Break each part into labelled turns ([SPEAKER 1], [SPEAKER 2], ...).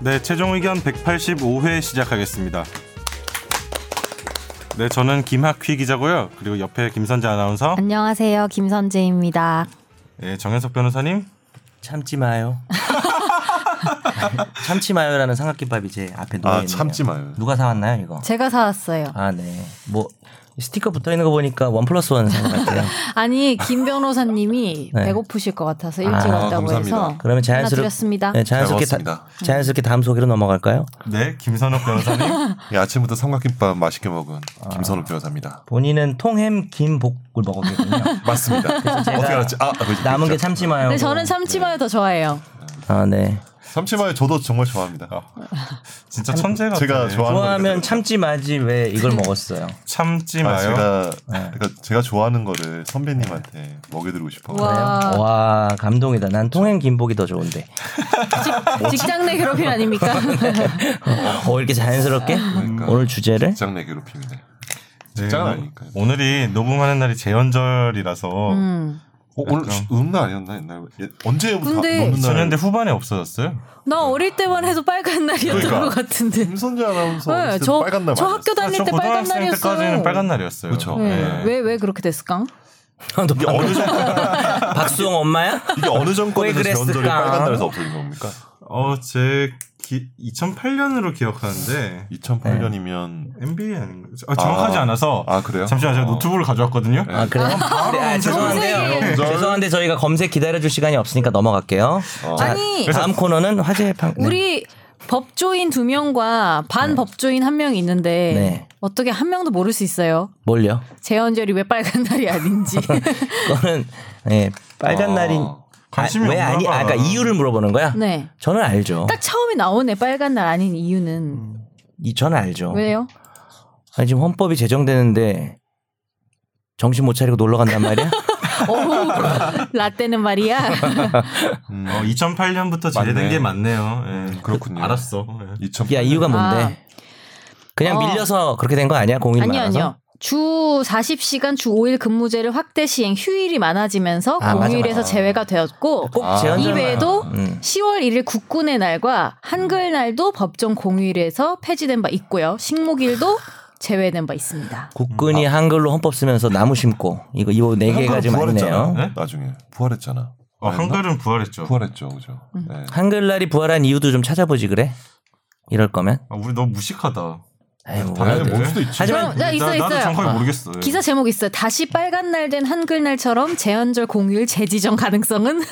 [SPEAKER 1] 네, 최종 의견 185회 시작하겠습니다. 네, 저는 김학휘 기자고요. 그리고 옆에 김선재 아나운서,
[SPEAKER 2] 안녕하세요, 김선재입니다.
[SPEAKER 1] 예, 정현석 변호사님.
[SPEAKER 3] 참지 마요. 참지 마요라는 삼각김밥이 제 앞에 놓여
[SPEAKER 4] 아
[SPEAKER 3] 있네요.
[SPEAKER 4] 참지 마요.
[SPEAKER 3] 누가 사왔나요 이거?
[SPEAKER 2] 제가 사왔어요.
[SPEAKER 3] 아 네. 뭐 스티커 붙어 있는 거 보니까 원 플러스 원산것 같아요.
[SPEAKER 2] 아니 김 변호사님이
[SPEAKER 3] 네.
[SPEAKER 2] 배고프실 것 같아서 일찍
[SPEAKER 3] 아,
[SPEAKER 2] 왔다고
[SPEAKER 4] 감사합니다.
[SPEAKER 2] 해서
[SPEAKER 3] 그러면
[SPEAKER 2] 하나
[SPEAKER 3] 자연스럽게
[SPEAKER 2] 드렸습니다.
[SPEAKER 3] 네,
[SPEAKER 4] 잘
[SPEAKER 3] 자연스럽게 다,
[SPEAKER 4] 먹었습니다.
[SPEAKER 3] 자연스럽게 다음 소개로 넘어갈까요?
[SPEAKER 1] 네, 김선욱 변호사님.
[SPEAKER 4] 예, 아침부터 삼각김밥 맛있게 먹은
[SPEAKER 3] 아.
[SPEAKER 4] 김선욱 변호사입니다.
[SPEAKER 3] 본인은 통햄 김복을 먹었거든요.
[SPEAKER 4] 맞습니다. 어떻게
[SPEAKER 3] 제가
[SPEAKER 4] 알았지? 아 아, 그지,
[SPEAKER 3] 남은 게
[SPEAKER 4] 그죠.
[SPEAKER 3] 참지 마요.
[SPEAKER 2] 근데 네, 저는 참치마요 더 좋아해요.
[SPEAKER 3] 아 네.
[SPEAKER 4] 참지 마요. 저도 정말 좋아합니다.
[SPEAKER 1] 진짜 천재 같아요.
[SPEAKER 4] 제가 좋아하는
[SPEAKER 3] 좋아하면 참지 마지 왜 이걸 먹었어요? 네.
[SPEAKER 1] 참지
[SPEAKER 4] 아,
[SPEAKER 1] 마요. 네,
[SPEAKER 4] 제가 그러니까 제가 좋아하는 거를 선배님한테 먹여드리고 싶어.
[SPEAKER 2] 와,
[SPEAKER 3] 와 감동이다. 난 통햄 김복이 더 좋은데.
[SPEAKER 2] 직장 내 괴롭힘 아닙니까?
[SPEAKER 3] 어 이렇게 자연스럽게 오늘 주제를
[SPEAKER 4] 직장 내 어, 괴롭힘이네.
[SPEAKER 1] 네,
[SPEAKER 4] 직장은
[SPEAKER 1] 뭐,
[SPEAKER 4] 아니니까요.
[SPEAKER 1] 오늘이 녹음하는 날이 제헌절이라서
[SPEAKER 2] 음.
[SPEAKER 4] 어, 오늘
[SPEAKER 1] 약간-
[SPEAKER 4] 음날 아니었나 옛날 에 언제부터
[SPEAKER 2] 근데-
[SPEAKER 4] 먹는 날?
[SPEAKER 1] 2000년대 후반에 없어졌어요.
[SPEAKER 2] 나 어릴 때만 해도 빨간 날이었던
[SPEAKER 4] 그러니까.
[SPEAKER 2] 것 같은데.
[SPEAKER 4] 김선재 아나운서
[SPEAKER 2] 네,
[SPEAKER 4] 어렸을 때
[SPEAKER 2] 저,
[SPEAKER 4] 빨간 날
[SPEAKER 2] 저
[SPEAKER 4] 많이
[SPEAKER 2] 학교 다닐
[SPEAKER 1] 아, 저
[SPEAKER 2] 때 빨간
[SPEAKER 1] 고등학생 때까지는
[SPEAKER 2] 날이었어요.
[SPEAKER 1] 빨간 날이었어요.
[SPEAKER 4] 그쵸.
[SPEAKER 2] 네.
[SPEAKER 1] 네.
[SPEAKER 2] 왜, 왜 그렇게 됐을까?
[SPEAKER 3] 너 박수영 엄마야?
[SPEAKER 4] 이게 어느 정권에서
[SPEAKER 3] 왜 그랬을까? 네.
[SPEAKER 4] 제헌절이 빨간 날에서 없어진 겁니까?
[SPEAKER 1] 어, 제 기, 2008년으로 기억하는데
[SPEAKER 4] 2008년이면
[SPEAKER 1] NBA 아닌가요? 아, 정확하지
[SPEAKER 4] 아.
[SPEAKER 1] 않아서
[SPEAKER 4] 아, 그래요?
[SPEAKER 1] 잠시만 제가
[SPEAKER 4] 어.
[SPEAKER 1] 노트북을 가져왔거든요.
[SPEAKER 3] 아 그래요? 네, 아, 죄송한데요.
[SPEAKER 2] 검색이에요.
[SPEAKER 3] 죄송한데 저희가 검색 기다려줄 시간이 없으니까 넘어갈게요. 자,
[SPEAKER 2] 아니.
[SPEAKER 3] 다음 코너는 화제의 방. 네.
[SPEAKER 2] 우리 법조인 두 명과 반 법조인 한 명이 있는데
[SPEAKER 3] 네.
[SPEAKER 2] 어떻게 한 명도 모를 수 있어요?
[SPEAKER 3] 뭘요?
[SPEAKER 2] 재헌절이 왜 빨간 날이 아닌지.
[SPEAKER 3] 그거는 예, 빨간
[SPEAKER 4] 어.
[SPEAKER 3] 날인
[SPEAKER 1] 관심이
[SPEAKER 3] 아, 왜
[SPEAKER 1] 없나
[SPEAKER 3] 아니?
[SPEAKER 1] 봐.
[SPEAKER 3] 아까 이유를 물어보는 거야?
[SPEAKER 2] 네.
[SPEAKER 3] 저는 알죠.
[SPEAKER 2] 딱 처음에 나오네 빨간 날 아닌
[SPEAKER 3] 음.
[SPEAKER 2] 이유는
[SPEAKER 3] 이 저는 알죠.
[SPEAKER 2] 왜요?
[SPEAKER 3] 아니 지금 헌법이 제정되는데 정신 못 차리고 놀러 간단 말이야?
[SPEAKER 2] 어우, 라떼는 말이야.
[SPEAKER 3] 그
[SPEAKER 4] 음,
[SPEAKER 1] 어, 2008년부터
[SPEAKER 4] 맞네.
[SPEAKER 1] 제외된 게 맞네요. 예.
[SPEAKER 4] 그렇군요.
[SPEAKER 1] 알았어. 예.
[SPEAKER 4] 2000.
[SPEAKER 3] 야 이유가 뭔데? 그냥
[SPEAKER 2] 아. 어.
[SPEAKER 3] 밀려서 그렇게 된 거 아니야? 공인
[SPEAKER 2] 아니요,
[SPEAKER 3] 많아서?
[SPEAKER 2] 아니요. 주 40시간 주 5일 근무제를 확대 시행 휴일이 많아지면서
[SPEAKER 3] 아, 맞아, 그
[SPEAKER 2] 공휴일에서
[SPEAKER 3] 맞아.
[SPEAKER 2] 제외가 되었고
[SPEAKER 3] 꼭
[SPEAKER 4] 아.
[SPEAKER 3] 제한적으로-
[SPEAKER 2] 이 외에도
[SPEAKER 3] 음.
[SPEAKER 2] 10월 1일 국군의 날과 한글날도 법정 공휴일에서 폐지된 바 있고요. 식목일도 제외된 바 있습니다.
[SPEAKER 3] 국군이 한글로 헌법 쓰면서 나무 심고 이거 이거 네 개가 지금
[SPEAKER 4] 부활했잖아.
[SPEAKER 3] 아니네요.
[SPEAKER 1] 네?
[SPEAKER 4] 나중에 부활했잖아.
[SPEAKER 1] 어,
[SPEAKER 4] 아니었나?
[SPEAKER 1] 한글은 부활했죠.
[SPEAKER 4] 부활했죠, 그죠?
[SPEAKER 3] 음.
[SPEAKER 4] 네.
[SPEAKER 3] 한글날이 부활한 이유도 좀 찾아보지 그래. 이럴 거면.
[SPEAKER 1] 아, 우리 너무 무식하다.
[SPEAKER 3] 에이, 뭐
[SPEAKER 1] 당연히
[SPEAKER 3] 그래도.
[SPEAKER 1] 모를 수도 있지.
[SPEAKER 3] 하지만
[SPEAKER 2] 그럼 어, 나 있어
[SPEAKER 1] 나,
[SPEAKER 2] 있어요.
[SPEAKER 1] 도
[SPEAKER 4] 아,
[SPEAKER 1] 정확하게 모르겠어.
[SPEAKER 3] 음.
[SPEAKER 1] 예.
[SPEAKER 2] 기사 제목 있어요. 다시 빨간 날 된 한글날처럼 제헌절 공휴일 재지정 가능성은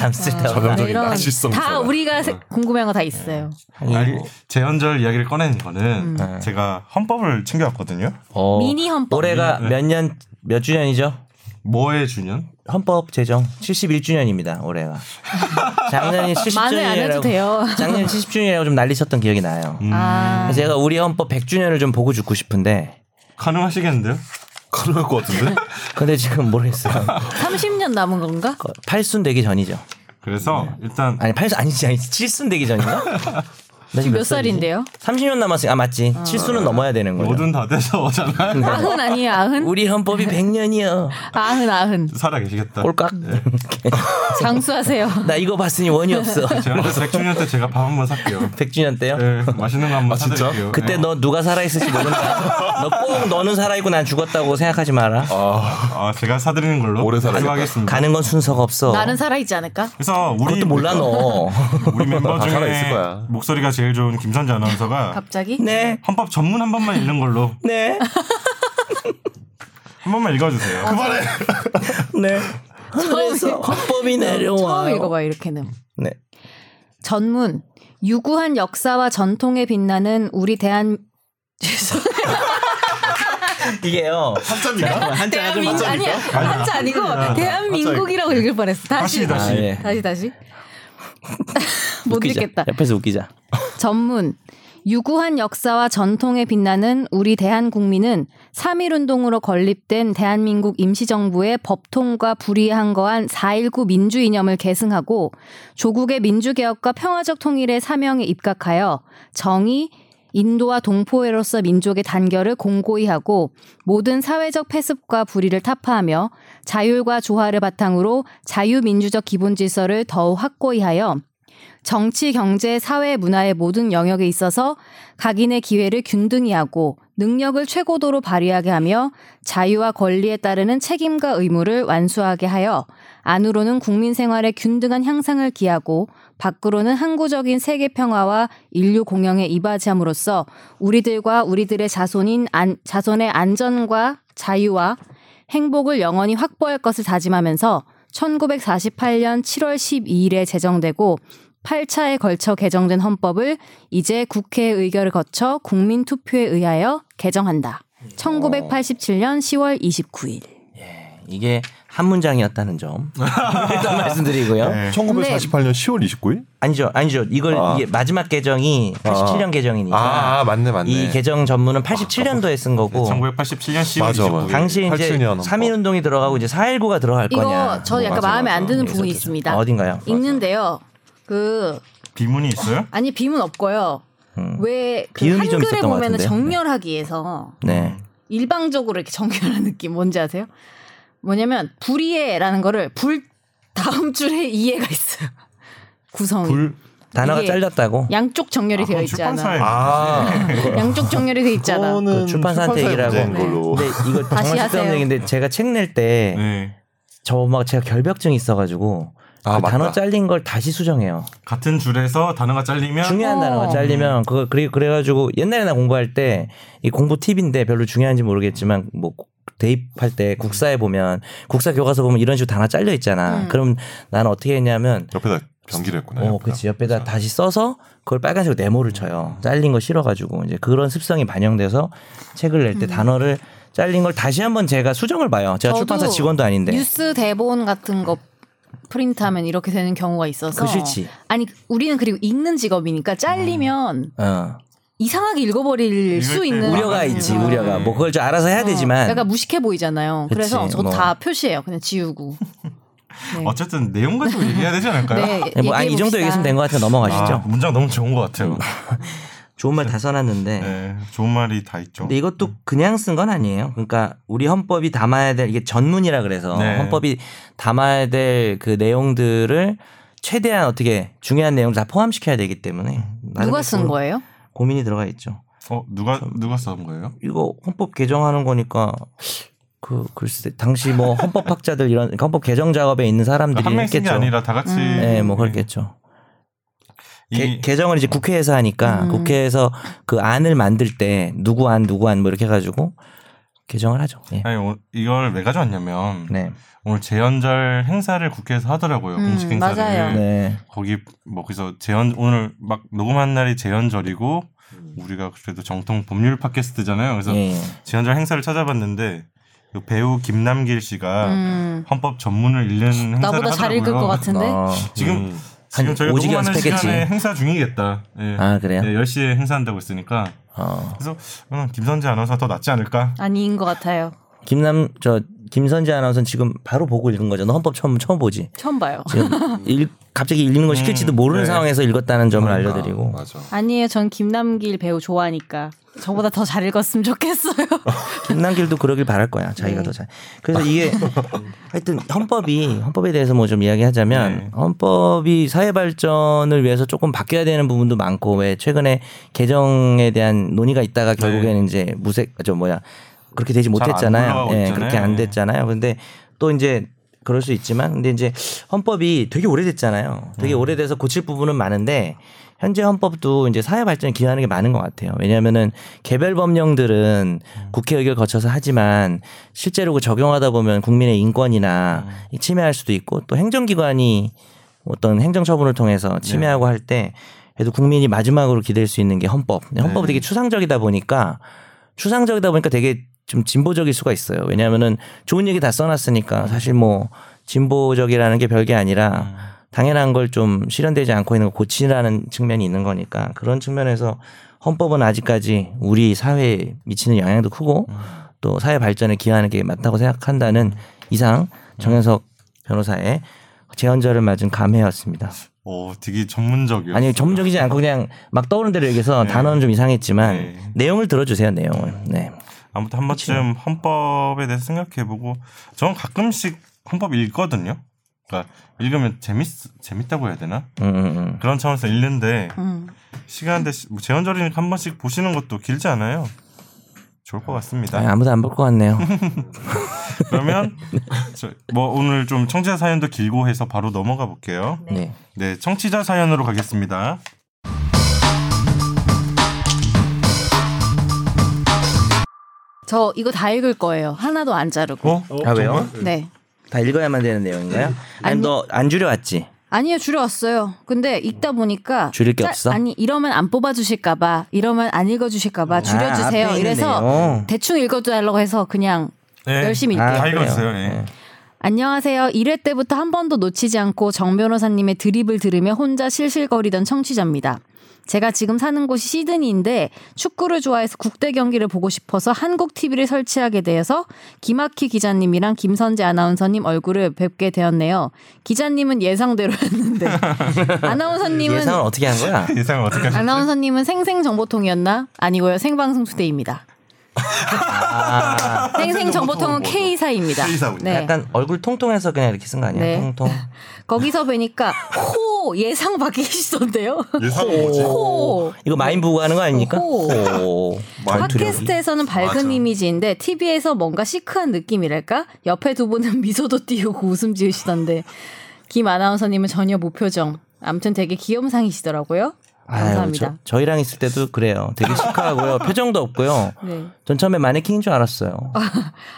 [SPEAKER 3] 참 쓸데없는.
[SPEAKER 4] 전형적인 낚시성.
[SPEAKER 2] 아, 다
[SPEAKER 4] 사람.
[SPEAKER 2] 우리가 세- 궁금한 거 다 있어요.
[SPEAKER 1] 아니, 재헌절 이야기를 꺼낸
[SPEAKER 2] 음.
[SPEAKER 1] 거는
[SPEAKER 4] 네.
[SPEAKER 1] 제가 헌법을 챙겨왔거든요.
[SPEAKER 3] 어,
[SPEAKER 2] 미니 헌법.
[SPEAKER 3] 올해가 몇 년 몇 주년이죠?
[SPEAKER 1] 뭐의 주년?
[SPEAKER 3] 헌법 제정 71주년입니다. 올해가. 작년이 70주년이라고.
[SPEAKER 2] 만회 안 해도 돼요.
[SPEAKER 3] 작년 70주년이라고 좀 난리쳤던 기억이 나요.
[SPEAKER 2] 아,
[SPEAKER 3] 제가 우리 헌법 100주년을 좀 보고 죽고 싶은데
[SPEAKER 1] 가능하시겠는데요?
[SPEAKER 4] 그럴 것 같은데?
[SPEAKER 3] 근데 지금 모르겠어요.
[SPEAKER 2] 30년 남은 건가?
[SPEAKER 3] 팔순 되기 전이죠.
[SPEAKER 1] 그래서
[SPEAKER 2] 네.
[SPEAKER 1] 일단
[SPEAKER 3] 아니 팔순 아니지 아니지 칠순 되기 전인가? 나
[SPEAKER 2] 지금 몇 살인데요?
[SPEAKER 3] 30년 남았으니 아 맞지. 칠 7수는 넘어야 되는 거죠.
[SPEAKER 1] 모든 다 돼서잖아요.
[SPEAKER 2] 아흔 아니에요, 아흔?
[SPEAKER 3] 우리 헌법이
[SPEAKER 2] 네.
[SPEAKER 3] 100년이요.
[SPEAKER 2] 아흔, 아흔.
[SPEAKER 1] 살아 계시겠다.
[SPEAKER 3] 꼴깍.
[SPEAKER 2] 장수하세요.
[SPEAKER 3] 나 이거 봤으니 원이 없어.
[SPEAKER 1] 제가 100주년 때 제가 밥 한번 살게요.
[SPEAKER 3] 100주년 때요.
[SPEAKER 4] 네.
[SPEAKER 1] 예, 맛있는 거 한번
[SPEAKER 4] 아, 진짜?
[SPEAKER 1] 사드릴게요.
[SPEAKER 3] 그때
[SPEAKER 1] 예.
[SPEAKER 3] 너 누가 살아있을지 모른다. 너 꼭 너는 살아있고 난 죽었다고 생각하지 마라.
[SPEAKER 4] 아,
[SPEAKER 1] 아, 제가 사드리는 걸로
[SPEAKER 4] 오래 살아야겠다.
[SPEAKER 1] 하겠습니다.
[SPEAKER 3] 가는 건 순서가 없어.
[SPEAKER 2] 나는 살아있지 않을까?
[SPEAKER 1] 그래서 우리
[SPEAKER 3] 그것도 몰라 너.
[SPEAKER 1] 우리 멤버
[SPEAKER 4] 다
[SPEAKER 1] 중에
[SPEAKER 4] 살아있을 거야.
[SPEAKER 1] 목소리가 제일 좋은 김선재 아나운서가
[SPEAKER 2] 갑자기?
[SPEAKER 3] 네.
[SPEAKER 1] 헌법 전문 한 번만 읽는 걸로
[SPEAKER 3] 네.
[SPEAKER 1] 한 번만 읽어주세요.
[SPEAKER 4] 그만해.
[SPEAKER 3] 네. 그래서 헌법이 내려와.
[SPEAKER 2] 처음 읽어봐, 이렇게는.
[SPEAKER 3] 네.
[SPEAKER 2] 전문. 유구한 역사와 전통에 빛나는 우리 대한
[SPEAKER 3] 이게요.
[SPEAKER 4] 한자입니까?
[SPEAKER 2] 대한민국 아니야 한자 아니고 대한민국이라고 읽을 뻔했어
[SPEAKER 1] 다시
[SPEAKER 2] 다시
[SPEAKER 1] 다시.
[SPEAKER 3] 아, 예.
[SPEAKER 2] 다시 다시 못
[SPEAKER 3] 웃기자.
[SPEAKER 2] 읽겠다
[SPEAKER 3] 옆에서 웃기자.
[SPEAKER 2] 전문 유구한 역사와 전통에 빛나는 우리 대한국민은 3.1운동으로 건립된 대한민국 임시정부의 법통과 불의한거한 4.19 민주이념을 계승하고 조국의 민주개혁과 평화적 통일의 사명에 입각하여 정의, 인도와 동포애로서 민족의 단결을 공고히 하고 모든 사회적 패습과 불의를 타파하며 자율과 조화를 바탕으로 자유민주적 기본 질서를 더욱 확고히 하여 정치, 경제, 사회, 문화의 모든 영역에 있어서 각인의 기회를 균등히 하고 능력을 최고도로 발휘하게 하며 자유와 권리에 따르는 책임과 의무를 완수하게 하여 안으로는 국민 생활의 균등한 향상을 기하고 밖으로는 항구적인 세계 평화와 인류 공영에 이바지함으로써 우리들과 우리들의 자손인 안- 자손의 안전과 자유와 행복을 영원히 확보할 것을 다짐하면서 1948년 7월 12일에 제정되고 8차에 걸쳐 개정된 헌법을 이제 국회 의결을 거쳐 국민 투표에 의하여 개정한다. 1987년 10월 29일.
[SPEAKER 3] 이게 한 문장이었다는 점 일단 말씀드리고요.
[SPEAKER 4] 네. 1948년 10월 29일?
[SPEAKER 3] 아니죠, 아니죠. 이걸
[SPEAKER 4] 아.
[SPEAKER 3] 이게 마지막 개정이 87년 개정이니까
[SPEAKER 4] 아, 아, 맞네, 맞네. 네,
[SPEAKER 3] 이 개정 전문은 87년도에 쓴 거고
[SPEAKER 1] 1987년 10월
[SPEAKER 4] 맞아, 맞아.
[SPEAKER 1] 29일.
[SPEAKER 3] 당시 이제
[SPEAKER 4] 87년 헌법.
[SPEAKER 3] 3.1 운동이 들어가고 이제 4.19가 들어갈
[SPEAKER 2] 이거
[SPEAKER 3] 거냐.
[SPEAKER 2] 저 약간
[SPEAKER 4] 뭐. 맞아,
[SPEAKER 2] 마음에
[SPEAKER 4] 맞아.
[SPEAKER 2] 안 드는 부분이
[SPEAKER 3] 그래서
[SPEAKER 2] 있습니다.
[SPEAKER 3] 어딘가요?
[SPEAKER 2] 읽는데요. 그
[SPEAKER 1] 비문이 있어요?
[SPEAKER 2] 아니 비문 없고요. 왜그
[SPEAKER 3] 음. 비음이 좀
[SPEAKER 2] 한글에
[SPEAKER 3] 있었던 것
[SPEAKER 2] 보면은
[SPEAKER 3] 같은데.
[SPEAKER 2] 정렬하기 위해서
[SPEAKER 3] 네.
[SPEAKER 2] 일방적으로 이렇게 정렬하는 느낌 뭔지 아세요? 뭐냐면 불이해라는 거를 불 다음 줄에 이해가 있어요. 구성이
[SPEAKER 3] 단어가
[SPEAKER 2] 이게
[SPEAKER 3] 잘렸다고.
[SPEAKER 2] 양쪽 정렬이
[SPEAKER 1] 아,
[SPEAKER 2] 되어
[SPEAKER 1] 그건
[SPEAKER 2] 있잖아.
[SPEAKER 1] 출판사의
[SPEAKER 4] 아,
[SPEAKER 2] 양쪽 정렬이 되어 있잖아.
[SPEAKER 4] 그거는
[SPEAKER 3] 네. 출판사한테 얘기를 하고. 네.
[SPEAKER 4] 문제인 걸로.
[SPEAKER 3] 근데 이거
[SPEAKER 2] 음, 다시
[SPEAKER 3] 정말
[SPEAKER 2] 하세요.
[SPEAKER 3] 쓸데없는 얘기인데 제가 책 낼 때 저 막
[SPEAKER 1] 네.
[SPEAKER 3] 제가 결벽증 이 있어가지고
[SPEAKER 4] 아,
[SPEAKER 3] 그 단어
[SPEAKER 4] 맞다.
[SPEAKER 3] 잘린 걸 다시 수정해요.
[SPEAKER 1] 같은 줄에서 단어가 잘리면
[SPEAKER 3] 중요한
[SPEAKER 2] 어.
[SPEAKER 3] 단어가 잘리면 그거 그래 그래가지고 옛날에 나 공부할 때 이 공부 팁인데 별로 중요한지 모르겠지만 뭐 대입할 때 국사에 보면 국사 교과서 보면 이런 식으로 단어 잘려 있잖아.
[SPEAKER 2] 음.
[SPEAKER 3] 그럼 나는 어떻게 했냐면
[SPEAKER 4] 옆에다 변기를 했구나.
[SPEAKER 3] 어,
[SPEAKER 4] 옆에다.
[SPEAKER 3] 그치. 옆에다 다시 써서 그걸 빨간색으로 네모를 쳐요. 잘린 거 싫어가지고 이제 그런 습성이 반영돼서 책을 낼 때 단어를 잘린 걸 다시 한번 제가 수정을 봐요.
[SPEAKER 2] 음.
[SPEAKER 3] 제가
[SPEAKER 2] 저도
[SPEAKER 3] 출판사 직원도 아닌데.
[SPEAKER 2] 뉴스 대본 같은 거 프린트하면 이렇게 되는 경우가 있어서
[SPEAKER 3] 그 싫지.
[SPEAKER 2] 아니 우리는 그리고 읽는 직업이니까 잘리면 아,
[SPEAKER 3] 어.
[SPEAKER 2] 이상하게 읽어버릴
[SPEAKER 1] 읽을
[SPEAKER 2] 수
[SPEAKER 1] 때
[SPEAKER 2] 있는 어,
[SPEAKER 3] 우려가
[SPEAKER 1] 아,
[SPEAKER 3] 있지.
[SPEAKER 1] 음.
[SPEAKER 3] 우려가. 뭐 그걸 좀 알아서 해야 되지만.
[SPEAKER 2] 약간 무식해 보이잖아요.
[SPEAKER 3] 그치,
[SPEAKER 2] 그래서 저도
[SPEAKER 3] 뭐.
[SPEAKER 2] 다 표시해요. 그냥 지우고. 네.
[SPEAKER 1] 어쨌든 내용 가지고 얘기해야 되지 않을까요?
[SPEAKER 2] 네,
[SPEAKER 3] 뭐, 아니, 이 정도
[SPEAKER 2] 얘기해봅시다.
[SPEAKER 3] 얘기했으면 된 것 같아요.
[SPEAKER 1] 아,
[SPEAKER 3] 넘어가시죠.
[SPEAKER 1] 문장 너무 좋은 것 같아요.
[SPEAKER 3] 좋은 말 다 써놨는데.
[SPEAKER 1] 네, 음. 좋은 말이 다 있죠.
[SPEAKER 3] 근데 이것도 그냥 쓴 건 아니에요. 그러니까 우리 헌법이 담아야 될 이게 전문이라 그래서
[SPEAKER 1] 네.
[SPEAKER 3] 헌법이 담아야 될 그 내용들을 최대한 어떻게 중요한 내용을 다 포함시켜야 되기 때문에
[SPEAKER 1] 음.
[SPEAKER 2] 누가 쓴
[SPEAKER 3] 나름의 고-
[SPEAKER 2] 거예요?
[SPEAKER 3] 고민이 들어가 있죠.
[SPEAKER 1] 어 누가 누가 써온 거예요?
[SPEAKER 3] 이거 헌법 개정하는 거니까 그 글쎄 당시 뭐 헌법학자들 이런 그러니까 헌법 개정 작업에 있는 사람들이
[SPEAKER 1] 한 명이 쓴 게
[SPEAKER 3] 했겠죠.
[SPEAKER 1] 아니라 다 같이.
[SPEAKER 2] 음.
[SPEAKER 3] 네, 뭐 그렇겠죠. 개,
[SPEAKER 1] 이-
[SPEAKER 3] 개정을 이제 국회에서 하니까
[SPEAKER 2] 음.
[SPEAKER 3] 국회에서 그 안을 만들 때 누구 안 누구 안 뭐 이렇게 해가지고 개정을 하죠. 예.
[SPEAKER 1] 아니 오- 이걸 왜 가져왔냐면
[SPEAKER 3] 네.
[SPEAKER 1] 오늘 재연절 행사를 국회에서 하더라고요
[SPEAKER 2] 음,
[SPEAKER 1] 공식 행사를
[SPEAKER 2] 맞아요.
[SPEAKER 3] 네.
[SPEAKER 1] 거기 뭐 그래서 재연 오늘 막 녹음한 날이 재연절이고 우리가 그래도 정통 법률 팟캐스트잖아요 그래서
[SPEAKER 3] 음. 예.
[SPEAKER 1] 재연절 행사를 찾아봤는데 그 배우 김남길
[SPEAKER 3] 아.
[SPEAKER 1] 씨가
[SPEAKER 2] 음,
[SPEAKER 1] 헌법 전문을 읽는 행사를
[SPEAKER 2] 나보다 잘
[SPEAKER 1] 하더라고요.
[SPEAKER 2] 읽을 것 같은데.
[SPEAKER 3] 어.
[SPEAKER 1] 지금
[SPEAKER 4] 음.
[SPEAKER 1] 지금
[SPEAKER 3] 한
[SPEAKER 1] 저희
[SPEAKER 3] 오지게
[SPEAKER 1] 녹음하는
[SPEAKER 3] 연습했겠지.
[SPEAKER 1] 시간에 행사 중이겠다. 예.
[SPEAKER 3] 아 그래요?
[SPEAKER 1] 네, 10시에 행사한다고 했으니까
[SPEAKER 3] 어.
[SPEAKER 1] 그래서 음, 김선재 아나운서 더 낫지 않을까?
[SPEAKER 2] 아닌 것 같아요.
[SPEAKER 3] 김남 저 김선재 아나운서는 지금 바로 보고 읽은 거죠. 너 헌법 처음 처음 보지.
[SPEAKER 2] 처음 봐요.
[SPEAKER 3] 지금 일, 갑자기 읽는 거 시킬지도 모르는
[SPEAKER 1] 네. 그러니까.
[SPEAKER 3] 상황에서 읽었다는 점을 알려드리고.
[SPEAKER 4] 맞아.
[SPEAKER 2] 아니에요. 전 김남길 배우 좋아하니까 저보다 더 잘 읽었으면 좋겠어요.
[SPEAKER 3] 김남길도 그러길 바랄 거야. 자기가 더 잘. 그래서 이게 하여튼 헌법이 헌법에 대해서 뭐 좀 이야기하자면
[SPEAKER 1] 네.
[SPEAKER 3] 헌법이 사회 발전을 위해서 조금 바뀌어야 되는 부분도 많고 왜 최근에 개정에 대한 논의가 있다가 결국에는 이제 무색 저 뭐야 그렇게 되지
[SPEAKER 1] 안
[SPEAKER 3] 못했잖아요.
[SPEAKER 1] 올라가고
[SPEAKER 3] 예,
[SPEAKER 1] 있잖아요.
[SPEAKER 3] 그렇게 안 됐잖아요. 근데 또 이제 그럴 수 있지만 근데 이제 헌법이 되게 오래됐잖아요.
[SPEAKER 1] 음.
[SPEAKER 3] 되게 오래돼서 고칠 부분은 많은데 현재 헌법도 이제 사회 발전에 기여하는 게 많은 것 같아요. 왜냐하면은 개별 법령들은
[SPEAKER 1] 음.
[SPEAKER 3] 국회 의결 거쳐서 하지만 실제로 그 적용하다 보면 국민의
[SPEAKER 1] 음.
[SPEAKER 3] 인권이나 이 침해할 수도 있고 또 행정기관이 어떤 행정처분을 통해서
[SPEAKER 1] 네.
[SPEAKER 3] 침해하고 할 때 그래도 국민이 마지막으로 기댈 수 있는 게 헌법. 근데
[SPEAKER 1] 네.
[SPEAKER 3] 헌법이 되게 추상적이다 보니까 추상적이다 보니까 되게 좀 진보적일 수가 있어요. 왜냐하면은 좋은 얘기 다 써놨으니까 사실 뭐 진보적이라는 게 별게 아니라 당연한 걸 좀 실현되지 않고 있는 걸 고치라는 측면이 있는 거니까 그런 측면에서 헌법은 아직까지 우리 사회에 미치는 영향도 크고 또 사회 발전에 기여하는 게 맞다고 생각한다는 이상 정현석 변호사의 재연절을 맞은 감회였습니다.
[SPEAKER 1] 어, 되게 전문적이요.
[SPEAKER 3] 아니 점적이지 않고 그냥 막 떠오르는 대로 얘기해서 단어는 좀 이상했지만
[SPEAKER 1] 네.
[SPEAKER 3] 내용을 들어주세요 내용을. 네.
[SPEAKER 1] 아무튼 한 번쯤 헌법에 대해서 생각해보고 저는 가끔씩 헌법 읽거든요. 그러니까 읽으면 재밌 재밌다고 해야 되나?
[SPEAKER 3] 음, 음, 음.
[SPEAKER 1] 그런 차원에서 읽는데
[SPEAKER 2] 음.
[SPEAKER 1] 시간 대신 뭐 재연절이니까 한 번씩 보시는 것도 길지 않아요. 좋을 것
[SPEAKER 3] 아니,
[SPEAKER 1] 같습니다.
[SPEAKER 3] 아무도 안 볼 것 같네요.
[SPEAKER 1] 그러면 저- 뭐 오늘 좀 청취자 사연도 길고 해서 바로 넘어가 볼게요.
[SPEAKER 3] 네.
[SPEAKER 1] 네, 청취자 사연으로 가겠습니다.
[SPEAKER 2] 저 이거 다 읽을 거예요. 하나도 안 자르고.
[SPEAKER 1] 어?
[SPEAKER 3] 아 왜요?
[SPEAKER 2] 네.
[SPEAKER 3] 다 읽어야만 되는
[SPEAKER 2] 음.
[SPEAKER 3] 내용인가요? 아니
[SPEAKER 2] 뭐
[SPEAKER 3] 너 안 줄여왔지?
[SPEAKER 2] 아니요 줄여왔어요. 근데 읽다 보니까
[SPEAKER 3] 줄일 게
[SPEAKER 2] 짤-
[SPEAKER 3] 없어?
[SPEAKER 2] 아니 이러면 안 뽑아주실까봐, 이러면 안 읽어주실까봐 줄여주세요.
[SPEAKER 3] 아, 앞에 있는
[SPEAKER 2] 이래서 음.
[SPEAKER 3] 내용.
[SPEAKER 2] 대충 읽어달라고 해서 그냥
[SPEAKER 1] 네.
[SPEAKER 2] 열심히 읽게요.
[SPEAKER 3] 아,
[SPEAKER 1] 다 읽어주세요.
[SPEAKER 3] 그래요.
[SPEAKER 1] 예.
[SPEAKER 3] 네.
[SPEAKER 2] 안녕하세요. 1회 때부터 한 번도 놓치지 않고 정 변호사님의 드립을 들으며 혼자 실실거리던 청취자입니다. 제가 지금 사는 곳이 시드니인데 축구를 좋아해서 국대 경기를 보고 싶어서 한국 TV를 설치하게 되어서 김학희 기자님이랑 김선재 아나운서님 얼굴을 뵙게 되었네요. 기자님은 예상대로였는데 아나운서님은
[SPEAKER 3] 그 예상을 어떻게 한 거야?
[SPEAKER 1] 예상을 어떻게 하셨
[SPEAKER 2] 아나운서님은 생생정보통이었나? 아니고요. 생방송투데이입니다. 아, 생생정보통은 K사입니다.
[SPEAKER 4] K사군요.
[SPEAKER 3] 약간 얼굴 통통해서 그냥 이렇게 쓴 거 아니야?
[SPEAKER 2] 네.
[SPEAKER 3] 통통.
[SPEAKER 2] 거기서 뵈니까 호 예상 바뀌시던데요.
[SPEAKER 4] 예상 뭐지?
[SPEAKER 2] 호.
[SPEAKER 3] 이거 마인 보고 하는 거 아닙니까?
[SPEAKER 2] 오.
[SPEAKER 3] 오.
[SPEAKER 2] 팟캐스트에서는 밝은
[SPEAKER 4] 맞아.
[SPEAKER 2] 이미지인데 TV에서 뭔가 시크한 느낌이랄까? 옆에 두 분은 미소도 띄우고 웃음 지으시던데 김 아나운서님은 전혀 무표정. 아무튼 되게 귀염상이시더라고요. 감사합니다.
[SPEAKER 3] 아유, 저, 희랑 있을 때도 그래요. 되게 시크하고요. 표정도 없고요.
[SPEAKER 2] 네.
[SPEAKER 3] 전 처음에 마네킹인 줄 알았어요.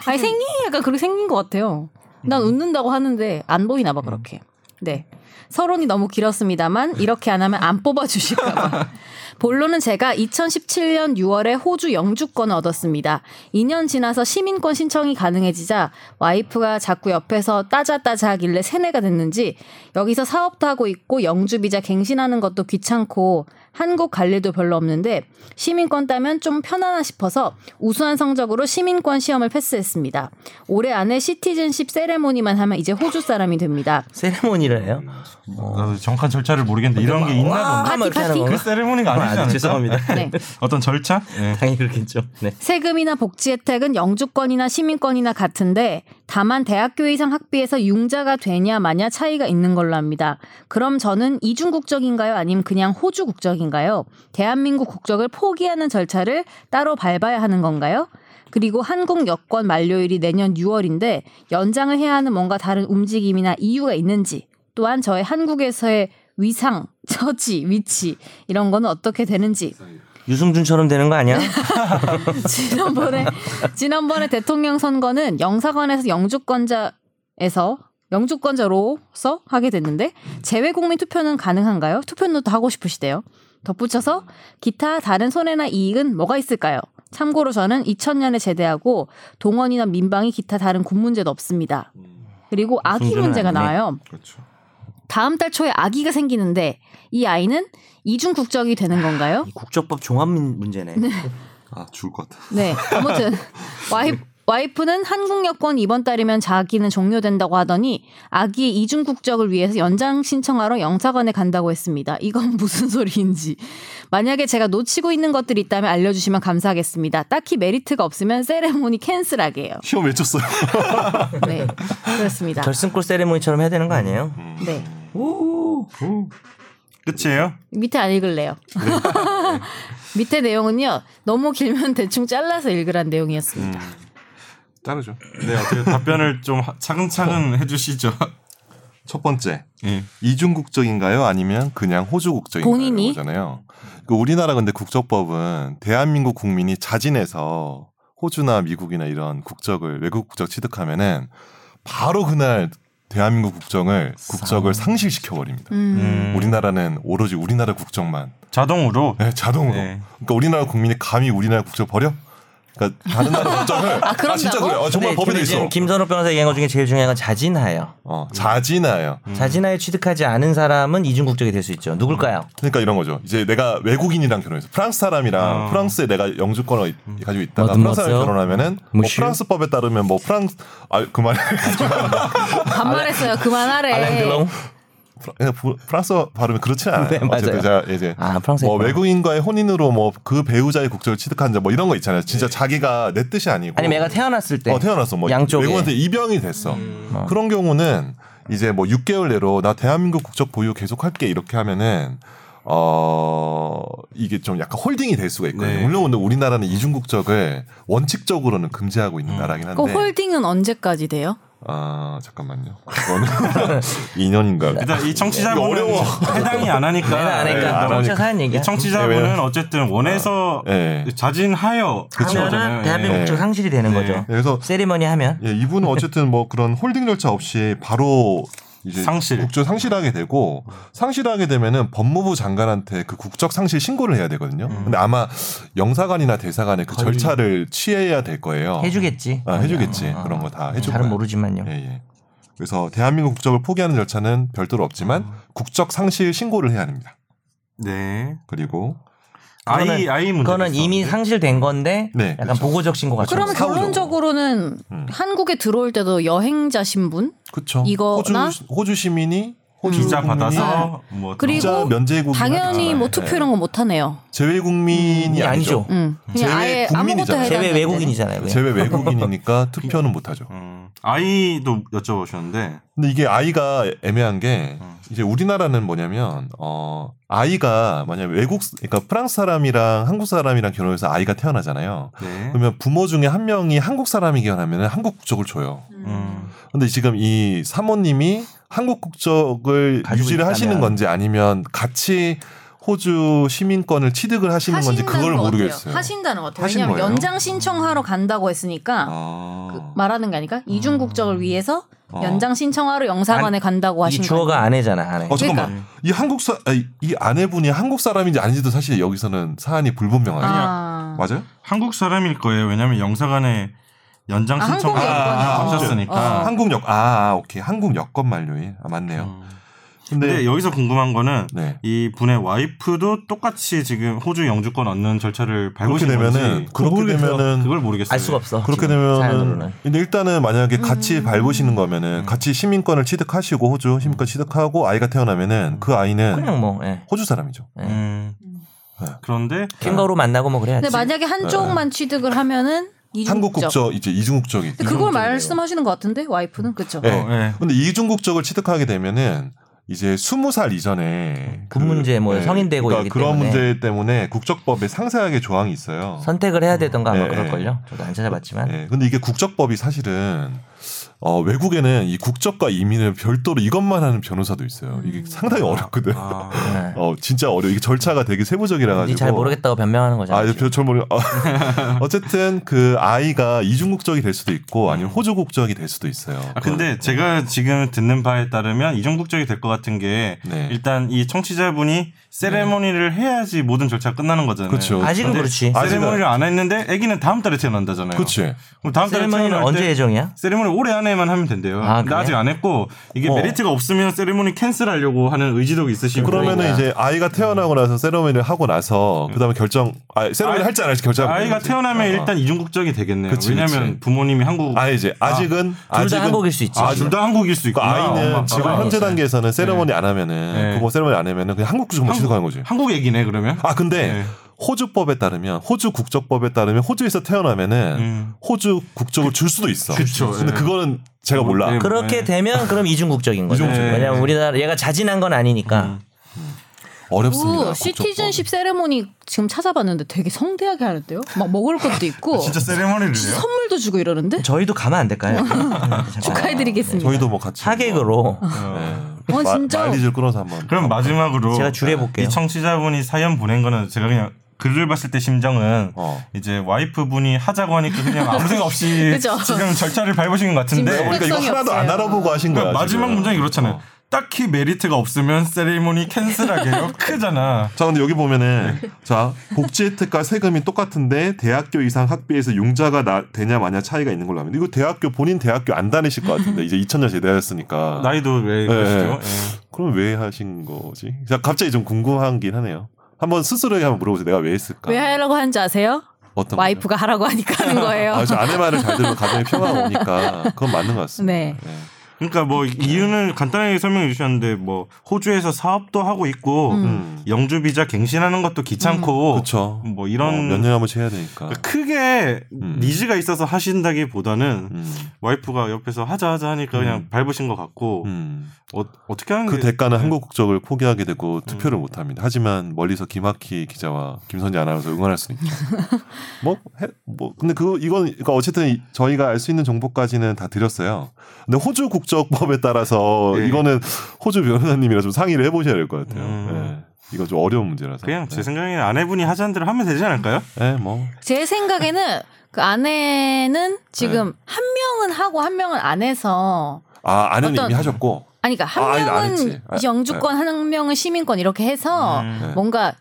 [SPEAKER 2] 아니 생긴 게 약간 그렇게 생긴 것 같아요. 난 웃는다고 하는데 안 보이나 봐 그렇게. 네. 서론이 너무 길었습니다만 이렇게 안 하면 안 뽑아주실까 봐. 본론은 제가 2017년 6월에 호주 영주권을 얻었습니다. 2년 지나서 시민권 신청이 가능해지자 와이프가 자꾸 옆에서 따자 따자 하길래 세뇌가 됐는지 여기서 사업도 하고 있고 영주 비자 갱신하는 것도 귀찮고 한국 갈 일도 별로 없는데 시민권 따면 좀 편하나 싶어서 우수한 성적으로 시민권 시험을 패스했습니다. 올해 안에 시티즌십 세레모니만 하면 이제 호주 사람이 됩니다.
[SPEAKER 3] 세레모니를 해요. 어.
[SPEAKER 1] 나도 정확한 절차를 모르겠는데 이런 게 있나 본데.
[SPEAKER 2] 파티,
[SPEAKER 3] 뭐 이렇게 하는
[SPEAKER 2] 파티.
[SPEAKER 1] 그
[SPEAKER 3] 건가?
[SPEAKER 1] 세레모니가
[SPEAKER 3] 아,
[SPEAKER 1] 아니지 않을까?
[SPEAKER 3] 죄송합니다.
[SPEAKER 2] 네.
[SPEAKER 1] 어떤 절차? 예.
[SPEAKER 3] 당연히 그렇겠죠. 네.
[SPEAKER 2] 세금이나 복지 혜택은 영주권이나 시민권이나 같은데 다만 대학교 이상 학비에서 융자가 되냐 마냐 차이가 있는 걸로 압니다. 그럼 저는 이중 국적인가요? 아님 그냥 호주 국적인가요? 대한민국 국적을 포기하는 절차를 따로 밟아야 하는 건가요? 그리고 한국 여권 만료일이 내년 6월인데 연장을 해야 하는 뭔가 다른 움직임이나 이유가 있는지 또한 저의 한국에서의 위상, 처지, 위치 이런 거는 어떻게 되는지
[SPEAKER 3] 유승준처럼 되는 거 아니야?
[SPEAKER 2] 지난번에 지난번에 대통령 선거는 영사관에서 영주권자에서 영주권자로서 하게 됐는데 재외 국민 투표는 가능한가요? 투표도 하고 싶으시대요. 덧붙여서 기타 다른 손해나 이익은 뭐가 있을까요? 참고로 저는 2000년에 제대하고 동원이나 민방위 기타 다른 군 문제도 없습니다. 그리고 아기
[SPEAKER 3] 손절은
[SPEAKER 2] 문제가
[SPEAKER 3] 아니네.
[SPEAKER 2] 나와요.
[SPEAKER 4] 그렇죠.
[SPEAKER 2] 다음 달 초에 아기가 생기는데 이 아이는 이중 국적이 되는 건가요?
[SPEAKER 3] 이 국적법 종합 문- 문제네.
[SPEAKER 4] 아 죽을 것 같아.
[SPEAKER 2] 네. 아무튼 와이프 와이프는 한국 여권 이번 달이면 자기는 종료된다고 하더니 아기의 이중 국적을 위해서 연장 신청하러 영사관에 간다고 했습니다. 이건 무슨 소리인지. 만약에 제가 놓치고 있는 것들이 있다면 알려주시면 감사하겠습니다. 딱히 메리트가 없으면 세레모니 캔슬하게요.
[SPEAKER 4] 시험 외쳤어요.
[SPEAKER 2] 네. 그렇습니다.
[SPEAKER 3] 결승골 세레모니처럼 해야 되는 거 아니에요?
[SPEAKER 4] 음,
[SPEAKER 2] 네.
[SPEAKER 1] 끝이에요?
[SPEAKER 2] 밑에 안 읽을래요. 밑에 내용은요. 너무 길면 대충 잘라서 읽으란 내용이었습니다.
[SPEAKER 4] 자르죠.
[SPEAKER 1] 네, 어떻게 답변을 좀 하- 차근차근 해주시죠.
[SPEAKER 4] 첫 번째
[SPEAKER 1] 어. 예.
[SPEAKER 4] 이중 국적인가요? 아니면 그냥 호주 국적인가요?
[SPEAKER 2] 본인이?
[SPEAKER 4] 잖아요. 그 우리나라 근데 국적법은 대한민국 국민이 자진해서 호주나 미국이나 이런 국적을 외국 국적 취득하면은 바로 그날 대한민국 국정을 국적을 상실시켜 버립니다.
[SPEAKER 2] 음.
[SPEAKER 4] 우리나라는 오로지 우리나라 국적만
[SPEAKER 1] 자동으로
[SPEAKER 4] 네, 자동으로.
[SPEAKER 1] 네.
[SPEAKER 4] 그러니까 우리나라 국민이 감히 우리나라 국적 버려? 그러니까 다른 나라 국적을 아,
[SPEAKER 2] 그런다고?
[SPEAKER 4] 진짜 그래. 요 정말
[SPEAKER 3] 근데
[SPEAKER 4] 법에 돼
[SPEAKER 3] 지금
[SPEAKER 4] 있어.
[SPEAKER 3] 네, 김선호 변호사 얘기한 것 중에 제일 중요한 건 자진하여.
[SPEAKER 4] 어, 자진하여.
[SPEAKER 3] 자진하여 취득하지 않은 사람은 이중국적이 될 수 있죠. 누굴까요?
[SPEAKER 4] 그러니까 이런 거죠. 이제 내가 외국인이랑 결혼해서 프랑스 사람이랑
[SPEAKER 1] 어.
[SPEAKER 4] 프랑스에 내가 영주권을 가지고 있다가
[SPEAKER 3] 뭐든
[SPEAKER 4] 프랑스 사람이
[SPEAKER 3] 뭐죠?
[SPEAKER 4] 결혼하면은 뭐
[SPEAKER 3] 뭐시요?
[SPEAKER 4] 프랑스법에 따르면 뭐 프랑스 아 그만
[SPEAKER 2] 반말했어요. 그만하래.
[SPEAKER 3] 알랭드롱?
[SPEAKER 4] 프라- 프- 프랑스 발음이 그렇지 않아요.
[SPEAKER 3] 네, 맞아요.
[SPEAKER 4] 어쨌든 제가 이제
[SPEAKER 3] 아, 프랑스에
[SPEAKER 4] 뭐
[SPEAKER 3] 있구나.
[SPEAKER 4] 외국인과의 혼인으로 뭐 그 배우자의 국적을 취득한 자뭐 이런 거 있잖아요. 진짜 자기가 내 뜻이 아니고
[SPEAKER 3] 네. 아니, 면 애가 태어났을 때.
[SPEAKER 4] 어, 태어났어. 뭐
[SPEAKER 1] 음.
[SPEAKER 3] 양쪽에.
[SPEAKER 4] 외국한테 입양이 됐어. 그런 경우는 이제 뭐 6개월 내로 나 대한민국 국적 보유 계속할게 이렇게 하면은 어 이게 좀 약간 홀딩이 될 수가 있거든요.
[SPEAKER 1] 네.
[SPEAKER 4] 물론 오늘 우리나라는 이중 국적을 원칙적으로는 금지하고 있는
[SPEAKER 1] 음.
[SPEAKER 4] 나라긴
[SPEAKER 5] 그
[SPEAKER 4] 한데.
[SPEAKER 5] 홀딩은 언제까지 돼요?
[SPEAKER 4] 아 잠깐만요. 그거는 2년인가.
[SPEAKER 1] 일단 이 청취자분은
[SPEAKER 4] 어려워.
[SPEAKER 1] 해당이 안 하니까.
[SPEAKER 3] 내가 안
[SPEAKER 1] 네,
[SPEAKER 3] 하니까
[SPEAKER 1] 안
[SPEAKER 3] 너무
[SPEAKER 1] 하니까.
[SPEAKER 3] 사는 얘기야.
[SPEAKER 1] 이 청취자분은 어쨌든 원해서
[SPEAKER 4] 예.
[SPEAKER 1] 자진하여
[SPEAKER 3] 하면은
[SPEAKER 4] 네.
[SPEAKER 1] 그거잖아요.
[SPEAKER 3] 대한민국
[SPEAKER 1] 예.
[SPEAKER 3] 쪽 상실이 되는
[SPEAKER 1] 네.
[SPEAKER 3] 거죠.
[SPEAKER 4] 그래서
[SPEAKER 3] 세리머니 하면
[SPEAKER 4] 예, 이분은 어쨌든 뭐 그런 홀딩 절차 없이 바로 이제
[SPEAKER 1] 상실.
[SPEAKER 4] 국적 상실하게 되고 상실하게 되면은 법무부 장관한테 그 국적 상실 신고를 해야 되거든요.
[SPEAKER 3] 음.
[SPEAKER 4] 근데 아마 영사관이나 대사관에 그
[SPEAKER 3] 걸리-
[SPEAKER 4] 절차를 취해야 될 거예요.
[SPEAKER 3] 해주겠지.
[SPEAKER 4] 아, 해주겠지.
[SPEAKER 3] 어, 어.
[SPEAKER 4] 그런 거 다 해줄
[SPEAKER 3] 잘은
[SPEAKER 4] 거야.
[SPEAKER 3] 모르지만요.
[SPEAKER 4] 예, 예. 그래서 대한민국 국적을 포기하는 절차는 별도로 없지만
[SPEAKER 3] 아.
[SPEAKER 4] 국적 상실 신고를 해야 합니다.
[SPEAKER 1] 네.
[SPEAKER 4] 그리고
[SPEAKER 1] 아이
[SPEAKER 3] 그거는-
[SPEAKER 1] 아이 문제.
[SPEAKER 3] 그거는 이미 상실된 건데
[SPEAKER 4] 네,
[SPEAKER 3] 약간
[SPEAKER 4] 그렇죠.
[SPEAKER 3] 보고적 신고 같은
[SPEAKER 5] 그럼
[SPEAKER 3] 거.
[SPEAKER 4] 사후적으로.
[SPEAKER 5] 결론적으로는
[SPEAKER 4] 음.
[SPEAKER 5] 한국에 들어올 때도 여행자 신분
[SPEAKER 4] 그쵸.
[SPEAKER 5] 이거나?
[SPEAKER 4] 호주, 호주 시민이 호주
[SPEAKER 1] 네. 비자
[SPEAKER 4] 국민이
[SPEAKER 1] 받아서
[SPEAKER 3] 네.
[SPEAKER 1] 뭐
[SPEAKER 5] 그리고
[SPEAKER 4] 비자 면제국
[SPEAKER 5] 당연히 뭐 투표 이런 거 못 하네요.
[SPEAKER 4] 제외 국민이
[SPEAKER 3] 음, 아니죠.
[SPEAKER 4] 아니죠.
[SPEAKER 5] 음.
[SPEAKER 4] 제외
[SPEAKER 5] 그냥 아예 아무것도
[SPEAKER 4] 국민이잖아요.
[SPEAKER 5] 해당
[SPEAKER 3] 제외
[SPEAKER 2] 네.
[SPEAKER 3] 외국인이잖아요. 그냥.
[SPEAKER 4] 제외 외국인이니까 투표는 못하죠.
[SPEAKER 1] 음, 아이도 여쭤보셨는데
[SPEAKER 4] 근데 이게 아이가 애매한 게
[SPEAKER 1] 음.
[SPEAKER 4] 이제 우리나라는 뭐냐면 어 아이가 만약 외국 그러니까 프랑스 사람이랑 한국 사람이랑 결혼해서 아이가 태어나잖아요.
[SPEAKER 1] 네.
[SPEAKER 4] 그러면 부모 중에 한 명이 한국 사람이긴 하면 한국 국적을 줘요.
[SPEAKER 1] 음,
[SPEAKER 4] 근데 지금 이 사모님이 한국 국적을
[SPEAKER 3] 가지고
[SPEAKER 4] 유지를 하시는
[SPEAKER 3] 있다면.
[SPEAKER 4] 건지 아니면 같이 호주 시민권을 취득을 하시는 건지 그걸
[SPEAKER 5] 하신다는 것 같아요.
[SPEAKER 4] 모르겠어요.
[SPEAKER 5] 하신다는 것 같아요.
[SPEAKER 1] 하신
[SPEAKER 5] 왜냐하면
[SPEAKER 1] 거예요?
[SPEAKER 5] 연장 신청하러 간다고 했으니까
[SPEAKER 4] 아.
[SPEAKER 5] 그 말하는 게 아니까 이중 국적을 위해서
[SPEAKER 4] 어.
[SPEAKER 5] 연장 신청하러 영사관에 간다고
[SPEAKER 3] 이
[SPEAKER 5] 하신
[SPEAKER 3] 주어가
[SPEAKER 5] 거예요.
[SPEAKER 3] 아내잖아. 아내.
[SPEAKER 4] 어 잠깐만
[SPEAKER 1] 네.
[SPEAKER 4] 이 한국 사 아니, 이 아내분이 한국 사람인지 아닌지도 사실 여기서는 사안이 불분명하죠.
[SPEAKER 5] 아.
[SPEAKER 4] 맞아요?
[SPEAKER 1] 한국 사람일 거예요. 왜냐면 영사관에 연장
[SPEAKER 5] 아,
[SPEAKER 1] 신청을
[SPEAKER 5] 한국에
[SPEAKER 4] 있거든요.
[SPEAKER 1] 하셨으니까.
[SPEAKER 5] 어.
[SPEAKER 4] 한국 여 아, 아, 오케이 한국 여권 만료인 아 맞네요.
[SPEAKER 1] 음.
[SPEAKER 4] 근데
[SPEAKER 1] 근데 여기서 궁금한 거는
[SPEAKER 4] 네
[SPEAKER 1] 이 분의 와이프도 똑같이 지금 호주 영주권 얻는 절차를
[SPEAKER 4] 그렇게
[SPEAKER 1] 밟으신
[SPEAKER 4] 되면은
[SPEAKER 1] 건지
[SPEAKER 4] 그렇게
[SPEAKER 1] 그걸-
[SPEAKER 4] 되면은
[SPEAKER 1] 그걸 모르겠어요.
[SPEAKER 3] 알 수가 없어.
[SPEAKER 4] 그렇게
[SPEAKER 3] 아, 지금
[SPEAKER 4] 되면은
[SPEAKER 3] 사연으로는.
[SPEAKER 4] 근데 일단은 만약에 같이
[SPEAKER 5] 음.
[SPEAKER 4] 밟으시는 거면은 같이 시민권을 취득하시고 호주 시민권 취득하고 아이가 태어나면은 그 아이는
[SPEAKER 3] 그냥 뭐 예.
[SPEAKER 4] 호주 사람이죠.
[SPEAKER 1] 음.
[SPEAKER 4] 네.
[SPEAKER 1] 그런데
[SPEAKER 3] 캥거루 만나고 뭐 그래야지.
[SPEAKER 5] 근데 만약에 한쪽만 취득을 하면은 이중
[SPEAKER 4] 한국
[SPEAKER 5] 국적.
[SPEAKER 4] 국적 이제 이중국적이
[SPEAKER 5] 근데 그걸 말씀하시는 것 같은데 와이프는 그렇죠.
[SPEAKER 4] 네.
[SPEAKER 1] 어, 예.
[SPEAKER 4] 근데 이중국적을 취득하게 되면은 이제 스무 살 이전에
[SPEAKER 3] 군 문제, 뭐 성인 되고
[SPEAKER 4] 그러니까
[SPEAKER 3] 이러기
[SPEAKER 4] 그런
[SPEAKER 3] 때문에.
[SPEAKER 4] 문제 때문에 국적법에 상세하게 조항이 있어요.
[SPEAKER 3] 선택을 해야 되던가 아마
[SPEAKER 4] 예,
[SPEAKER 3] 그럴걸요. 저도 안 찾아봤지만.
[SPEAKER 4] 예, 근데 이게 국적법이 사실은 어, 외국에는 이 국적과 이민을 별도로 이것만 하는 변호사도 있어요. 이게
[SPEAKER 3] 음.
[SPEAKER 4] 상당히 어렵거든.
[SPEAKER 1] 아,
[SPEAKER 3] 예.
[SPEAKER 4] 어 진짜 어려. 워 이게 절차가 되게 세부적이라
[SPEAKER 3] 네.
[SPEAKER 4] 가지고.
[SPEAKER 3] 잘 모르겠다고 변명하는 거잖아.
[SPEAKER 4] 아, 이제 별잘 모르. 아, 어쨌든 그 아이가 이중국적이 될 수도 있고
[SPEAKER 3] 음.
[SPEAKER 4] 아니면 호주 국적이 될 수도 있어요.
[SPEAKER 1] 아,
[SPEAKER 4] 네.
[SPEAKER 1] 근데 제가 지금 듣는 바에 따르면 이중국적이 될 것 같은 게
[SPEAKER 4] 네.
[SPEAKER 1] 일단 이 청취자분이 세레모니를 해야지 모든 절차가 끝나는 거잖아요.
[SPEAKER 4] 그렇죠.
[SPEAKER 3] 아직은
[SPEAKER 1] 근데
[SPEAKER 3] 그렇지.
[SPEAKER 4] 아,
[SPEAKER 1] 세레모니를 안 했는데 아기는 다음 달에 태어난다잖아요.
[SPEAKER 4] 그렇지.
[SPEAKER 1] 그럼 다음 달에
[SPEAKER 3] 세리머니는
[SPEAKER 1] 태어날 때
[SPEAKER 3] 언제 예정이야?
[SPEAKER 1] 세리머니 올해 안에만 하면 된대요.
[SPEAKER 3] 아,
[SPEAKER 1] 근데
[SPEAKER 3] 그래요?
[SPEAKER 1] 아직 안 했고 이게
[SPEAKER 4] 어.
[SPEAKER 1] 메리트가 없으면 세리머니 캔슬하려고 하는 의지도 있으시고
[SPEAKER 4] 그러면은 이제 아이가 태어나고 나서 세러머니를 하고 나서 그다음에 결정 아 세러머니
[SPEAKER 1] 아이-
[SPEAKER 4] 할지 안 할지 결정
[SPEAKER 1] 아이가 태어나면 일단 이중국적이 되겠네요.
[SPEAKER 4] 그치,
[SPEAKER 1] 왜냐하면
[SPEAKER 4] 그치.
[SPEAKER 1] 부모님이 한국
[SPEAKER 4] 아 이제 아직은
[SPEAKER 3] 둘 다
[SPEAKER 4] 아직은
[SPEAKER 3] 한국일 수 있지.
[SPEAKER 1] 아, 둘 다 한국일 수 있고
[SPEAKER 4] 그 아이는 지금
[SPEAKER 3] 아빠가
[SPEAKER 4] 현재
[SPEAKER 3] 아니었어요.
[SPEAKER 4] 단계에서는 세러머니 안 하면은
[SPEAKER 1] 네.
[SPEAKER 4] 부모 세러머니 안 하면은 그냥 한국 국적만
[SPEAKER 1] 한국-
[SPEAKER 4] 취득하는 거지.
[SPEAKER 1] 한국 얘기네 그러면.
[SPEAKER 4] 아 근데
[SPEAKER 1] 네.
[SPEAKER 4] 호주법에 따르면 호주 국적법에 따르면 호주에서 태어나면은
[SPEAKER 1] 음.
[SPEAKER 4] 호주 국적을 줄 수도 있어.
[SPEAKER 1] 그쵸,
[SPEAKER 4] 근데
[SPEAKER 1] 예.
[SPEAKER 4] 그거는 제가 몰라.
[SPEAKER 1] 네.
[SPEAKER 3] 그렇게
[SPEAKER 1] 네.
[SPEAKER 3] 되면 그럼 이중국적인 거죠.
[SPEAKER 1] 이중국적.
[SPEAKER 3] 왜냐면 우리나라 얘가 자진한 건
[SPEAKER 4] 음.
[SPEAKER 3] 아니니까.
[SPEAKER 4] 어렵습니다.
[SPEAKER 5] 그
[SPEAKER 4] 국적법.
[SPEAKER 5] 시티즌십 세레모니 지금 찾아봤는데 되게 성대하게 하는데요. 막 먹을 것도
[SPEAKER 4] 아,
[SPEAKER 5] 있고
[SPEAKER 1] 진짜 세레머니를 해요?
[SPEAKER 5] 선물도 주고 이러는데
[SPEAKER 3] 저희도 가면 안 될까요? 네,
[SPEAKER 5] 축하해드리겠습니다.
[SPEAKER 4] 저희도 뭐 같이
[SPEAKER 3] 사객으로
[SPEAKER 5] 어, 진짜?
[SPEAKER 4] 말리질 네. 끊어서 한번
[SPEAKER 1] 그럼 마지막으로
[SPEAKER 3] 제가 줄여볼게요.
[SPEAKER 1] 이 청취자분이 사연 보낸 거는 제가 그냥 글을 봤을 때 심정은
[SPEAKER 4] 어.
[SPEAKER 1] 이제 와이프분이 하자고 하니까 그냥 아무 생각 없이
[SPEAKER 5] 그죠.
[SPEAKER 1] 지금 절차를 밟으신 것
[SPEAKER 5] 지금
[SPEAKER 1] 같은데
[SPEAKER 4] 그러니까 이거
[SPEAKER 5] 필요성이
[SPEAKER 4] 하나도 안
[SPEAKER 5] 없어요.
[SPEAKER 4] 알아보고 하신 거야.
[SPEAKER 1] 그러니까 마지막
[SPEAKER 4] 지금.
[SPEAKER 1] 문장이 그렇잖아요.
[SPEAKER 4] 어.
[SPEAKER 1] 딱히 메리트가 없으면 세리머니 캔슬하게요. 크잖아.
[SPEAKER 4] 자, 근데 여기 보면은 자 복지 혜택과 세금이 똑같은데 대학교 이상 학비에서 용자가 나- 되냐 마냐 차이가 있는 걸로 하면 이거 대학교 본인 대학교 안 다니실 것 같은데 이제 2000년 제대하셨으니까
[SPEAKER 1] 나이도 왜 그러시죠? 예.
[SPEAKER 4] 그럼 왜 하신 거지? 자, 갑자기 좀 궁금한긴 하네요. 한번 스스로에게 한번 물어보세요. 내가 왜 했을까?
[SPEAKER 5] 왜 하라고 하는지 아세요?
[SPEAKER 4] 어떤 아, 거죠?
[SPEAKER 5] 와이프가 하라고 하니까 하는 거예요.
[SPEAKER 4] 아, 저 아내 말을 잘 들으면 가정에 평화가 오니까 그건 맞는 것 같습니다.
[SPEAKER 5] 네.
[SPEAKER 4] 네.
[SPEAKER 1] 그러니까 뭐 이유는 간단하게 설명해 주셨는데 뭐 호주에서 사업도 하고 있고
[SPEAKER 2] 음.
[SPEAKER 1] 영주 비자 갱신하는 것도 귀찮고
[SPEAKER 4] 그렇죠.
[SPEAKER 1] 뭐
[SPEAKER 4] 이런
[SPEAKER 1] 이런
[SPEAKER 4] 몇 년에 한 번씩 해야 되니까.
[SPEAKER 1] 그러니까 크게
[SPEAKER 4] 음.
[SPEAKER 1] 니즈가 있어서 하신다기보다는
[SPEAKER 4] 음.
[SPEAKER 1] 와이프가 옆에서 하자 하자 하니까 그냥
[SPEAKER 4] 음.
[SPEAKER 1] 밟으신 것 같고
[SPEAKER 4] 음.
[SPEAKER 1] 어, 어떻게 하는
[SPEAKER 4] 그
[SPEAKER 1] 게
[SPEAKER 4] 대가는 한국 국적을 포기하게
[SPEAKER 1] 음.
[SPEAKER 4] 되고 투표를 못 합니다. 하지만 멀리서 김학희 기자와 김선재 아나운서 응원할 수는 있죠. 뭐, 해, 뭐 근데 그 이건 그러니까 어쨌든 이- 저희가 알 수 있는 정보까지는 다 드렸어요. 근데 호주 국적법에 따라서
[SPEAKER 1] 예.
[SPEAKER 4] 이거는 호주 변호사님이랑 좀 상의를 해보셔야 될 것 같아요.
[SPEAKER 1] 음.
[SPEAKER 4] 예. 이건 좀 어려운 문제라서.
[SPEAKER 1] 그냥 제
[SPEAKER 4] 예.
[SPEAKER 1] 생각에는 아내분이 하자는 대로 하면 되지 않을까요?
[SPEAKER 4] 예, 뭐
[SPEAKER 2] 제 생각에는 그 아내는 지금
[SPEAKER 4] 네.
[SPEAKER 2] 한 명은 하고 한 명은 안 해서
[SPEAKER 4] 아, 아는
[SPEAKER 2] 어떤-
[SPEAKER 4] 이미 하셨고.
[SPEAKER 2] 아니 그러니까 한
[SPEAKER 4] 아, 아니, 안
[SPEAKER 2] 명은
[SPEAKER 4] 했지. 아,
[SPEAKER 2] 영주권 한 명은 시민권 이렇게 해서
[SPEAKER 1] 음.
[SPEAKER 4] 네.
[SPEAKER 2] 뭔가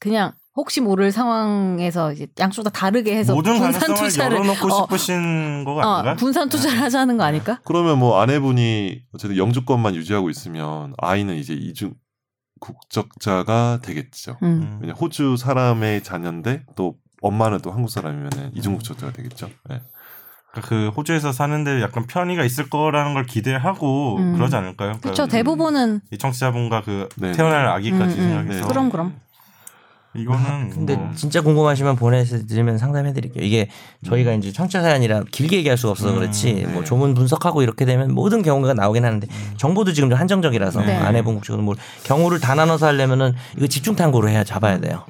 [SPEAKER 2] 그냥 혹시 모를 상황에서 이제 양쪽 다 다르게 해서
[SPEAKER 1] 모든
[SPEAKER 2] 분산
[SPEAKER 1] 가능성을
[SPEAKER 2] 투자를
[SPEAKER 1] 열어놓고
[SPEAKER 2] 어,
[SPEAKER 1] 싶으신 거가 네.
[SPEAKER 2] 어,
[SPEAKER 1] 아닌가?
[SPEAKER 2] 분산 투자를 하자는 거 아닐까?
[SPEAKER 4] 그러면 뭐 아내분이 어쨌든 영주권만 유지하고 있으면 아이는 이제 이중 국적자가 되겠죠.
[SPEAKER 2] 음.
[SPEAKER 1] 음.
[SPEAKER 4] 왜냐 호주 사람의 자녀인데 또 엄마는 또 한국
[SPEAKER 1] 음.
[SPEAKER 4] 사람이면 이중 국적자가 되겠죠. 예.
[SPEAKER 1] 그러니까 그 호주에서 사는데 약간 편의가 있을 거라는 걸 기대하고
[SPEAKER 2] 음.
[SPEAKER 1] 그러지 않을까요? 그러니까
[SPEAKER 2] 그렇죠. 대부분은
[SPEAKER 1] 이 청취자분과 그
[SPEAKER 4] 네.
[SPEAKER 1] 태어날 아기까지
[SPEAKER 2] 음, 음.
[SPEAKER 1] 생각해서
[SPEAKER 2] 그럼 그럼.
[SPEAKER 1] 이거는
[SPEAKER 3] 아, 근데
[SPEAKER 1] 뭐
[SPEAKER 3] 진짜 궁금하시면 보내드리면 상담해드릴게요. 이게 저희가 이제 청취자 사연이라 길게 얘기할 수가 없어서
[SPEAKER 1] 음,
[SPEAKER 3] 그렇지
[SPEAKER 4] 네.
[SPEAKER 3] 뭐 조문 분석하고 이렇게 되면 모든 경우가 나오긴 하는데 정보도 지금 좀 한정적이라서
[SPEAKER 2] 네.
[SPEAKER 3] 안 해본 국적은 뭐 경우를 다 나눠서 하려면은 이거 집중 탐구로 해야 잡아야 돼요.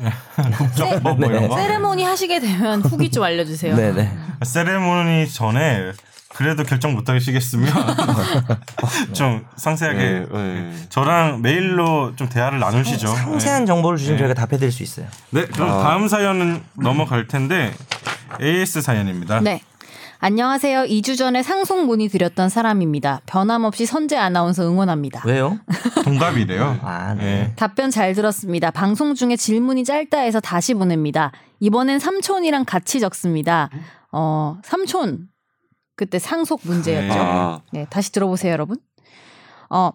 [SPEAKER 1] 국적 뭐, 뭐
[SPEAKER 3] 네.
[SPEAKER 1] 이런 거
[SPEAKER 2] 세레모니 하시게 되면 후기 좀 알려주세요.
[SPEAKER 3] 네네.
[SPEAKER 1] 세레모니 전에 그래도 결정 못 하시겠으면 좀 상세하게
[SPEAKER 4] 예,
[SPEAKER 3] 네.
[SPEAKER 4] 예.
[SPEAKER 1] 저랑 메일로 좀 대화를 나누시죠.
[SPEAKER 2] 어,
[SPEAKER 3] 상세한 정보를 주시면
[SPEAKER 1] 네.
[SPEAKER 3] 저희가 답해드릴 수 있어요.
[SPEAKER 1] 네, 그럼
[SPEAKER 3] 아.
[SPEAKER 1] 다음 사연은 넘어갈 텐데 AS 사연입니다.
[SPEAKER 2] 네. 안녕하세요. 2주 전에 상속 문의 드렸던 사람입니다. 변함없이 선재 아나운서 응원합니다.
[SPEAKER 3] 왜요?
[SPEAKER 1] 동갑이래요.
[SPEAKER 3] 아, 네.
[SPEAKER 1] 예.
[SPEAKER 2] 답변 잘 들었습니다. 방송 중에 질문이 짧다 해서 다시 보냅니다. 이번엔 삼촌이랑 같이 적습니다. 어, 삼촌. 그때 상속 문제였죠.
[SPEAKER 1] 네.
[SPEAKER 4] 아,
[SPEAKER 2] 네, 다시 들어보세요, 여러분. 어,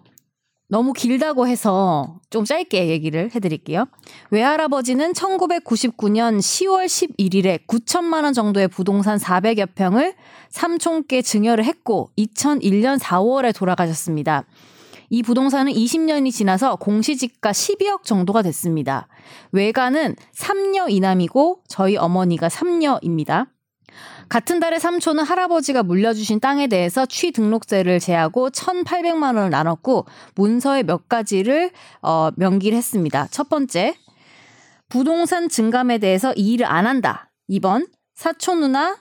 [SPEAKER 2] 너무 길다고 해서 좀 짧게 얘기를 해드릴게요. 외할아버지는 1999년 10월 11일에 9천만 원 정도의 부동산 400여 평을 삼촌께 증여를 했고 2001년 4월에 돌아가셨습니다. 이 부동산은 20년이 지나서 공시지가 12억 정도가 됐습니다. 외가는 3녀 이남이고 저희 어머니가 3녀입니다. 같은 달에 삼촌은 할아버지가 물려주신 땅에 대해서 취등록세를 제하고 1,800만 원을 나눴고 문서에 몇 가지를 어, 명기를 했습니다. 첫 번째, 부동산 증감에 대해서 이의를 안 한다. 2번, 사촌 누나,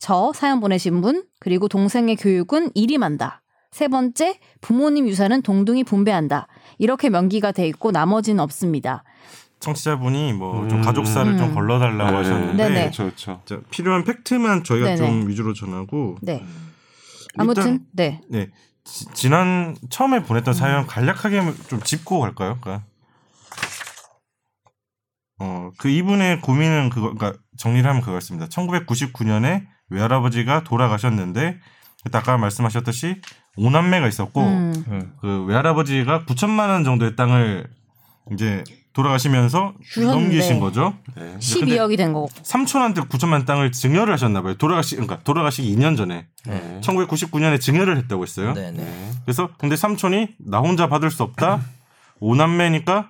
[SPEAKER 2] 저 사연 보내신 분, 그리고 동생의 교육은 이림한다. 세 번째, 부모님 유산은 동등히 분배한다. 이렇게 명기가 돼 있고 나머지는 없습니다.
[SPEAKER 1] 청취자분이 뭐 좀
[SPEAKER 4] 음.
[SPEAKER 1] 가족사를
[SPEAKER 2] 음.
[SPEAKER 1] 좀 걸러달라고
[SPEAKER 4] 네.
[SPEAKER 1] 하셨는데
[SPEAKER 2] 네네.
[SPEAKER 4] 그렇죠, 그렇죠.
[SPEAKER 1] 자, 필요한 팩트만 저희가
[SPEAKER 2] 네네.
[SPEAKER 1] 좀 위주로 전하고
[SPEAKER 2] 네.
[SPEAKER 1] 음, 일단
[SPEAKER 2] 아무튼, 네.
[SPEAKER 1] 네 지, 지난 처음에 보냈던 사연 간략하게 좀 짚고 갈까요? 그러니까 어그 이분의 고민은 그거 그러니까 정리를 하면 그거였습니다. 1999년에 외할아버지가 돌아가셨는데 그때 아까 말씀하셨듯이 오남매가 있었고
[SPEAKER 2] 음.
[SPEAKER 1] 그 외할아버지가 9천만 원 정도의 땅을 이제 돌아가시면서
[SPEAKER 2] 주셨는데.
[SPEAKER 1] 넘기신 거죠.
[SPEAKER 4] 네.
[SPEAKER 2] 12억이 된 거고.
[SPEAKER 1] 삼촌한테 9천만 원 땅을 증여를 하셨나 봐요. 돌아가시 그러니까 돌아가시기 2년 전에
[SPEAKER 4] 네.
[SPEAKER 1] 1999년에 증여를 했다고 했어요.
[SPEAKER 3] 네, 네.
[SPEAKER 4] 네.
[SPEAKER 1] 그래서 근데 삼촌이 나 혼자 받을 수 없다. 오남매니까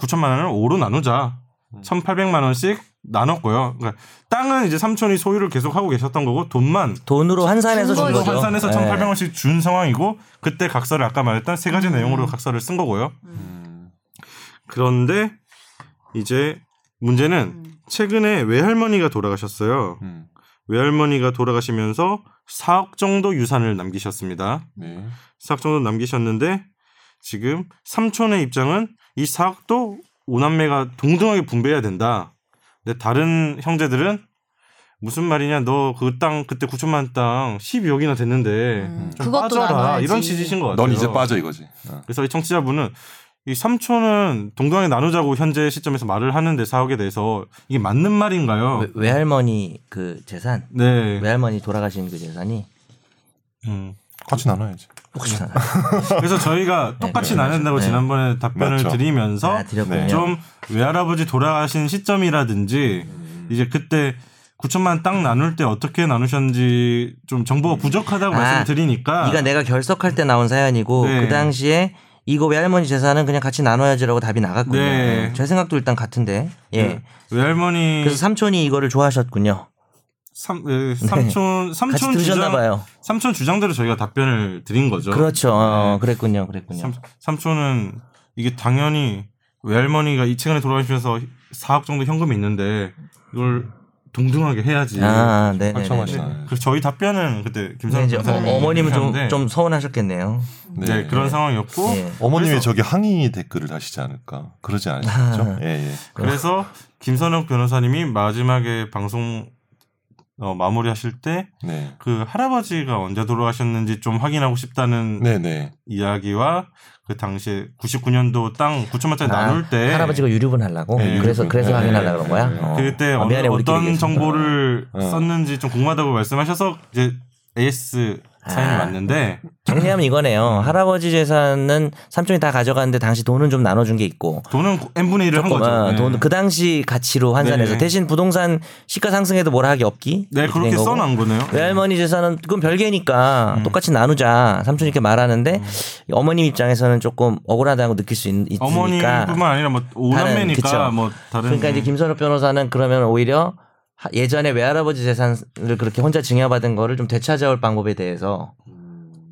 [SPEAKER 1] 9천만 원을 5로 나누자. 1,800만 원씩 나눴고요. 그러니까 땅은 이제 삼촌이 소유를 계속 하고 계셨던 거고 돈만
[SPEAKER 3] 돈으로 환산해서
[SPEAKER 2] 준
[SPEAKER 3] 준
[SPEAKER 2] 거죠.
[SPEAKER 3] 거죠.
[SPEAKER 1] 환산해서
[SPEAKER 3] 네.
[SPEAKER 1] 1,800원씩 준 상황이고 그때 각서를 아까 말했던 세
[SPEAKER 2] 음.
[SPEAKER 1] 가지 내용으로 각서를 쓴 거고요.
[SPEAKER 4] 음.
[SPEAKER 1] 그런데 이제 문제는
[SPEAKER 2] 음.
[SPEAKER 1] 최근에 외할머니가 돌아가셨어요.
[SPEAKER 4] 음.
[SPEAKER 1] 외할머니가 돌아가시면서 4억 정도 유산을 남기셨습니다.
[SPEAKER 4] 네.
[SPEAKER 1] 4억 정도 남기셨는데 지금 삼촌의 입장은 이 4억도 오남매가 동등하게 분배해야 된다. 근데 다른 형제들은 무슨 말이냐 너 그 땅 그때 9천만 원땅 12억이나 됐는데
[SPEAKER 2] 음.
[SPEAKER 1] 네. 좀
[SPEAKER 2] 그것도
[SPEAKER 1] 빠져라
[SPEAKER 2] 나눠야지.
[SPEAKER 1] 이런 취지신 것 같아요. 네.
[SPEAKER 4] 넌 이제 빠져 이거지. 어.
[SPEAKER 1] 그래서 이 청취자분은 이 삼촌은 동등하게 나누자고 현재 시점에서 말을 하는데 4억에 대해서 이게 맞는 말인가요?
[SPEAKER 3] 외- 외할머니 그 재산,
[SPEAKER 1] 네.
[SPEAKER 3] 외할머니 돌아가신 그 재산이
[SPEAKER 1] 음.
[SPEAKER 4] 같이 나눠야지.
[SPEAKER 3] 혹시
[SPEAKER 1] 그래서 저희가 똑같이
[SPEAKER 3] 그렇죠.
[SPEAKER 1] 나눈다고
[SPEAKER 3] 네.
[SPEAKER 1] 지난번에 답변을
[SPEAKER 4] 맞죠.
[SPEAKER 1] 드리면서
[SPEAKER 3] 아, 드렸군요.
[SPEAKER 4] 네.
[SPEAKER 1] 좀 외할아버지 돌아가신 시점이라든지 이제 그때 9천만 딱 나눌 때 어떻게 나누셨는지 좀 정보가 부족하다고
[SPEAKER 3] 아,
[SPEAKER 1] 말씀드리니까
[SPEAKER 3] 이가 내가 결석할 때 나온 사연이고
[SPEAKER 1] 네.
[SPEAKER 3] 그 당시에 이거 외할머니 재산은 그냥 같이 나눠야지라고 답이 나갔군요.
[SPEAKER 1] 네.
[SPEAKER 3] 제 생각도 일단 같은데. 예.
[SPEAKER 1] 네. 외할머니
[SPEAKER 3] 그래서 삼촌이 이거를 좋아하셨군요.
[SPEAKER 1] 삼, 에, 삼촌
[SPEAKER 3] 네. 같이
[SPEAKER 1] 삼촌
[SPEAKER 3] 들으셨나
[SPEAKER 1] 주장
[SPEAKER 3] 봐요.
[SPEAKER 1] 삼촌 주장대로 저희가 답변을 드린 거죠.
[SPEAKER 3] 그렇죠. 어,
[SPEAKER 1] 네.
[SPEAKER 3] 그랬군요. 그랬군요.
[SPEAKER 1] 삼, 삼촌은 이게 당연히 외할머니가 이 최근에 돌아가시면서 4억 정도 현금이 있는데 이걸 동등하게 해야지.
[SPEAKER 3] 아, 네. 네, 네.
[SPEAKER 4] 확정하시네.
[SPEAKER 1] 그래서 저희 답변은 그때
[SPEAKER 3] 네,
[SPEAKER 1] 김선재
[SPEAKER 3] 이제
[SPEAKER 1] 변호사님이
[SPEAKER 3] 어, 머님은 좀,
[SPEAKER 1] 하셨는데
[SPEAKER 3] 좀 서운하셨겠네요.
[SPEAKER 1] 네, 그런 상황이었고
[SPEAKER 3] 예.
[SPEAKER 4] 어머님이
[SPEAKER 1] 그래서-
[SPEAKER 4] 저기 항의 댓글을 하시지 않을까 그러지 않으셨죠?
[SPEAKER 3] 아.
[SPEAKER 4] 예, 예.
[SPEAKER 1] 그래서 김선욱 변호사님이 마지막에 방송 어, 마무리하실 때 그
[SPEAKER 4] 네,
[SPEAKER 1] 할아버지가 언제 돌아가셨는지 좀 확인하고 싶다는
[SPEAKER 4] 네, 네.
[SPEAKER 1] 이야기와 그 당시에 99년도 땅 9천만짜리
[SPEAKER 3] 아,
[SPEAKER 1] 나눌 때
[SPEAKER 3] 할아버지가 유류분 하려고
[SPEAKER 4] 네, 유류분.
[SPEAKER 3] 그래서 그래서
[SPEAKER 4] 네,
[SPEAKER 3] 확인하려고 그런
[SPEAKER 4] 네,
[SPEAKER 3] 거야.
[SPEAKER 4] 네.
[SPEAKER 3] 어.
[SPEAKER 1] 그때
[SPEAKER 3] 아,
[SPEAKER 1] 어,
[SPEAKER 3] 미안해, 우리끼리
[SPEAKER 1] 떤
[SPEAKER 3] 얘기해서.
[SPEAKER 1] 정보를
[SPEAKER 4] 어.
[SPEAKER 1] 썼는지 좀 궁금하다고 말씀하셔서 이제 AS 사연이
[SPEAKER 3] 아.
[SPEAKER 1] 왔는데
[SPEAKER 3] 정리하면 이거네요. 할아버지 재산은 삼촌이 다 가져갔는데 당시 돈은 좀 나눠준 게 있고
[SPEAKER 1] 돈은 n분의 1을 한 거죠.
[SPEAKER 3] 어,
[SPEAKER 1] 네.
[SPEAKER 3] 돈, 그 당시 가치로 환산해서
[SPEAKER 1] 네.
[SPEAKER 3] 대신 부동산 시가 상승에도 뭐라 하기 없기.
[SPEAKER 1] 네
[SPEAKER 3] 이렇게 된
[SPEAKER 1] 그렇게
[SPEAKER 3] 거고. 뭐,
[SPEAKER 1] 써놓은 음. 거네요.
[SPEAKER 3] 외할머니 재산은 그건 별개니까 똑같이 나누자 삼촌 이렇게 말하는데
[SPEAKER 1] 음.
[SPEAKER 3] 어머님 입장에서는 조금 억울하다고 느낄 수 있, 있으니까
[SPEAKER 1] 어머니뿐만 아니라 뭐 오남매니까
[SPEAKER 3] 그쵸.
[SPEAKER 1] 뭐 다른
[SPEAKER 3] 그러니까 이제 김선욱 변호사는 그러면 오히려 하- 예전에 외할아버지 재산을 그렇게 혼자 증여받은 거를 좀 되찾아올 방법에 대해서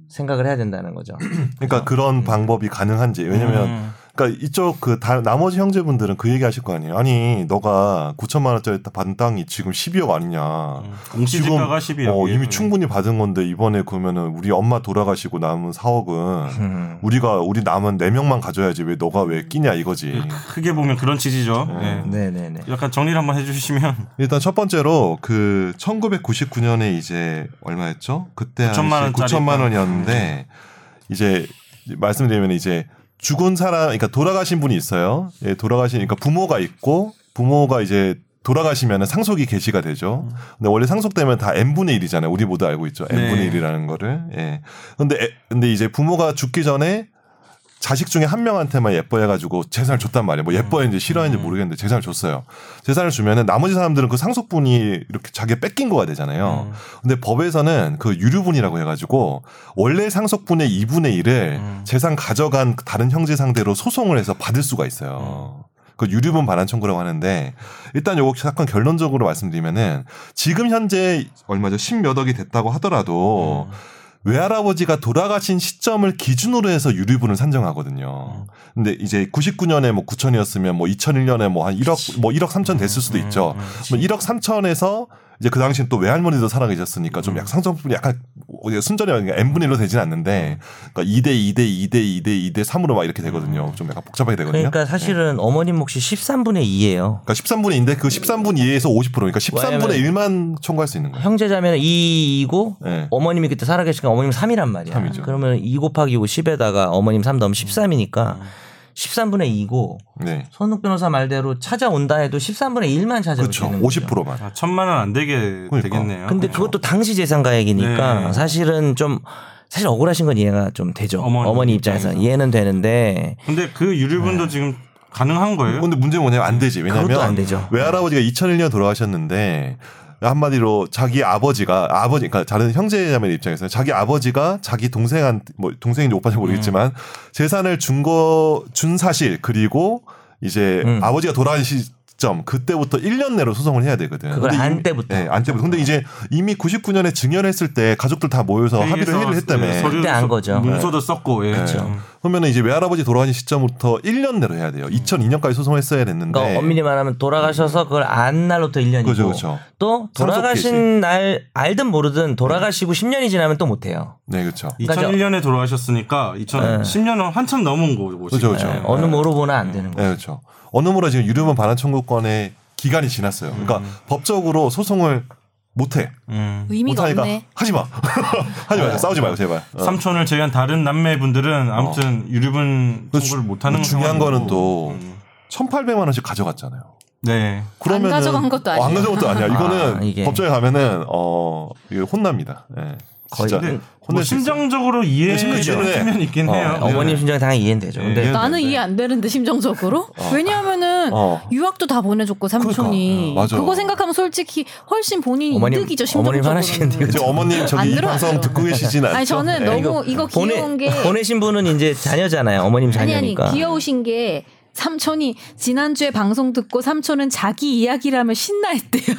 [SPEAKER 3] 생각을 해야 된다는 거죠.
[SPEAKER 1] 음.
[SPEAKER 4] 그러니까 그런 방법이 가능한지 왜냐면
[SPEAKER 3] 음.
[SPEAKER 4] 그러니까 이쪽 그 다, 나머지 형제분들은 그 얘기하실 거 아니에요. 아니 너가 9천만 원짜리 다 받은 땅이 지금 12억 아니냐.
[SPEAKER 1] 음. 공시지가가 예. 12억
[SPEAKER 4] 어, 이미 충분히 받은 건데 이번에 그러면은 우리 엄마 돌아가시고 남은 4억은
[SPEAKER 3] 음.
[SPEAKER 4] 우리가 우리 남은 4 명만 가져야지 왜 너가 왜 끼냐 이거지.
[SPEAKER 1] 음. 크게 보면 그런 취지죠. 네.
[SPEAKER 3] 네네네.
[SPEAKER 1] 약간 정리를 한번 해주시면
[SPEAKER 4] 일단 첫 번째로 그 1999년에 이제 얼마였죠? 그때
[SPEAKER 1] 9천만 네.
[SPEAKER 4] 한
[SPEAKER 1] 원짜리
[SPEAKER 4] 9천만
[SPEAKER 1] 땅.
[SPEAKER 4] 원이었는데 이제 말씀드리면 이제 죽은 사람, 그러니까 돌아가신 분이 있어요. 예, 돌아가신 그러니까 부모가 있고 부모가 이제 돌아가시면 상속이 개시가 되죠.
[SPEAKER 1] 음.
[SPEAKER 4] 근데 원래 상속되면 다 n 분의 1이잖아요. 우리 모두 알고 있죠. n 분의
[SPEAKER 1] 네.
[SPEAKER 4] 1이라는 거를. 예. 근데 애- 근데 이제 부모가 죽기 전에 자식 중에 한 명한테만 예뻐해가지고 재산을 줬단 말이에요. 뭐 예뻐했는지 싫어했는지 모르겠는데 재산을 줬어요. 재산을 주면은 나머지 사람들은 그 상속분이 이렇게 자기가 뺏긴 거가
[SPEAKER 3] 음.
[SPEAKER 4] 되잖아요. 근데 법에서는 그 유류분이라고 해가지고 원래 상속분의 2분의 1을 재산 가져간 다른 형제 상대로 소송을 해서 받을 수가 있어요. 그 유류분 반환 청구라고 하는데 일단 요거 사건 결론적으로 말씀드리면은 지금 현재 얼마죠? 10몇억이 됐다고 하더라도 외할아버지가 돌아가신 시점을 기준으로 해서 유류분을 산정하거든요. 근데 이제 99년에 뭐 9천이었으면 뭐 2001년에 뭐 한 1억 뭐 1억 3천 됐을
[SPEAKER 3] 음,
[SPEAKER 4] 수도 있죠. 뭐 1억 3천에서 이제 그 당시엔 또 외할머니도 살아계셨으니까
[SPEAKER 3] 음.
[SPEAKER 4] 좀 약 상정분이 약간 어디 순전히 n분의 1로 되진 않는데
[SPEAKER 3] 음.
[SPEAKER 4] 그러니까 2대 2대 2대 2대 2대 3으로 막 이렇게 되거든요. 좀 약간 복잡하게 되거든요.
[SPEAKER 3] 그러니까
[SPEAKER 1] 네.
[SPEAKER 3] 사실은 어머님 몫이 13분의 2예요.
[SPEAKER 4] 그러니까 13분의 2인데 그 13분 이에서 그러니까 50%니까
[SPEAKER 3] 왜냐면
[SPEAKER 4] 13분의 1만 청구할 수 있는 거예요.
[SPEAKER 3] 형제자매는 2이고
[SPEAKER 4] 네.
[SPEAKER 3] 어머님이 그때 살아계시니까 어머님 3이란 말이야.
[SPEAKER 4] 삼이죠.
[SPEAKER 3] 그러면 2 곱하기 5 10에다가 어머님 3 넣으면 13이니까 13분의 2고
[SPEAKER 4] 네.
[SPEAKER 3] 손욱 변호사 말대로 찾아온다 해도 13분의 1만 찾아올 수
[SPEAKER 4] 그렇죠.
[SPEAKER 3] 있는 거죠.
[SPEAKER 4] 50%만.
[SPEAKER 1] 아, 천만 원 안 되게
[SPEAKER 4] 그러니까.
[SPEAKER 1] 되겠네요. 그렇죠.
[SPEAKER 3] 근데 그것도 당시 재산 가액이니까
[SPEAKER 1] 네.
[SPEAKER 3] 사실은 좀 사실 억울하신 건 이해가 좀 되죠.
[SPEAKER 1] 어머니
[SPEAKER 3] 어머니, 입장에서
[SPEAKER 1] 입장에서.
[SPEAKER 3] 이해는 되는데
[SPEAKER 1] 근데 그 유류분도
[SPEAKER 3] 네.
[SPEAKER 1] 지금 가능한 거예요?
[SPEAKER 4] 근데 문제는 뭐냐면 안 되지. 왜냐면
[SPEAKER 3] 그것도 안 되죠.
[SPEAKER 4] 외할아버지가 2001년 돌아가셨는데 한마디로 자기 아버지가 아버지 그러니까 다른 형제자매 입장에서는 자기 아버지가 자기 동생한 뭐 동생인지 오빠인지
[SPEAKER 3] 음.
[SPEAKER 4] 모르겠지만 재산을 준 거 준 사실 그리고 이제
[SPEAKER 3] 음.
[SPEAKER 4] 아버지가 돌아가신 시점 그때부터 1년 내로 소송을 해야 되거든.
[SPEAKER 3] 그걸
[SPEAKER 4] 근데
[SPEAKER 3] 안
[SPEAKER 4] 이미-
[SPEAKER 3] 때부터.
[SPEAKER 4] 네, 안 때부터. 근데 이제 이미 99년에 증여했을 때 가족들 다 모여서 합의를
[SPEAKER 1] 회의에서
[SPEAKER 4] 회의를 했다며.
[SPEAKER 1] 네, 서류도
[SPEAKER 3] 그때 안 거죠. 네.
[SPEAKER 1] 문서도 썼고 예. 음.
[SPEAKER 4] 그러면은 이제 외할아버지 돌아가신 시점부터 1년 내로 해야 돼요. 2002년까지 소송했어야 됐는데.
[SPEAKER 3] 그러니까 엄밀히 말하면 돌아가셔서 그걸 안 날로부터 1년이고
[SPEAKER 4] 네. 그죠, 그죠.
[SPEAKER 3] 또 돌아가신
[SPEAKER 4] 상속기지.
[SPEAKER 3] 날 알든 모르든 돌아가시고 10년이 지나면 또 못해요.
[SPEAKER 4] 네, 그렇죠.
[SPEAKER 3] 그러니까
[SPEAKER 1] 2001년에 돌아가셨으니까 2010년은 한참 넘은 거고
[SPEAKER 4] 그죠, 그죠.
[SPEAKER 3] 네, 어느 모르보나 안 되는
[SPEAKER 4] 네,
[SPEAKER 3] 거예요.
[SPEAKER 4] 그렇죠. 어느 모로 지금 유류분 반환 청구권의 기간이 지났어요. 그러니까 법적으로 소송을 못 해.
[SPEAKER 1] 음.
[SPEAKER 5] 의미가
[SPEAKER 4] 못하니까
[SPEAKER 5] 없네.
[SPEAKER 4] 하지 마. 하지 마요. 싸우지 마요, 제발. 어.
[SPEAKER 1] 네. 삼촌을 제외한 다른 남매분들은 아무튼 유류분
[SPEAKER 4] 그 주-
[SPEAKER 1] 청구를 못하는
[SPEAKER 4] 중요한
[SPEAKER 1] 상황이고.
[SPEAKER 4] 거는 또
[SPEAKER 1] 음.
[SPEAKER 4] 1,800만 원씩 가져갔잖아요.
[SPEAKER 1] 네.
[SPEAKER 4] 그러면은
[SPEAKER 5] 가져간 것도
[SPEAKER 4] 어,
[SPEAKER 5] 아니에요.
[SPEAKER 4] 안 가져간 것도 아니야. 이거는
[SPEAKER 3] 아, 이게.
[SPEAKER 4] 법정에 가면은 어 이게 혼납니다. 예.
[SPEAKER 3] 거의
[SPEAKER 4] 진짜.
[SPEAKER 3] 음,
[SPEAKER 1] 뭐 네, 심정적으로 이해되는
[SPEAKER 4] 심리적으로 해.
[SPEAKER 1] 측면이 있긴
[SPEAKER 3] 어,
[SPEAKER 1] 해요.
[SPEAKER 3] 어머님 심정 당연히 이해는 되죠.
[SPEAKER 4] 예,
[SPEAKER 3] 근데
[SPEAKER 4] 이해는
[SPEAKER 2] 나는
[SPEAKER 4] 되는데.
[SPEAKER 2] 이해 안 되는데 심정적으로 왜냐하면은
[SPEAKER 3] 네, 어.
[SPEAKER 2] 유학도 다 보내줬고 삼촌이
[SPEAKER 4] 그러니까, 맞아.
[SPEAKER 2] 그거 생각하면 솔직히 훨씬 본인이
[SPEAKER 3] 어머님,
[SPEAKER 2] 이득이죠
[SPEAKER 3] 어머님
[SPEAKER 2] 심정적으로.
[SPEAKER 3] 화나시겠는데, 이거
[SPEAKER 4] 이제 어머님
[SPEAKER 2] 안
[SPEAKER 4] 저기 이
[SPEAKER 2] 들어요.
[SPEAKER 4] 방송 듣고 계시진 않죠?
[SPEAKER 2] 아니 저는
[SPEAKER 4] 네.
[SPEAKER 2] 너무 이거 귀여운 게
[SPEAKER 3] 보내신 분은 이제 자녀잖아요. 어머님
[SPEAKER 2] 아니 아니
[SPEAKER 3] 자녀니까. 그러니까.
[SPEAKER 2] 귀여우신 게 삼촌이 지난주에 방송 듣고 삼촌은 자기 이야기라면 신나했대요.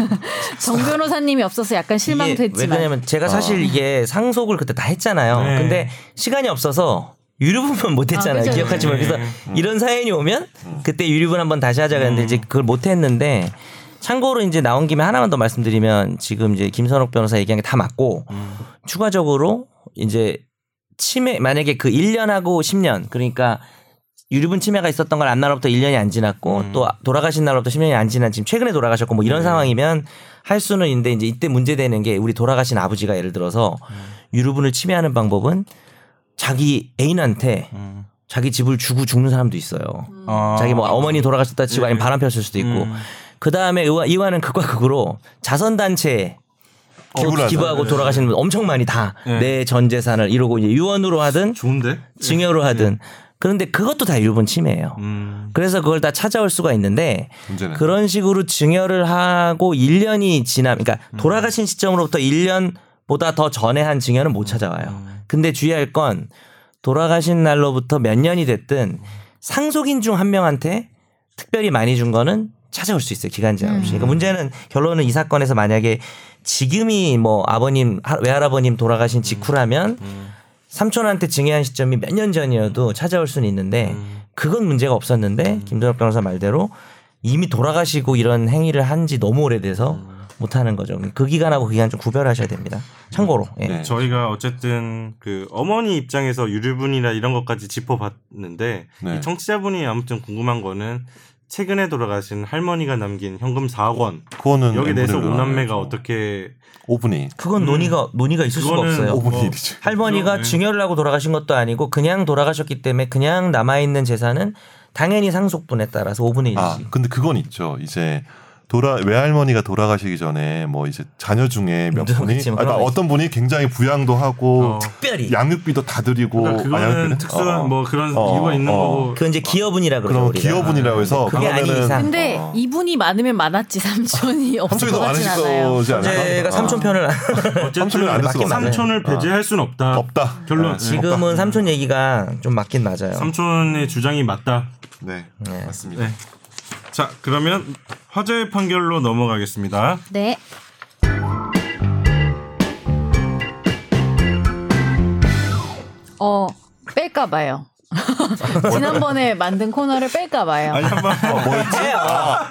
[SPEAKER 2] 정 변호사님이 없어서 약간
[SPEAKER 3] 이게
[SPEAKER 2] 실망됐지만
[SPEAKER 3] 왜냐면 제가 사실 이게 상속을 그때 다 했잖아요.
[SPEAKER 1] 네.
[SPEAKER 3] 근데 시간이 없어서 유류분만 못
[SPEAKER 2] 아,
[SPEAKER 3] 했잖아요.
[SPEAKER 2] 그죠,
[SPEAKER 3] 기억하지 만
[SPEAKER 1] 그죠.
[SPEAKER 3] 그래서 음. 이런 사연이 오면 그때 유류분 한번 다시 하자 그랬는데 이제 그걸 못 했는데 참고로 이제 나온 김에 하나만 더 말씀드리면 지금 이제 김선욱 변호사 얘기한 게 다 맞고 추가적으로 이제 치매 만약에 그 1년하고 10년 그러니까 유류분 치매가 있었던 걸 안 날로부터 1년이 안 지났고 또 돌아가신 날로부터 10년이 안 지난 지금 최근에 돌아가셨고 뭐 이런 상황이면 할 수는 있는데 이제 이때 문제되는 게 우리 돌아가신 아버지가 예를 들어서 유류분을 치매하는 방법은 자기 애인한테
[SPEAKER 1] 음.
[SPEAKER 3] 자기 집을 주고 죽는 사람도 있어요.
[SPEAKER 1] 아.
[SPEAKER 3] 자기 뭐 어머니 돌아가셨다 치고
[SPEAKER 4] 네.
[SPEAKER 3] 아니면 바람 폈을 수도 있고
[SPEAKER 1] 음.
[SPEAKER 3] 그 다음에 이와는 극과 극으로 자선 단체에
[SPEAKER 4] 기부를 하죠. 네.
[SPEAKER 3] 기부하고 돌아가시는 분 엄청 많이 다
[SPEAKER 1] 네.
[SPEAKER 3] 내 전 재산을 이러고 이제 유언으로 하든
[SPEAKER 4] 네.
[SPEAKER 1] 좋은데?
[SPEAKER 3] 증여로 하든 그런데 그것도 다 유분 침해예요.
[SPEAKER 1] 음.
[SPEAKER 3] 그래서 그걸 다 찾아올 수가 있는데
[SPEAKER 4] 문제는
[SPEAKER 3] 그런 식으로 증여를 하고 1년이 지나 그러니까
[SPEAKER 4] 음.
[SPEAKER 3] 돌아가신 시점으로부터 1년보다 더 전에 한 증여는 못 찾아와요.
[SPEAKER 4] 음.
[SPEAKER 3] 근데 주의할 건 돌아가신 날로부터 몇 년이 됐든 상속인 중 한 명한테 특별히 많이 준 거는 찾아올 수 있어요. 기간 제한 없이.
[SPEAKER 4] 음.
[SPEAKER 3] 그러니까 문제는 결론은 이 사건에서 만약에 지금이 뭐 아버님 하- 외할아버님 돌아가신
[SPEAKER 4] 음.
[SPEAKER 3] 직후라면 삼촌한테 증여한 시점이 몇 년 전이어도 찾아올 수는 있는데
[SPEAKER 4] 음.
[SPEAKER 3] 그건 문제가 없었는데 김도혁 변호사 말대로 이미 돌아가시고 이런 행위를 한 지 너무 오래돼서
[SPEAKER 4] 음.
[SPEAKER 3] 못하는 거죠. 그 기간하고 그 기간 좀 구별하셔야 됩니다. 참고로. 예.
[SPEAKER 4] 네.
[SPEAKER 1] 저희가 어쨌든 그 어머니 입장에서 유류분이나 이런 것까지 짚어봤는데
[SPEAKER 4] 네.
[SPEAKER 1] 이 청취자분이 아무튼 궁금한 거는 최근에 돌아가신 할머니가 남긴 현금 4억 원
[SPEAKER 4] 그거는
[SPEAKER 1] 여기 에 대해서
[SPEAKER 4] 엠브레로
[SPEAKER 1] 오남매가
[SPEAKER 4] 나와야죠.
[SPEAKER 1] 어떻게
[SPEAKER 4] 5분이
[SPEAKER 3] 그건 논의가 논의가 있을 수가
[SPEAKER 1] 그거는
[SPEAKER 3] 없어요.
[SPEAKER 4] 5분이
[SPEAKER 1] 뭐-
[SPEAKER 4] 일이죠. 예.
[SPEAKER 3] 할머니가
[SPEAKER 1] 네.
[SPEAKER 3] 증여를 하고 돌아가신 것도 아니고 그냥 돌아가셨기 때문에 그냥 남아 있는 재산은 당연히 상속분에 따라서 5분의 1이지.
[SPEAKER 4] 아 근데 그건 있죠. 이제 돌아 외할머니가 돌아가시기 전에 뭐 이제 자녀 중에 몇
[SPEAKER 3] 그렇지,
[SPEAKER 4] 분이
[SPEAKER 3] 뭐
[SPEAKER 4] 아, 그러니까
[SPEAKER 3] 그런 거
[SPEAKER 4] 어떤 분이 굉장히 부양도 하고
[SPEAKER 1] 어.
[SPEAKER 3] 특별히
[SPEAKER 4] 양육비도 다 드리고
[SPEAKER 1] 그러니까
[SPEAKER 4] 뭐 아,
[SPEAKER 1] 그거는
[SPEAKER 4] 양육비는?
[SPEAKER 1] 특수한
[SPEAKER 4] 어.
[SPEAKER 1] 뭐 그런
[SPEAKER 4] 어,
[SPEAKER 1] 이유가 있는
[SPEAKER 4] 어.
[SPEAKER 1] 거고
[SPEAKER 3] 그건 이제 기여분이라 그러죠.
[SPEAKER 4] 그럼
[SPEAKER 3] 그렇죠, 우리가.
[SPEAKER 4] 기여분이라고 해서
[SPEAKER 3] 그게 아닌
[SPEAKER 4] 그러면은
[SPEAKER 3] 이상.
[SPEAKER 2] 근데
[SPEAKER 4] 어.
[SPEAKER 2] 이분이 많으면 많았지 삼촌이 없을
[SPEAKER 4] 삼촌이
[SPEAKER 2] 것
[SPEAKER 4] 더
[SPEAKER 2] 같진
[SPEAKER 4] 많으실
[SPEAKER 2] 않아요.
[SPEAKER 4] 거지 않을까?
[SPEAKER 3] 제가
[SPEAKER 4] 어.
[SPEAKER 3] 삼촌 편을 안-
[SPEAKER 1] 어쨌든
[SPEAKER 4] 삼촌을 안 했어, 맞네.
[SPEAKER 1] 삼촌을 배제할 수는 없다.
[SPEAKER 4] 없다.
[SPEAKER 1] 결론.
[SPEAKER 4] 네, 없다.
[SPEAKER 3] 아, 지금은 삼촌 얘기가 좀 맞긴 맞아요.
[SPEAKER 1] 어. 삼촌의 주장이 맞다.
[SPEAKER 4] 네. 맞습니다.
[SPEAKER 1] 네. 자 그러면 화재 판결로 넘어가겠습니다.
[SPEAKER 2] 네. 어 뺄까 봐요. 지난번에 만든 코너를 뺄까 봐요.
[SPEAKER 1] 아니 한번
[SPEAKER 3] 어, 해요.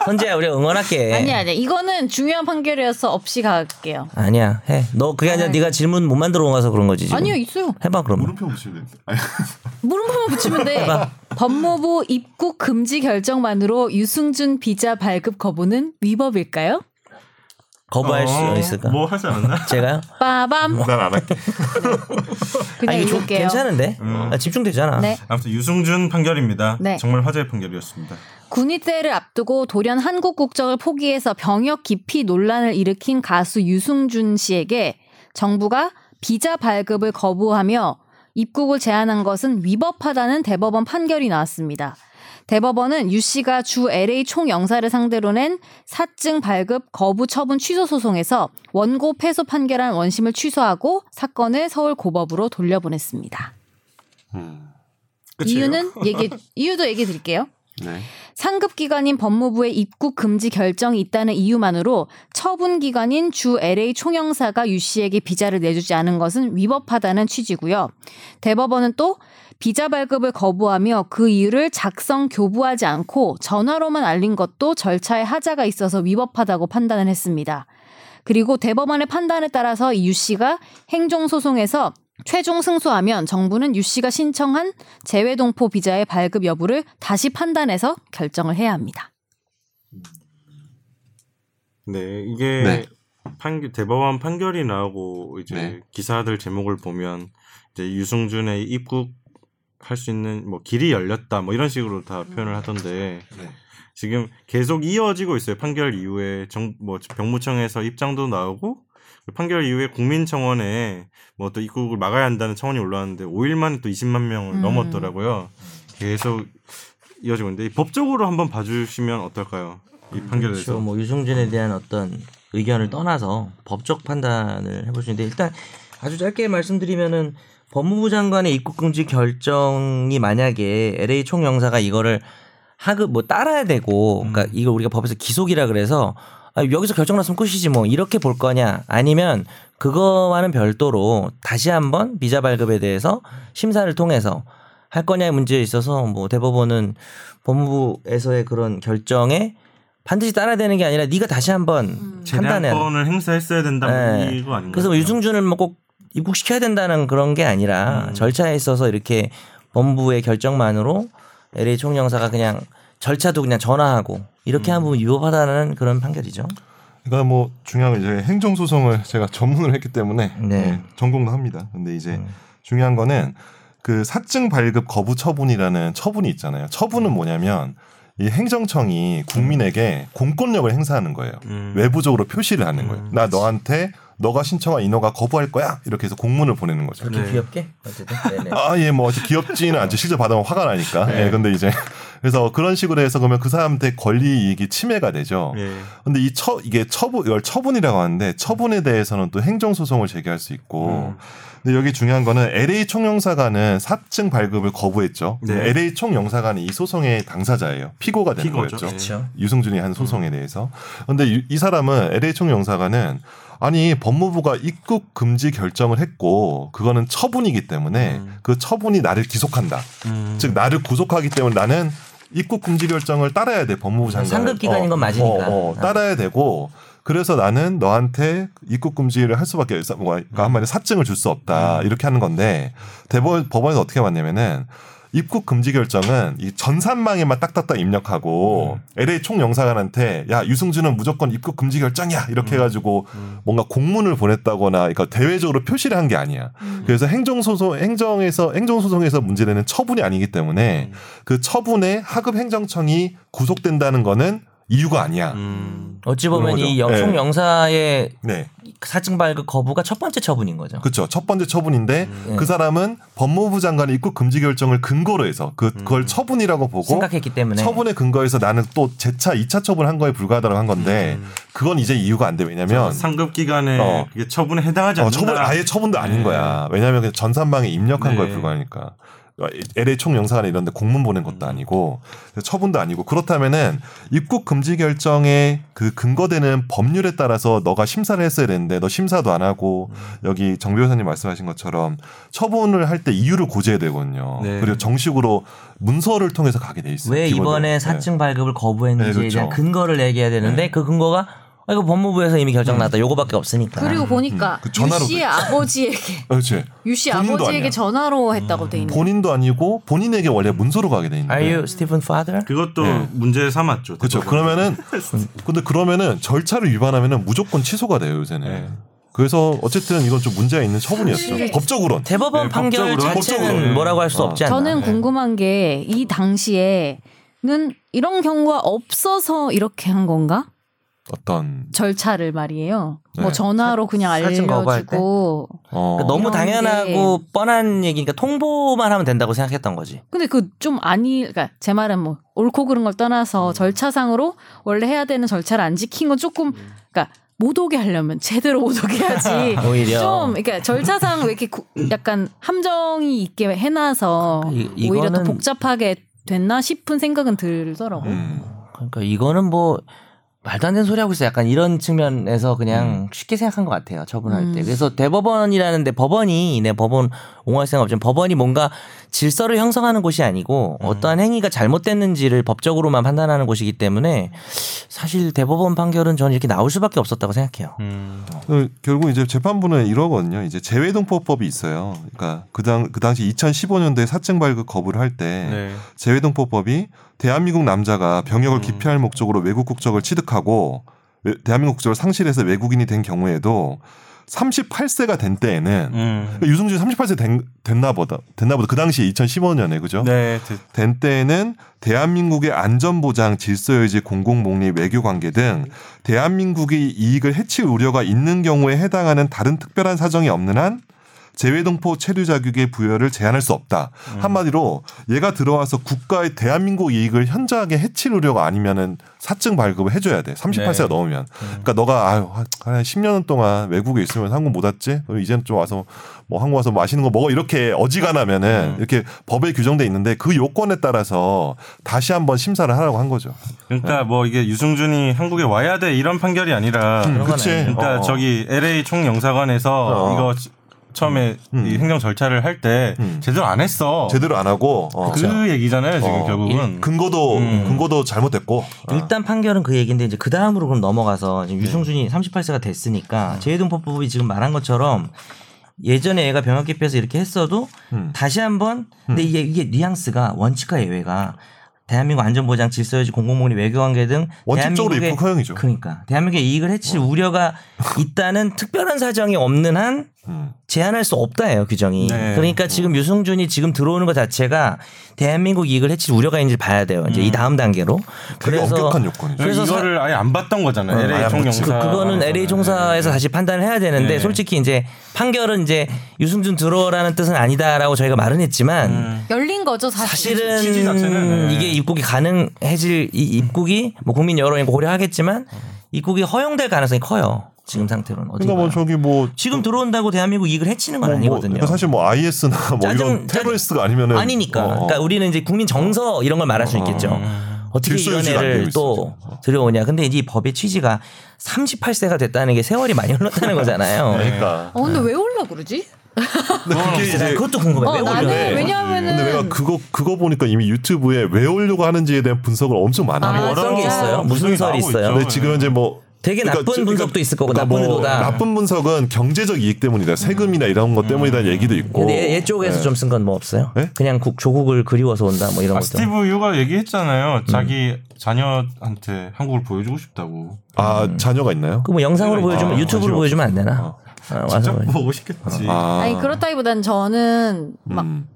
[SPEAKER 3] 선재야 아, 우리 응원할게.
[SPEAKER 2] 아니 아니 이거는 중요한 판결이어서 없이 갈게요.
[SPEAKER 3] 아니야 해. 너 그게 아니라
[SPEAKER 2] 아이.
[SPEAKER 3] 네가 질문 못 만들어 온 거서 그런 거지. 지금.
[SPEAKER 2] 아니요 있어요.
[SPEAKER 3] 해봐 그러면.
[SPEAKER 4] 물음표 보시면 됩니다.
[SPEAKER 2] 네. 물음표만 붙이면 돼.
[SPEAKER 3] 아.
[SPEAKER 2] 법무부 입국 금지 결정만으로 유승준 비자 발급 거부는 위법일까요?
[SPEAKER 3] 거부할 수 있을까?
[SPEAKER 1] 뭐 하지 않았나?
[SPEAKER 3] 제가요?
[SPEAKER 2] 빠밤.
[SPEAKER 4] 난 안 할게.
[SPEAKER 3] 아
[SPEAKER 2] 그냥
[SPEAKER 3] 이거 좀
[SPEAKER 2] 읽을게요.
[SPEAKER 3] 괜찮은데. 아, 집중되잖아.
[SPEAKER 2] 네.
[SPEAKER 1] 아무튼 유승준 판결입니다.
[SPEAKER 2] 네.
[SPEAKER 1] 정말 화제의 판결이었습니다.
[SPEAKER 2] 군입대를 앞두고 돌연 한국 국적을 포기해서 병역 기피 논란을 일으킨 가수 유승준 씨에게 정부가 비자 발급을 거부하며 입국을 제한한 것은 위법하다는 대법원 판결이 나왔습니다. 대법원은 유 씨가 주 LA 총영사를 상대로 낸 사증 발급 거부 처분 취소 소송에서 원고 패소 판결한 원심을 취소하고 사건을 서울 고법으로 돌려보냈습니다.
[SPEAKER 4] 음,
[SPEAKER 1] 그치요?
[SPEAKER 2] 이유는 얘기 이유도 얘기 드릴게요.
[SPEAKER 4] 네.
[SPEAKER 2] 상급 기관인 법무부의 입국 금지 결정이 있다는 이유만으로 처분 기관인 주 LA 총영사가 유 씨에게 비자를 내주지 않은 것은 위법하다는 취지고요. 대법원은 또 비자 발급을 거부하며 그 이유를 작성 교부하지 않고 전화로만 알린 것도 절차에 하자가 있어서 위법하다고 판단을 했습니다. 그리고 대법원의 판단에 따라서 이 유 씨가 행정소송에서 최종 승소하면 정부는 유 씨가 신청한 재외동포 비자의 발급 여부를 다시 판단해서 결정을 해야 합니다.
[SPEAKER 1] 네 이게
[SPEAKER 4] 네.
[SPEAKER 1] 판결 대법원 판결이 나오고 이제
[SPEAKER 4] 네.
[SPEAKER 1] 기사들 제목을 보면 이제 유승준의 입국 할 수 있는 뭐 길이 열렸다 뭐 이런 식으로 다 표현을 하던데
[SPEAKER 4] 네.
[SPEAKER 1] 지금 계속 이어지고 있어요. 판결 이후에 정, 뭐 병무청에서 입장도 나오고 판결 이후에 국민청원에 뭐 또 입국을 막아야 한다는 청원이 올라왔는데 5일 만에 또 20만 명을
[SPEAKER 2] 음.
[SPEAKER 1] 넘었더라고요. 계속 이어지고 있는데 이 법적으로 한번 봐주시면 어떨까요? 이 판결에서
[SPEAKER 3] 그렇죠. 뭐 유승준에 대한 어떤 의견을 떠나서 법적 판단을 해볼 수 있는데 일단 아주 짧게 말씀드리면은 법무부 장관의 입국 금지 결정이 만약에 LA 총영사가 이거를 하급 뭐 따라야 되고 그러니까 이걸 우리가 법에서 기속이라 그래서 아, 여기서 결정 났으면 끝이지 뭐 이렇게 볼 거냐 아니면 그거와는 별도로 다시 한번 비자 발급에 대해서 심사를 통해서 할 거냐의 문제에 있어서 뭐 대법원은 법무부에서의 그런 결정에 반드시 따라야 되는 게 아니라 네가 다시
[SPEAKER 1] 음.
[SPEAKER 3] 한번 판단해야
[SPEAKER 1] 재량권을 행사했어야 된다 뭐
[SPEAKER 3] 네.
[SPEAKER 1] 이거 아닌가요?
[SPEAKER 3] 그래서 뭐 유승준을 뭐 꼭 입국시켜야 된다는 그런 게 아니라
[SPEAKER 1] 음.
[SPEAKER 3] 절차에 있어서 이렇게 법무부의 결정만으로 LA 총영사가 그냥 절차도 그냥 전화하고 이렇게 한 부분 위법하다는 그런 판결이죠.
[SPEAKER 4] 그러니까 뭐 중요한 건 이제 행정 소송을 제가 전문을 했기 때문에
[SPEAKER 3] 네.
[SPEAKER 4] 예, 전공도 합니다. 근데 이제
[SPEAKER 3] 음.
[SPEAKER 4] 중요한 거는 그 사증 발급 거부 처분이라는 처분이 있잖아요. 처분은 뭐냐면 이 행정청이 국민에게 공권력을 행사하는 거예요.
[SPEAKER 1] 음.
[SPEAKER 4] 외부적으로 표시를 하는 거예요.
[SPEAKER 1] 음.
[SPEAKER 4] 나 너한테 너가 신청한 인허가 거부할 거야. 이렇게 해서 공문을 보내는 거죠.
[SPEAKER 3] 그렇죠.
[SPEAKER 1] 네.
[SPEAKER 3] 귀엽게 어쨌든 네네.
[SPEAKER 4] 아, 예, 뭐, 어차피 귀엽지는 않죠. 실제 받으면 화가 나니까. 예, 근데 이제. 그래서 그런 식으로 해서 그러면 그 사람한테 권리 이익이 침해가 되죠.
[SPEAKER 1] 예.
[SPEAKER 4] 근데 이 처, 이게 처분, 이걸 처분이라고 하는데 처분에 대해서는 또 행정소송을 제기할 수 있고.
[SPEAKER 1] 음.
[SPEAKER 4] 근데 여기 중요한 거는 LA 총영사관은 사증 발급을 거부했죠.
[SPEAKER 1] 네.
[SPEAKER 4] LA 총영사관이 이 소송의 당사자예요. 피고가 되는
[SPEAKER 1] 피고죠.
[SPEAKER 4] 거였죠.
[SPEAKER 3] 그렇죠.
[SPEAKER 4] 유승준이 한 소송에 대해서. 근데 유- 이 사람은 LA 총영사관은 아니 법무부가 입국 금지 결정을 했고 그거는 처분이기 때문에
[SPEAKER 1] 음.
[SPEAKER 4] 그 처분이 나를 기속한다.
[SPEAKER 1] 음.
[SPEAKER 4] 즉 나를 구속하기 때문에 나는 입국 금지 결정을 따라야 돼 법무부 장관.
[SPEAKER 3] 상급 기관인 건 맞으니까.
[SPEAKER 4] 어, 어, 따라야 되고 그래서 나는 너한테 입국 금지를 할 수밖에 없어.
[SPEAKER 3] 음.
[SPEAKER 4] 그러니까 한마디로 사증을 줄 수 없다 이렇게 하는 건데 대법원 법원에서 어떻게 봤냐면은. 입국 금지 결정은 이 전산망에만 딱딱딱 입력하고 LA 총영사관한테 야 유승준은 무조건 입국 금지 결정이야 이렇게 해가지고 뭔가 공문을 보냈다거나 그러니까 대외적으로 표시를 한 게 아니야. 그래서 행정소송 행정에서 행정소송에서 문제되는 처분이 아니기 때문에 그 처분에 하급 행정청이 구속된다는 거는 이유가 아니야.
[SPEAKER 1] 음.
[SPEAKER 3] 어찌 보면
[SPEAKER 4] 그런
[SPEAKER 3] 이
[SPEAKER 4] 거죠.
[SPEAKER 3] 영-
[SPEAKER 4] 네.
[SPEAKER 3] 총영사의
[SPEAKER 4] 네,
[SPEAKER 3] 사증 발급 거부가 첫 번째 처분인 거죠.
[SPEAKER 4] 그렇죠. 첫 번째 처분인데 그 사람은 법무부 장관의 입국 금지 결정을 근거로 해서 그 그걸 처분이라고 보고
[SPEAKER 3] 생각했기 때문에
[SPEAKER 4] 처분의 근거에서 나는 또 재차 이차 처분한 거에 불과하다고 한 건데
[SPEAKER 1] 음.
[SPEAKER 4] 그건 이제 이유가 안 돼. 왜냐면
[SPEAKER 1] 상급 기관에
[SPEAKER 4] 어.
[SPEAKER 1] 그게 처분에 해당하지
[SPEAKER 4] 어,
[SPEAKER 1] 않는다.
[SPEAKER 4] 처분 아예 처분도 아닌
[SPEAKER 1] 네.
[SPEAKER 4] 거야. 왜냐하면 그냥 전산망에 입력한
[SPEAKER 1] 네.
[SPEAKER 4] 거에 불과하니까. 어, LA 총영사관 이런데 공문
[SPEAKER 1] 음.
[SPEAKER 4] 보낸 것도 아니고 처분도 아니고 그렇다면은 입국 금지 결정에 그 근거되는 법률에 따라서 너가 심사를 했어야 되는데 너 심사도 안 하고
[SPEAKER 1] 음.
[SPEAKER 4] 여기 정 변호사님 말씀하신 것처럼 처분을 할 때 이유를 고지해야 되거든요.
[SPEAKER 1] 네.
[SPEAKER 4] 그리고 정식으로 문서를 통해서 가게 돼 있어요.
[SPEAKER 3] 왜
[SPEAKER 4] 기본적으로.
[SPEAKER 3] 이번에
[SPEAKER 4] 네.
[SPEAKER 3] 사증 발급을 거부했는지에
[SPEAKER 4] 네, 그렇죠.
[SPEAKER 3] 대한 근거를 얘기해야
[SPEAKER 1] 네.
[SPEAKER 3] 되는데 그 근거가 아, 이거 법무부에서 이미 결정 났다. 요거밖에 없으니까.
[SPEAKER 2] 그리고 보니까
[SPEAKER 4] 그 전화로
[SPEAKER 2] 유 씨의 아버지에게
[SPEAKER 4] 어, 그렇지.
[SPEAKER 2] 유 씨
[SPEAKER 4] 본인도
[SPEAKER 2] 아버지에게
[SPEAKER 4] 아니야. 음,
[SPEAKER 2] 전화로 했다고 돼 있는.
[SPEAKER 4] 본인도 아니고 본인에게 원래 문서로 가게 돼 있는데.
[SPEAKER 3] Are you Stephen Father?
[SPEAKER 1] 그것도
[SPEAKER 4] 네.
[SPEAKER 1] 문제 삼았죠.
[SPEAKER 4] 그렇죠.
[SPEAKER 1] 대법원이.
[SPEAKER 4] 그러면은 근데 그러면은 절차를 위반하면은 무조건 취소가 돼요 요새는.
[SPEAKER 1] 네.
[SPEAKER 4] 그래서 어쨌든 이건 좀 문제가 있는 처분이었죠.
[SPEAKER 3] 음.
[SPEAKER 2] 사실-
[SPEAKER 4] 법적으론.
[SPEAKER 3] 대법원
[SPEAKER 1] 네,
[SPEAKER 3] 판결
[SPEAKER 1] 법적으로는-
[SPEAKER 3] 자체는
[SPEAKER 1] 법적으로는. 네. 아,
[SPEAKER 3] 뭐라고 할 수
[SPEAKER 4] 어.
[SPEAKER 3] 없지 않나.
[SPEAKER 2] 저는 궁금한 게 이 당시에는 이런 경우가 없어서 이렇게 한 건가?
[SPEAKER 4] 어떤
[SPEAKER 2] 절차를 말이에요.
[SPEAKER 4] 네.
[SPEAKER 2] 뭐 전화로 그냥
[SPEAKER 3] 사진 거부할 때?
[SPEAKER 2] 알려주고.
[SPEAKER 4] 어,
[SPEAKER 3] 그러니까 너무
[SPEAKER 2] 이런
[SPEAKER 3] 당연하고 뻔한 얘기니까 통보만 하면 된다고 생각했던 거지.
[SPEAKER 2] 근데 그 좀 아니, 그러니까 제 말은 뭐 옳고 그른 걸 떠나서
[SPEAKER 3] 음.
[SPEAKER 2] 절차상으로 원래 해야 되는 절차를 안 지킨 건 조금,
[SPEAKER 3] 음.
[SPEAKER 2] 그러니까 못 오게 하려면 제대로 못 오게 해야지.
[SPEAKER 3] 오히려.
[SPEAKER 2] 좀, 그러니까 절차상 왜 이렇게 구- 약간 함정이 있게 해놔서
[SPEAKER 3] 이-
[SPEAKER 2] 오히려 더
[SPEAKER 3] 이거는-
[SPEAKER 2] 복잡하게 됐나 싶은 생각은 들더라고. 요
[SPEAKER 4] 음.
[SPEAKER 3] 그러니까 이거는 뭐 말도 안 되는 소리 하고 있어. 약간 이런 측면에서 그냥 쉽게 생각한 것 같아요. 처분할 때.
[SPEAKER 2] 음.
[SPEAKER 3] 그래서 대법원이라는데 법원이 내 법원 옹호할 생각 없지만 법원이 뭔가 질서를 형성하는 곳이 아니고 어떠한 행위가 잘못됐는지를 법적으로만 판단하는 곳이기 때문에 사실 대법원 판결은 저는 이렇게 나올 수밖에 없었다고 생각해요.
[SPEAKER 1] 음.
[SPEAKER 4] 그 결국 이제 재판부는 이러거든요. 이제 재외동포법이 있어요. 그러니까 그당 그 당시 2015년도에 사증 발급 거부를 할 때
[SPEAKER 1] 네.
[SPEAKER 4] 재외동포법이 대한민국 남자가
[SPEAKER 1] 음.
[SPEAKER 4] 병역을 기피할 목적으로 외국 국적을 취득하고 외- 대한민국 국적을 상실해서 외국인이 된 경우에도 38세가 된 때에는
[SPEAKER 1] 음.
[SPEAKER 4] 그러니까 유승준이 38세 된, 됐나 보다. 됐나 보다. 그 당시 2015년에 그죠?
[SPEAKER 1] 네. 대-
[SPEAKER 4] 된 때에는 대한민국의 안전보장, 질서유지, 공공복리, 외교관계 등 대한민국이 이익을 해칠 우려가 있는 경우에 해당하는 다른 특별한 사정이 없는 한 재외동포 체류 자격의 부여를 제한할 수 없다.
[SPEAKER 1] 음.
[SPEAKER 4] 한마디로 얘가 들어와서 국가의 대한민국 이익을 현저하게 해칠 우려가 아니면은 사증 발급을 해줘야 돼. 38세가
[SPEAKER 1] 네.
[SPEAKER 4] 넘으면. 그러니까 너가 아유 한- 한 10년 동안 외국에 있으면 한국 못 왔지. 그럼 이제는 좀 와서 뭐 한국 와서 맛있는 거 먹어 이렇게
[SPEAKER 1] 음.
[SPEAKER 4] 어지간하면은 이렇게 법에 규정돼 있는데 그 요건에 따라서 다시 한번 심사를 하라고 한 거죠. 네.
[SPEAKER 1] 그러니까 뭐 이게 유승준이 한국에 와야 돼 이런 판결이 아니라
[SPEAKER 3] 그런 건
[SPEAKER 4] 그치.
[SPEAKER 3] 아니에요.
[SPEAKER 1] 그러니까
[SPEAKER 4] 어.
[SPEAKER 1] 저기 LA 총영사관에서
[SPEAKER 4] 어.
[SPEAKER 1] 이거 지- 처음에
[SPEAKER 4] 음.
[SPEAKER 1] 이 행정 절차를 할 때
[SPEAKER 4] 음.
[SPEAKER 1] 제대로 안 했어.
[SPEAKER 4] 제대로 안 하고 어.
[SPEAKER 1] 그 얘기잖아요 지금
[SPEAKER 4] 어.
[SPEAKER 1] 결국은.
[SPEAKER 4] 근거도
[SPEAKER 1] 음. 아,
[SPEAKER 4] 근거도 잘못됐고 어.
[SPEAKER 3] 일단 판결은 그 얘기인데 이제 그 다음으로 그럼 넘어가서
[SPEAKER 4] 네.
[SPEAKER 3] 지금 유승준이 38세가
[SPEAKER 4] 음.
[SPEAKER 3] 됐으니까 재외동포법이 지금 말한 것처럼 예전에 얘가 병역 기피해서 이렇게 했어도
[SPEAKER 4] 음.
[SPEAKER 3] 다시 한번 근데 이게 이게 뉘앙스가 원칙과 예외가 대한민국 안전보장 질서유지 공공복리 외교관계 등
[SPEAKER 4] 원칙적으로
[SPEAKER 3] 대한민국의-
[SPEAKER 4] 입국 허용이죠. 어.
[SPEAKER 3] 그러니까 대한민국의 이익을 해칠 우려가 있다는 특별한 사정이 없는 한
[SPEAKER 4] 음.
[SPEAKER 3] 제한할 수 없다예요 규정이.
[SPEAKER 1] 네.
[SPEAKER 3] 그러니까 지금 유승준이 지금 들어오는 것 자체가 대한민국 이익을 해칠 우려가 있는지 봐야 돼요. 이제 이 다음 단계로.
[SPEAKER 4] 되게 엄격한
[SPEAKER 1] 그래서
[SPEAKER 4] 요건이죠.
[SPEAKER 3] 그래서 사-
[SPEAKER 1] 이거를 아예 안 봤던 거잖아요.
[SPEAKER 4] 어, 아예
[SPEAKER 1] LA
[SPEAKER 4] 안
[SPEAKER 3] 그,
[SPEAKER 1] 총영사.
[SPEAKER 3] 그거는 LA 종사에서 다시 판단을 해야 되는데
[SPEAKER 1] 네.
[SPEAKER 3] 솔직히 이제 판결은 이제 유승준 들어오라는 뜻은 아니다라고 저희가 말은 했지만
[SPEAKER 2] 열린 거죠 사실.
[SPEAKER 3] 사실은
[SPEAKER 1] 음. 아, 취지 자체는, 네.
[SPEAKER 3] 이게 입국이 가능해질 이 입국이 뭐 국민 여론이 고려하겠지만 입국이 허용될 가능성이 커요. 지금 상태로는 어떻게
[SPEAKER 4] 그러니까 뭐
[SPEAKER 3] 봐요.
[SPEAKER 4] 저기 뭐
[SPEAKER 3] 지금 들어온다고 대한민국 이익을 해치는 건
[SPEAKER 4] 뭐, 뭐,
[SPEAKER 3] 아니거든요.
[SPEAKER 4] 그러니까 사실 뭐 IS나 뭐
[SPEAKER 3] 짜증-
[SPEAKER 4] 이런 테러리스트가 아니면은
[SPEAKER 3] 아니니까.
[SPEAKER 4] 어, 어.
[SPEAKER 3] 그러니까 우리는 이제 국민 정서 이런 걸 말할 수 있겠죠. 어떻게
[SPEAKER 4] 질서
[SPEAKER 3] 이런
[SPEAKER 4] 유지가 안 되고
[SPEAKER 3] 애를
[SPEAKER 4] 있어요,
[SPEAKER 3] 또
[SPEAKER 4] 지금. 어.
[SPEAKER 3] 들여오냐. 근데 이 법의 취지가 38세가 됐다는 게 세월이 많이 흘렀다는 거잖아요.
[SPEAKER 4] 그러니까.
[SPEAKER 2] 어 근데 왜 올라 그러지?
[SPEAKER 4] 근데 그게
[SPEAKER 3] 네, 난
[SPEAKER 4] 이제
[SPEAKER 3] 그것도 궁금해.
[SPEAKER 2] 어
[SPEAKER 3] 네. 왜
[SPEAKER 2] 나는
[SPEAKER 3] 올려요?
[SPEAKER 2] 왜냐하면은
[SPEAKER 4] 근데 내가 그거 그거 보니까 이미 유튜브에 왜 올려고 하는지에 대한 분석을 엄청 많이
[SPEAKER 2] 아,
[SPEAKER 4] 뭐 하고
[SPEAKER 3] 어떤 게 있어요? 무슨 설이 있어요?
[SPEAKER 4] 근데 지금 이제 뭐
[SPEAKER 3] 되게 나쁜
[SPEAKER 4] 지-
[SPEAKER 3] 분석도 있을 거고, 나쁜
[SPEAKER 4] 뭐
[SPEAKER 3] 의도다.
[SPEAKER 4] 나쁜 분석은 경제적 이익 때문이다. 세금이나 이런 것 때문이다는 얘기도 있고.
[SPEAKER 3] 근데 얘, 얘 쪽에서 좀 쓴 건 뭐 없어요?
[SPEAKER 4] 네?
[SPEAKER 3] 그냥 국, 조국을 그리워서 온다 뭐 이런
[SPEAKER 1] 아,
[SPEAKER 3] 것도.
[SPEAKER 1] 스티브 유가 얘기했잖아요.
[SPEAKER 3] 음.
[SPEAKER 1] 자기 자녀한테 한국을 보여주고 싶다고.
[SPEAKER 4] 아 자녀가 있나요?
[SPEAKER 3] 그뭐 영상으로 보여주면
[SPEAKER 4] 아,
[SPEAKER 3] 유튜브로
[SPEAKER 4] 관심
[SPEAKER 3] 보여주면 안 되나? 어,
[SPEAKER 4] 뭐
[SPEAKER 3] 와서 보여줘.
[SPEAKER 1] 보고
[SPEAKER 3] 그
[SPEAKER 1] 싶겠지.
[SPEAKER 4] 아,
[SPEAKER 2] 아니 그렇다기보단 저는 막
[SPEAKER 4] 음.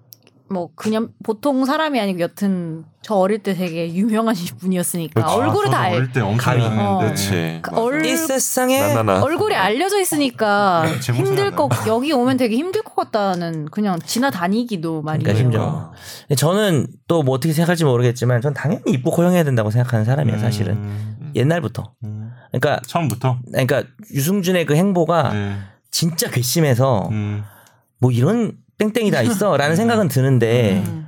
[SPEAKER 2] 뭐 그냥 보통 사람이 아니고 여튼 저 어릴 때 되게 유명한 분이었으니까
[SPEAKER 4] 그렇죠.
[SPEAKER 2] 얼굴을 다
[SPEAKER 1] 저도
[SPEAKER 2] 알.
[SPEAKER 1] 어릴 때 엄청
[SPEAKER 3] 감이.
[SPEAKER 1] 했는데.
[SPEAKER 4] 그렇지.
[SPEAKER 2] 그
[SPEAKER 4] 맞아.
[SPEAKER 2] 얼, 예.
[SPEAKER 3] 이 세상에
[SPEAKER 4] 예. 나나나.
[SPEAKER 2] 얼굴이 알려져 있으니까
[SPEAKER 4] 네,
[SPEAKER 1] 제 모습은
[SPEAKER 2] 힘들
[SPEAKER 1] 안
[SPEAKER 2] 거 여기 오면 되게 힘들 것 같다는 그냥 지나다니기도 말이에요. 음.
[SPEAKER 3] 그러니까
[SPEAKER 1] 어.
[SPEAKER 3] 심정. 근데 저는 또 뭐 어떻게 생각할지 모르겠지만 전 당연히 입국 허용해야 된다고 생각하는 사람이에요 사실은
[SPEAKER 1] 음,
[SPEAKER 3] 옛날부터.
[SPEAKER 1] 음.
[SPEAKER 3] 그러니까
[SPEAKER 1] 처음부터.
[SPEAKER 3] 그러니까 유승준의 그 행보가
[SPEAKER 1] 네.
[SPEAKER 3] 진짜 괘씸해서
[SPEAKER 1] 음.
[SPEAKER 3] 뭐 이런 땡땡이 다 있어라는 생각은 드는데
[SPEAKER 1] 음.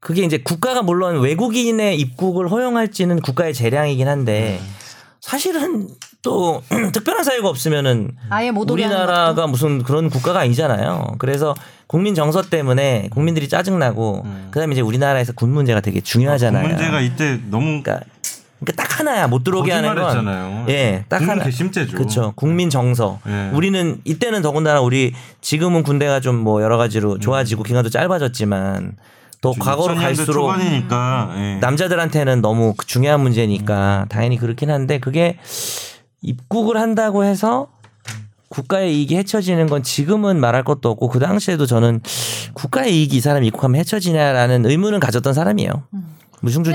[SPEAKER 3] 그게 이제 국가가 물론 외국인의 입국을 허용할지는 국가의 재량이긴
[SPEAKER 1] 네.
[SPEAKER 3] 한데 사실은 또 특별한 사유가 없으면은
[SPEAKER 2] 아예 못 오게 하는 것도.
[SPEAKER 3] 우리나라가 무슨 그런 국가가 아니잖아요. 그래서 국민 정서 때문에 국민들이 짜증나고 그다음에 이제 우리나라에서 군 문제가 되게 중요하잖아요.
[SPEAKER 1] 문제가 이때 너무
[SPEAKER 3] 그러니까, 그러니까 딱 하나야 못 들어오게 하는 건
[SPEAKER 1] 거짓말했잖아요.
[SPEAKER 3] 예, 딱
[SPEAKER 1] 국민
[SPEAKER 3] 하나.
[SPEAKER 1] 괘씸죄죠.
[SPEAKER 3] 그렇죠. 국민 정서.
[SPEAKER 1] 예.
[SPEAKER 3] 우리는 이때는 더군다나 우리 지금은 군대가 좀 뭐 여러
[SPEAKER 1] 음.
[SPEAKER 3] 가지로 좋아지고 기간도 짧아졌지만 더 과거로
[SPEAKER 1] 2000년대
[SPEAKER 3] 갈수록 음.
[SPEAKER 1] 초반이니까 예.
[SPEAKER 3] 남자들한테는 너무 그 중요한
[SPEAKER 1] 음.
[SPEAKER 3] 문제니까 당연히 그렇긴 한데 그게 입국을 한다고 해서 국가의 이익이 해쳐지는 건 지금은 말할 것도 없고 그 당시에도 저는 국가의 이익이 이 사람이 입국하면 해쳐지냐라는 의문은 가졌던 사람이에요. 무승준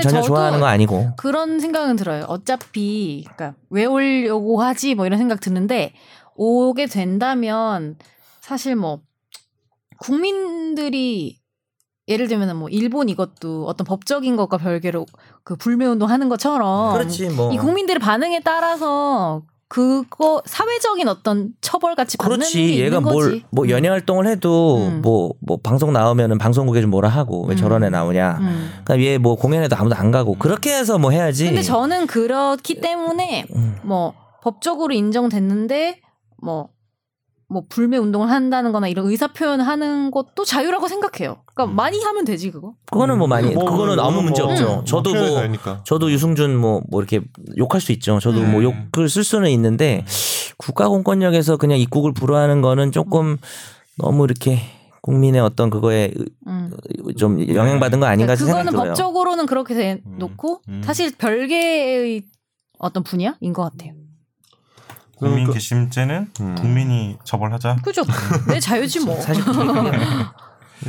[SPEAKER 2] 음. 근데
[SPEAKER 3] 전혀
[SPEAKER 2] 저도
[SPEAKER 3] 좋아하는 건 아니고.
[SPEAKER 2] 그런 생각은 들어요. 어차피 그러니까 왜 오려고 하지 뭐 이런 생각 드는데 오게 된다면 사실 뭐 국민들이 예를 들면 뭐 일본 이것도 어떤 법적인 것과 별개로 그 불매 운동하는 것처럼
[SPEAKER 3] 뭐.
[SPEAKER 2] 이 국민들의 반응에 따라서 그거 사회적인 어떤 처벌 같이 받는 게
[SPEAKER 3] 그렇지.
[SPEAKER 2] 있는
[SPEAKER 3] 얘가 뭘
[SPEAKER 2] 거지.
[SPEAKER 3] 뭐 연예 활동을 해도
[SPEAKER 2] 음.
[SPEAKER 3] 뭐 뭐 방송 나오면은 방송국에 좀 뭐라 하고 왜
[SPEAKER 2] 음.
[SPEAKER 3] 저런 애 나오냐.
[SPEAKER 2] 음.
[SPEAKER 3] 그러니까 얘 뭐 공연에도 아무도 안 가고 그렇게 해서 뭐 해야지.
[SPEAKER 2] 근데 저는 그렇기 때문에
[SPEAKER 3] 음.
[SPEAKER 2] 뭐 법적으로 인정됐는데 뭐. 뭐 불매 운동을 한다는 거나 이런 의사 표현하는 것도 자유라고 생각해요. 그러니까 많이 하면 되지 그거.
[SPEAKER 3] 그거는
[SPEAKER 1] 음.
[SPEAKER 3] 뭐 많이
[SPEAKER 4] 뭐,
[SPEAKER 3] 그거는
[SPEAKER 4] 뭐,
[SPEAKER 3] 아무
[SPEAKER 4] 뭐,
[SPEAKER 3] 문제
[SPEAKER 4] 뭐,
[SPEAKER 3] 없죠.
[SPEAKER 2] 음.
[SPEAKER 3] 저도
[SPEAKER 4] 표현의
[SPEAKER 3] 뭐
[SPEAKER 4] 자유니까.
[SPEAKER 3] 저도 유승준 뭐 뭐 이렇게 욕할 수 있죠. 저도
[SPEAKER 1] 음.
[SPEAKER 3] 뭐 욕을 쓸 수는 있는데 국가 공권력에서 그냥 입국을 불허하는 거는 조금 너무 이렇게 국민의 어떤 그거에
[SPEAKER 2] 음.
[SPEAKER 3] 좀 영향받은 거 아닌가
[SPEAKER 2] 그러니까
[SPEAKER 3] 생각이
[SPEAKER 2] 그거는
[SPEAKER 3] 들어요.
[SPEAKER 2] 법적으로는 그렇게 돼
[SPEAKER 1] 음.
[SPEAKER 2] 놓고
[SPEAKER 1] 음.
[SPEAKER 2] 사실 별개의 어떤 분야인 것 같아요.
[SPEAKER 1] 국민
[SPEAKER 4] 그러니까-
[SPEAKER 1] 개심죄는
[SPEAKER 4] 음.
[SPEAKER 1] 국민이 처벌하자.
[SPEAKER 6] 그죠? 내 자유지 뭐.
[SPEAKER 3] 사실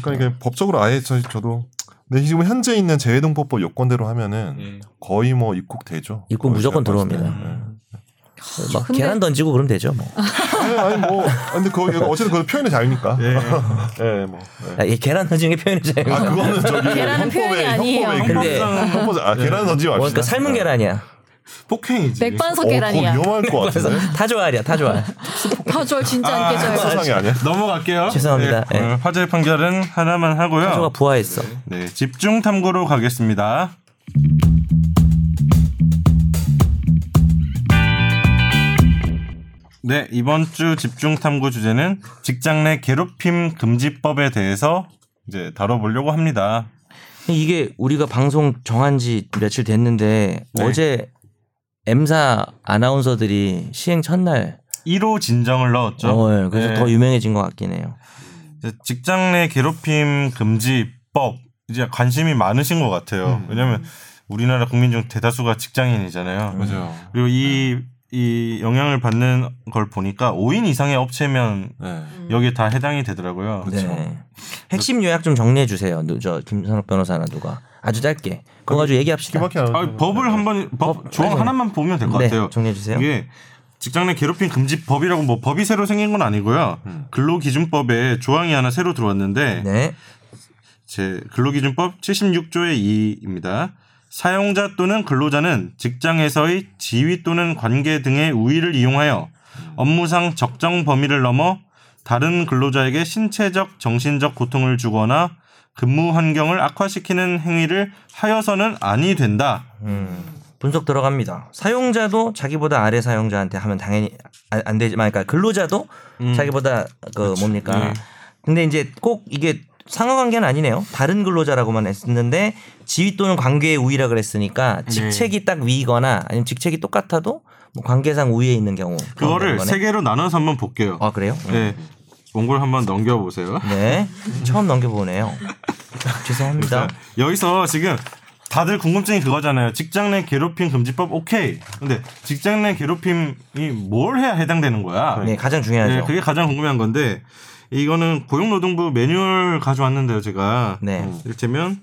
[SPEAKER 4] 그러니까 이게 법적으로 아예 저, 저도 근데 지금 현재 있는 재외동법법 요건대로 하면은 거의 뭐 입국 되죠.
[SPEAKER 3] 입국
[SPEAKER 4] 거의
[SPEAKER 3] 무조건
[SPEAKER 4] 제가 봤을
[SPEAKER 3] 들어옵니다. 아,
[SPEAKER 4] 때는. 네.
[SPEAKER 3] 막
[SPEAKER 6] 근데-
[SPEAKER 3] 계란 던지고 그러면 되죠. 뭐.
[SPEAKER 4] 아니, 아니 뭐 근데 그 어쨌든 그건 표현의 자유니까. 예,
[SPEAKER 1] 예.
[SPEAKER 4] 뭐.
[SPEAKER 3] 아, 이 계란 던지는 게 표현이죠.
[SPEAKER 4] 아 그거는 저기
[SPEAKER 6] 계란은 표현이 아니에요.
[SPEAKER 3] 근데-
[SPEAKER 4] 형법 아 계란 던지 맙시다.
[SPEAKER 3] 그러니까 삶은 계란이야.
[SPEAKER 1] 폭행이지.
[SPEAKER 6] 맥반석
[SPEAKER 4] 어,
[SPEAKER 6] 계란이야.
[SPEAKER 4] 그거 위험할 것
[SPEAKER 3] 그래서
[SPEAKER 4] 같은데. 네,
[SPEAKER 3] 타조알이야, 타조알.
[SPEAKER 6] 다절 진짜
[SPEAKER 1] 아,
[SPEAKER 6] 안 깨져요.
[SPEAKER 4] 세상이 아니야.
[SPEAKER 1] 넘어갈게요.
[SPEAKER 3] 죄송합니다.
[SPEAKER 1] 네,
[SPEAKER 3] 예.
[SPEAKER 1] 오늘 화재 판결은 하나만 하고요.
[SPEAKER 3] 타조가 부화했어.
[SPEAKER 1] 네, 집중 탐구로 가겠습니다. 네, 이번 주 집중 탐구 주제는 직장 내 괴롭힘 금지법에 대해서 이제 다뤄보려고 합니다.
[SPEAKER 3] 이게 우리가 방송 정한 지 며칠 됐는데
[SPEAKER 1] 네.
[SPEAKER 3] 어제 M사 아나운서들이 시행 첫날
[SPEAKER 1] 1호 진정을 넣었죠.
[SPEAKER 3] 어, 예. 그래서
[SPEAKER 1] 네.
[SPEAKER 3] 더 유명해진 것 같긴 해요.
[SPEAKER 1] 이제 직장 내 괴롭힘 금지법 이제 관심이 많으신 것 같아요.
[SPEAKER 3] 음.
[SPEAKER 1] 왜냐하면 우리나라 국민 중 대다수가 직장인이잖아요.
[SPEAKER 4] 맞아요.
[SPEAKER 1] 그리고 이, 이 영향을 받는 걸 보니까 5인 이상의 업체면
[SPEAKER 4] 네.
[SPEAKER 1] 여기에 다 해당이 되더라고요.
[SPEAKER 4] 그렇죠.
[SPEAKER 3] 네. 핵심 요약 좀 정리해 주세요. 누- 저 김선욱 변호사나 누가 아주 짧게 그거 가지고 얘기합시다.
[SPEAKER 4] 기막히 안
[SPEAKER 1] 아,
[SPEAKER 4] 하죠.
[SPEAKER 1] 법을 한번 법
[SPEAKER 3] 네. 법,
[SPEAKER 1] 조항
[SPEAKER 3] 아니,
[SPEAKER 1] 하나만 보면 될 것
[SPEAKER 3] 네,
[SPEAKER 1] 같아요.
[SPEAKER 3] 정리해 주세요.
[SPEAKER 1] 이게 직장 내 괴롭힘 금지 법이라고 뭐 법이 새로 생긴 건 아니고요. 근로기준법에 조항이 하나 새로 들어왔는데
[SPEAKER 3] 네.
[SPEAKER 1] 제 근로기준법 76조의 2입니다. 사용자 또는 근로자는 직장에서의 지위 또는 관계 등의 우위를 이용하여 업무상 적정 범위를 넘어 다른 근로자에게 신체적, 정신적 고통을 주거나 근무 환경을 악화시키는 행위를 하여서는 아니 된다.
[SPEAKER 3] 분석 들어갑니다. 사용자도 자기보다 아래 사용자한테 하면 당연히 안, 안 되지만, 그러니까 근로자도
[SPEAKER 1] 음.
[SPEAKER 3] 자기보다 그
[SPEAKER 1] 그렇죠. 네.
[SPEAKER 3] 뭡니까. 근데 이제 꼭 이게 상하관계는 아니네요. 다른 근로자라고만 했는데 지위 또는 관계의 우위라 그랬으니까
[SPEAKER 1] 네.
[SPEAKER 3] 직책이 딱 위거나 아니면 직책이 똑같아도 뭐 관계상 우위에 있는 경우.
[SPEAKER 1] 그거를 세
[SPEAKER 3] 세
[SPEAKER 1] 개로 나눠서 한번 볼게요.
[SPEAKER 3] 아 그래요?
[SPEAKER 1] 네. 원고를 한번 넘겨보세요.
[SPEAKER 3] 네. 처음 넘겨보네요. 죄송합니다.
[SPEAKER 1] 네. 여기서 지금 다들 궁금증이 그거잖아요. 직장 내 괴롭힘 금지법 오케이. 근데 직장 내 괴롭힘이 뭘 해야 해당되는 거야?
[SPEAKER 3] 네, 가장 중요하죠.
[SPEAKER 1] 네, 그게 가장 궁금한 건데 이거는 고용노동부 매뉴얼 가져왔는데요, 제가.
[SPEAKER 3] 네.
[SPEAKER 1] 음. 이를테면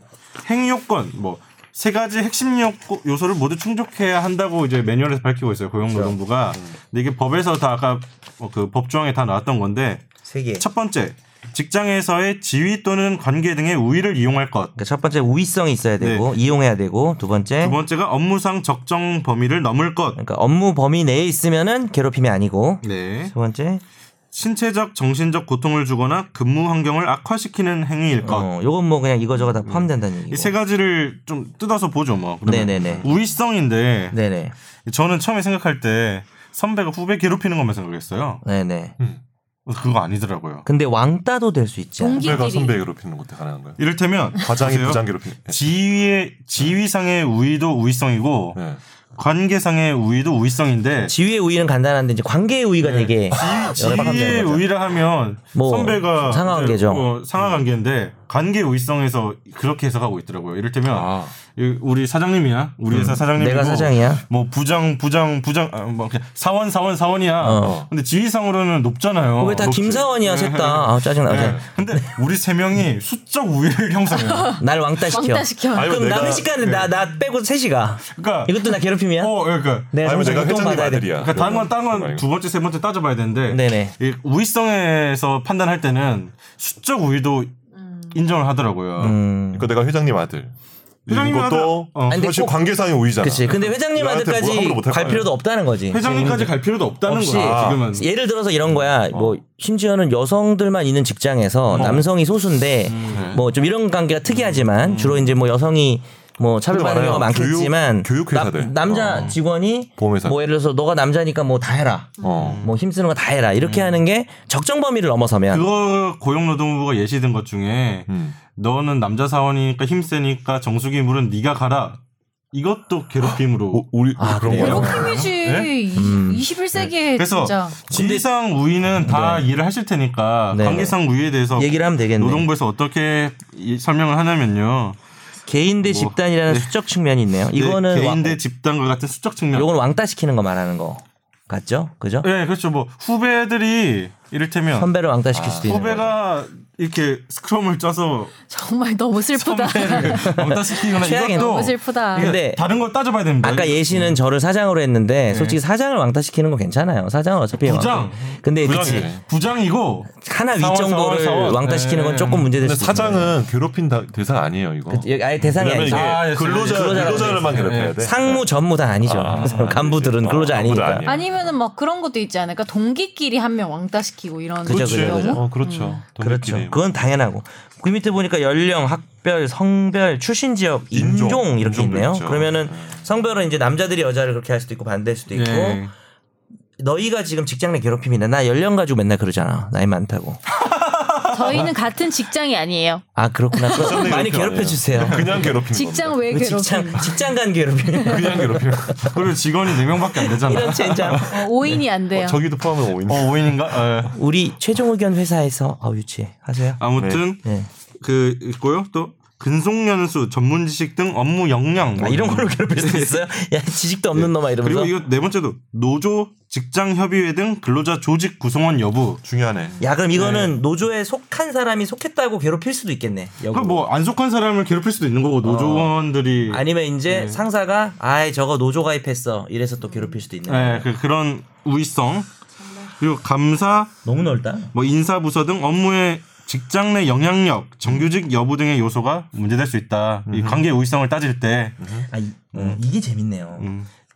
[SPEAKER 1] 행요건 뭐 세 가지 핵심 요- 요소를 모두 충족해야 한다고 이제 매뉴얼에서 밝히고 있어요, 고용노동부가.
[SPEAKER 3] 그렇죠.
[SPEAKER 1] 근데 이게 법에서 다 아까 어, 그 법조항에 다 나왔던 건데
[SPEAKER 3] 세 개.
[SPEAKER 1] 첫 번째 직장에서의 지위 또는 관계 등의 우위를 이용할 것.
[SPEAKER 3] 그러니까 첫 번째 우위성이 있어야 되고 이용해야 되고 두 번째
[SPEAKER 1] 네. 두 번째가 업무상 적정 범위를 넘을 것.
[SPEAKER 3] 그러니까 업무 범위 내에 있으면은 괴롭힘이 아니고
[SPEAKER 1] 네.
[SPEAKER 3] 세 번째
[SPEAKER 1] 신체적, 정신적 고통을 주거나 근무 환경을 악화시키는 행위일 것.
[SPEAKER 3] 어 요건 뭐 그냥 이거저거 다 포함된다는
[SPEAKER 1] 아.
[SPEAKER 3] 얘기고
[SPEAKER 1] 이 세 가지를 좀 뜯어서 보죠, 뭐. 그러면
[SPEAKER 3] 네네네
[SPEAKER 1] 우위성인데
[SPEAKER 3] 네네
[SPEAKER 1] 저는 처음에 생각할 때 선배가 후배 괴롭히는 것만 생각했어요.
[SPEAKER 3] 네네
[SPEAKER 1] 그거 아니더라고요.
[SPEAKER 3] 근데 왕따도 될 수 있지 않아요?
[SPEAKER 4] 선배가
[SPEAKER 6] 동기끼리.
[SPEAKER 4] 선배 괴롭히는 것도 가능한 거예요.
[SPEAKER 1] 이를테면
[SPEAKER 4] 과장이
[SPEAKER 1] 보세요.
[SPEAKER 4] 부장 괴롭히는. 네.
[SPEAKER 1] 지위의 지위상의 우위도 우위성이고
[SPEAKER 4] 네.
[SPEAKER 1] 관계상의 우위도 우위성인데
[SPEAKER 3] 지위의 우위는 간단한데 이제 관계의 우위가 되게 여러 방법이
[SPEAKER 1] 지위의
[SPEAKER 3] 있는 거죠.
[SPEAKER 1] 우위를 아, 하면
[SPEAKER 3] 뭐,
[SPEAKER 1] 선배가
[SPEAKER 3] 상하관계죠.
[SPEAKER 1] 이제 뭐 상하관계인데 관계 우위성에서 그렇게 해석하고 있더라고요. 이를테면
[SPEAKER 4] 아.
[SPEAKER 1] 이- 우리 사장님이야, 우리 회사 사장님이고
[SPEAKER 3] 음. 내가 사장이야?
[SPEAKER 1] 뭐 부장 부장 부장 아, 뭐 그냥 사원 사원 사원이야.
[SPEAKER 3] 어.
[SPEAKER 1] 근데 지위상으로는 높잖아요.
[SPEAKER 3] 왜 다
[SPEAKER 1] 높지.
[SPEAKER 3] 김사원이야 셋다 아 짜증나
[SPEAKER 1] 어, 네. 근데 우리 세 명이 수적 우위를 형성해요.
[SPEAKER 3] 날 왕따 시켜
[SPEAKER 6] 왕따 시켜.
[SPEAKER 4] 아니면
[SPEAKER 3] 그럼
[SPEAKER 4] 내가-
[SPEAKER 3] 남의 시간에 나, 나 빼고 셋이가
[SPEAKER 1] 그러니까
[SPEAKER 3] 이것도 나 괴롭힘이야?
[SPEAKER 1] 어, 예, 그러니까
[SPEAKER 3] 내가 정말
[SPEAKER 4] 아니면 내가
[SPEAKER 3] 고통
[SPEAKER 4] 회장님
[SPEAKER 3] 네, 받아야 돼.
[SPEAKER 4] 아들이야. 네.
[SPEAKER 1] 그러니까 다른 건 다른 건
[SPEAKER 4] 그런 거
[SPEAKER 1] 두 번째 세 번째 따져봐야 되는데
[SPEAKER 3] 네네.
[SPEAKER 1] 이 우위성에서 판단할 때는 수적 우위도 인정을 하더라고요.
[SPEAKER 3] 음.
[SPEAKER 4] 그러니까 내가 회장님 아들.
[SPEAKER 1] 회장님
[SPEAKER 4] 이것도
[SPEAKER 1] 아들- 어.
[SPEAKER 3] 아니, 근데
[SPEAKER 4] 사실
[SPEAKER 3] 꼭-
[SPEAKER 4] 관계상의 우위잖아.
[SPEAKER 3] 그치 근데 회장님
[SPEAKER 4] 나한테 뭘
[SPEAKER 3] 아들까지
[SPEAKER 4] 함부로 못할
[SPEAKER 3] 갈
[SPEAKER 4] 거야.
[SPEAKER 3] 필요도 없다는 거지
[SPEAKER 1] 회장님까지 갈 필요도 없다는
[SPEAKER 3] 없이 아.
[SPEAKER 1] 거야 지금은.
[SPEAKER 3] 예를 들어서 이런 거야. 뭐 심지어는 여성들만 있는
[SPEAKER 4] 어.
[SPEAKER 3] 직장에서 남성이 소수인데
[SPEAKER 4] 음.
[SPEAKER 1] 음.
[SPEAKER 3] 뭐 좀 이런 관계가 특이하지만 주로 이제 뭐 여성이 뭐 차별받는
[SPEAKER 4] 근데
[SPEAKER 3] 경우가
[SPEAKER 4] 음. 많아요.
[SPEAKER 3] 많겠지만
[SPEAKER 4] 교육- 교육회사들. 어.
[SPEAKER 3] 남- 남자 직원이
[SPEAKER 4] 보험회사.
[SPEAKER 3] 뭐 예를 들어서 너가 남자니까 뭐 다 해라.
[SPEAKER 4] 어.
[SPEAKER 3] 뭐 힘쓰는 거 다 해라. 이렇게
[SPEAKER 4] 음.
[SPEAKER 3] 하는 게 적정 범위를 넘어서면
[SPEAKER 1] 그거 고용노동부가 예시든 것 중에
[SPEAKER 4] 음.
[SPEAKER 1] 너는 남자 사원이니까 힘세니까 정수기 물은 네가 가라. 이것도 괴롭힘으로.
[SPEAKER 4] 오, 우리
[SPEAKER 3] 아,
[SPEAKER 4] 그런
[SPEAKER 3] 그래요?
[SPEAKER 4] 거야.
[SPEAKER 6] 괴롭힘이지.
[SPEAKER 1] 네?
[SPEAKER 6] 이- 21세기에
[SPEAKER 1] 그래서
[SPEAKER 6] 예, 진짜.
[SPEAKER 1] 지위상 우위는 다 이해를 하실 테니까
[SPEAKER 3] 네.
[SPEAKER 1] 관계상 우위에
[SPEAKER 4] 그
[SPEAKER 1] 대해서
[SPEAKER 3] 얘기를 하면 되겠네.
[SPEAKER 1] 노동부에서 어떻게 이- 설명을 하냐면요.
[SPEAKER 3] 개인
[SPEAKER 4] 뭐.
[SPEAKER 3] 대
[SPEAKER 4] 네.
[SPEAKER 3] 집단이라는 수적 측면이 있네요.
[SPEAKER 1] 이거는
[SPEAKER 3] 이거는
[SPEAKER 1] 개인
[SPEAKER 3] 왕-
[SPEAKER 1] 대 집단과 같은 수적 측면.
[SPEAKER 3] 요건 왕따 시키는 거 말하는 거. 같죠? 그죠?
[SPEAKER 4] 네.
[SPEAKER 1] 예, 그렇죠. 뭐 후배들이 이를테면
[SPEAKER 3] 선배를
[SPEAKER 4] 아.
[SPEAKER 3] 왕따시킬 수도 있는 거죠.
[SPEAKER 1] 후배가 이렇게 스크럼을 짜서
[SPEAKER 6] 정말 너무 슬프다.
[SPEAKER 1] 선배를 왕따시키거나
[SPEAKER 3] 최악이네.
[SPEAKER 1] 이것도
[SPEAKER 6] 너무
[SPEAKER 2] 아.
[SPEAKER 6] 슬프다.
[SPEAKER 1] 이게
[SPEAKER 3] 근데
[SPEAKER 1] 그러니까 다른 걸 따져봐야 됩니다.
[SPEAKER 3] 아까
[SPEAKER 4] 네.
[SPEAKER 1] 이게
[SPEAKER 3] 예시는 저를 사장으로 했는데 솔직히 사장을 왕따시키는 건 괜찮아요. 사장은 어차피
[SPEAKER 1] 부장.
[SPEAKER 3] 왕따. 근데
[SPEAKER 1] 부장이
[SPEAKER 3] 그치.
[SPEAKER 1] 부장이고
[SPEAKER 3] 하나 위
[SPEAKER 1] 상원,
[SPEAKER 3] 정도를
[SPEAKER 1] 상원, 상원.
[SPEAKER 3] 왕따시키는 건
[SPEAKER 1] 네.
[SPEAKER 3] 조금 문제될
[SPEAKER 4] 근데
[SPEAKER 3] 수 있어요.
[SPEAKER 4] 사장은 괴롭힌 다- 대상 아니에요 이거.
[SPEAKER 3] 여기 그, 아예 대상이
[SPEAKER 4] 왜냐면 이게
[SPEAKER 3] 아니죠.
[SPEAKER 1] 아, 예,
[SPEAKER 4] 근로자
[SPEAKER 3] 근로자라고
[SPEAKER 4] 근로자를만
[SPEAKER 1] 돼 있어요.
[SPEAKER 4] 괴롭혀야
[SPEAKER 1] 예.
[SPEAKER 4] 돼.
[SPEAKER 3] 상무 전무 다 아니죠. 간부들은 근로자
[SPEAKER 4] 아,
[SPEAKER 3] 아니니까.
[SPEAKER 4] 아무도 아니에요.
[SPEAKER 6] 아니면은 막 그런 것도 있지 않을까? 동기끼리 한 명 왕따 시키고 이런
[SPEAKER 3] 그죠, 그죠,
[SPEAKER 6] 경우?
[SPEAKER 3] 예, 그죠.
[SPEAKER 4] 어, 그렇죠.
[SPEAKER 3] 그렇죠.
[SPEAKER 4] 동료끼리.
[SPEAKER 3] 그건 당연하고 그 밑에 보니까 연령, 학별, 성별, 출신 지역, 인종,
[SPEAKER 4] 인종,
[SPEAKER 3] 이렇게
[SPEAKER 4] 인종도
[SPEAKER 3] 있네요.
[SPEAKER 4] 있죠.
[SPEAKER 3] 그러면은
[SPEAKER 4] 네.
[SPEAKER 3] 성별은 이제 남자들이 여자를 그렇게 할 수도 있고 반대할 수도 있고
[SPEAKER 1] 예.
[SPEAKER 3] 너희가 지금 직장 내 괴롭힘이네. 나 연령 가지고 맨날 그러잖아. 나이 많다고.
[SPEAKER 6] 저희는 같은 직장이 아니에요.
[SPEAKER 3] 아 그렇구나. 그럼
[SPEAKER 4] 직장 내
[SPEAKER 3] 많이
[SPEAKER 4] 괴롭힘
[SPEAKER 3] 괴롭혀
[SPEAKER 4] 아니에요.
[SPEAKER 3] 주세요.
[SPEAKER 4] 그냥 괴롭힌
[SPEAKER 6] 직장
[SPEAKER 4] 겁니다.
[SPEAKER 6] 외 괴롭힘.
[SPEAKER 3] 직장 직장 간 괴롭힘.
[SPEAKER 4] 그냥 괴롭힌 거.
[SPEAKER 1] 그리고 직원이 4명밖에 안 되잖아.
[SPEAKER 3] 이런 젠장.
[SPEAKER 6] 어, 5인이 안 돼요.
[SPEAKER 4] 저기도 포함은 오인.
[SPEAKER 1] 어, 5인인가?
[SPEAKER 3] 우리 최종 의견 회사에서 어 유치해 하세요.
[SPEAKER 1] 아무튼
[SPEAKER 3] 네.
[SPEAKER 1] 그 있고요. 또 근속 연수, 전문 지식 등 업무 역량
[SPEAKER 3] 아,
[SPEAKER 1] 뭐
[SPEAKER 3] 이런 걸로 괴롭힐 수 있어요? 야 지식도 없는 놈아 이러면서.
[SPEAKER 1] 그리고 이거 네 번째도 노조, 직장 협의회 등 근로자 조직 구성원 여부.
[SPEAKER 4] 중요하네.
[SPEAKER 3] 야 그럼 이거는 노조에 속한 사람이 속했다고 괴롭힐 수도 있겠네. 여기.
[SPEAKER 1] 그럼 뭐 안 속한 사람을 괴롭힐 수도 있는 거고 노조원들이
[SPEAKER 3] 아니면 이제 상사가 아이 저거 노조 가입했어 이래서 또 괴롭힐 수도 있네.
[SPEAKER 1] 네, 그, 그런 우위성 그리고 감사,
[SPEAKER 3] 너무 넓다.
[SPEAKER 1] 뭐 인사 부서 등 업무의 직장 내 영향력, 정규직 여부 등의 요소가 문제될 수 있다. 이 관계 우위성을 따질 때
[SPEAKER 3] 아, 이, 게 재밌네요.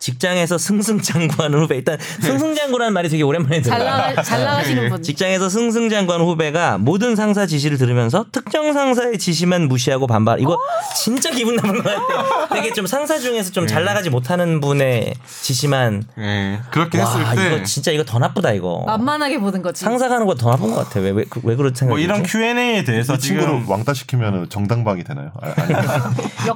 [SPEAKER 3] 직장에서 승승장구하는 후배 일단 승승장구라는 말이 되게 오랜만에
[SPEAKER 6] 잘,
[SPEAKER 3] 들어요.
[SPEAKER 6] 나가, 잘 나가시는 분.
[SPEAKER 3] 직장에서 승승장구하는 후배가 모든 상사 지시를 들으면서 특정 상사의 지시만 무시하고 반발. 이거 진짜 기분 나쁜 것 같아요. 되게 좀 상사 중에서 좀
[SPEAKER 4] 네.
[SPEAKER 3] 잘 나가지 못하는 분의 지시만.
[SPEAKER 1] 예, 그렇게
[SPEAKER 3] 와
[SPEAKER 1] 했을 때
[SPEAKER 3] 이거
[SPEAKER 1] 뭐
[SPEAKER 3] 진짜 이거 더 나쁘다 이거.
[SPEAKER 6] 만만하게 보는 거지.
[SPEAKER 3] 상사가 하는 거 더 나쁜 것 같아. 왜왜 왜 그런 생각?
[SPEAKER 1] 뭐
[SPEAKER 4] 뭐
[SPEAKER 1] 이런 뭐 Q&A에 대해서
[SPEAKER 4] 이 친구를
[SPEAKER 1] 지금
[SPEAKER 4] 왕따 시키면 정당방위 되나요? 아,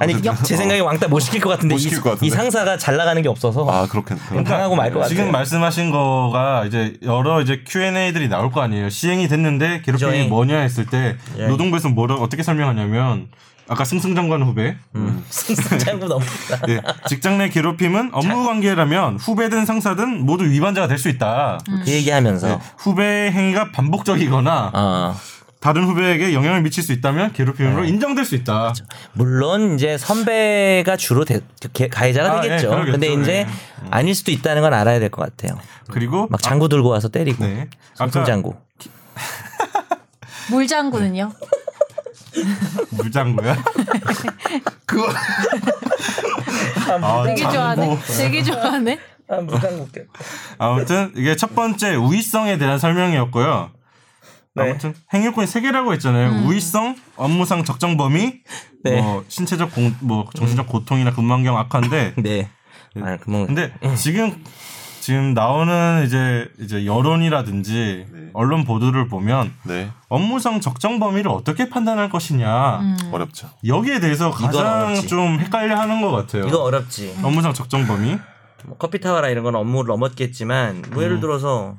[SPEAKER 4] 아니.
[SPEAKER 6] 역,
[SPEAKER 3] 아니 제 생각에 왕따 못 시킬 것 같은데,
[SPEAKER 4] 어. 못
[SPEAKER 3] 이-
[SPEAKER 4] 시킬 것 같은데.
[SPEAKER 3] 이, 상사가 잘 나가는 게 없어서
[SPEAKER 4] 아 그렇게 그런.
[SPEAKER 3] 당하고 말 것 같아요.
[SPEAKER 1] 지금 말씀하신 거가 이제 여러 이제 Q&A들이 나올 거 아니에요. 시행이 됐는데 괴롭힘이
[SPEAKER 3] 그죠, 예.
[SPEAKER 1] 뭐냐 했을 때
[SPEAKER 3] 예.
[SPEAKER 1] 노동부에서 뭐라 어떻게 설명하냐면 아까 승승장구한 후배
[SPEAKER 3] 승승장구 너무 웃다.
[SPEAKER 1] 예. 직장 내 괴롭힘은 업무 관계라면 후배든 상사든 모두 위반자가 될 수 있다. 네.
[SPEAKER 3] 그
[SPEAKER 4] 네.
[SPEAKER 3] 얘기하면서
[SPEAKER 1] 후배의 행위가 반복적이거나
[SPEAKER 3] 어,
[SPEAKER 1] 다른 후배에게 영향을 미칠 수 있다면 괴롭힘으로
[SPEAKER 3] 네.
[SPEAKER 1] 인정될 수 있다.
[SPEAKER 3] 그렇죠. 물론 이제 선배가 주로 대- 개- 가해자가
[SPEAKER 1] 아,
[SPEAKER 3] 되겠죠.
[SPEAKER 1] 예, 그러겠죠.
[SPEAKER 3] 근데 이제
[SPEAKER 1] 예.
[SPEAKER 3] 아닐 수도 있다는 건 알아야 될 것 같아요.
[SPEAKER 1] 그리고
[SPEAKER 3] 막 장구 들고 와서 때리고
[SPEAKER 1] 아, 네. 아까
[SPEAKER 3] 승장구.
[SPEAKER 6] 물장구는요?
[SPEAKER 1] 물장구야.
[SPEAKER 4] 그거
[SPEAKER 6] 되게 좋아하네. 되게 좋아하네.
[SPEAKER 3] 아, 무장구 웃겨.
[SPEAKER 1] 아무튼 이게 첫 번째 우위성에 대한 설명이었고요.
[SPEAKER 3] 네. 음.
[SPEAKER 1] 아무튼 행위권이 세 개라고 했잖아요. 우위성, 업무상 적정 범위,
[SPEAKER 3] 네.
[SPEAKER 1] 뭐 신체적 공, 뭐 정신적 고통이나 근무환경 악화인데.
[SPEAKER 3] 네. 아, 그만.
[SPEAKER 1] 근데 지금 지금 나오는 이제 이제 여론이라든지
[SPEAKER 4] 네.
[SPEAKER 1] 언론 보도를 보면
[SPEAKER 4] 네
[SPEAKER 1] 업무상 적정 범위를 어떻게 판단할 것이냐
[SPEAKER 2] 음.
[SPEAKER 6] 음.
[SPEAKER 4] 어렵죠.
[SPEAKER 1] 여기에 대해서 가장
[SPEAKER 3] 어렵지.
[SPEAKER 1] 좀 헷갈려하는 것 같아요.
[SPEAKER 3] 이거 어렵지.
[SPEAKER 1] 업무상 적정 범위.
[SPEAKER 3] 뭐 커피 타워라 이런 건 업무를 넘었겠지만 뭐
[SPEAKER 1] 음.
[SPEAKER 3] 예를 들어서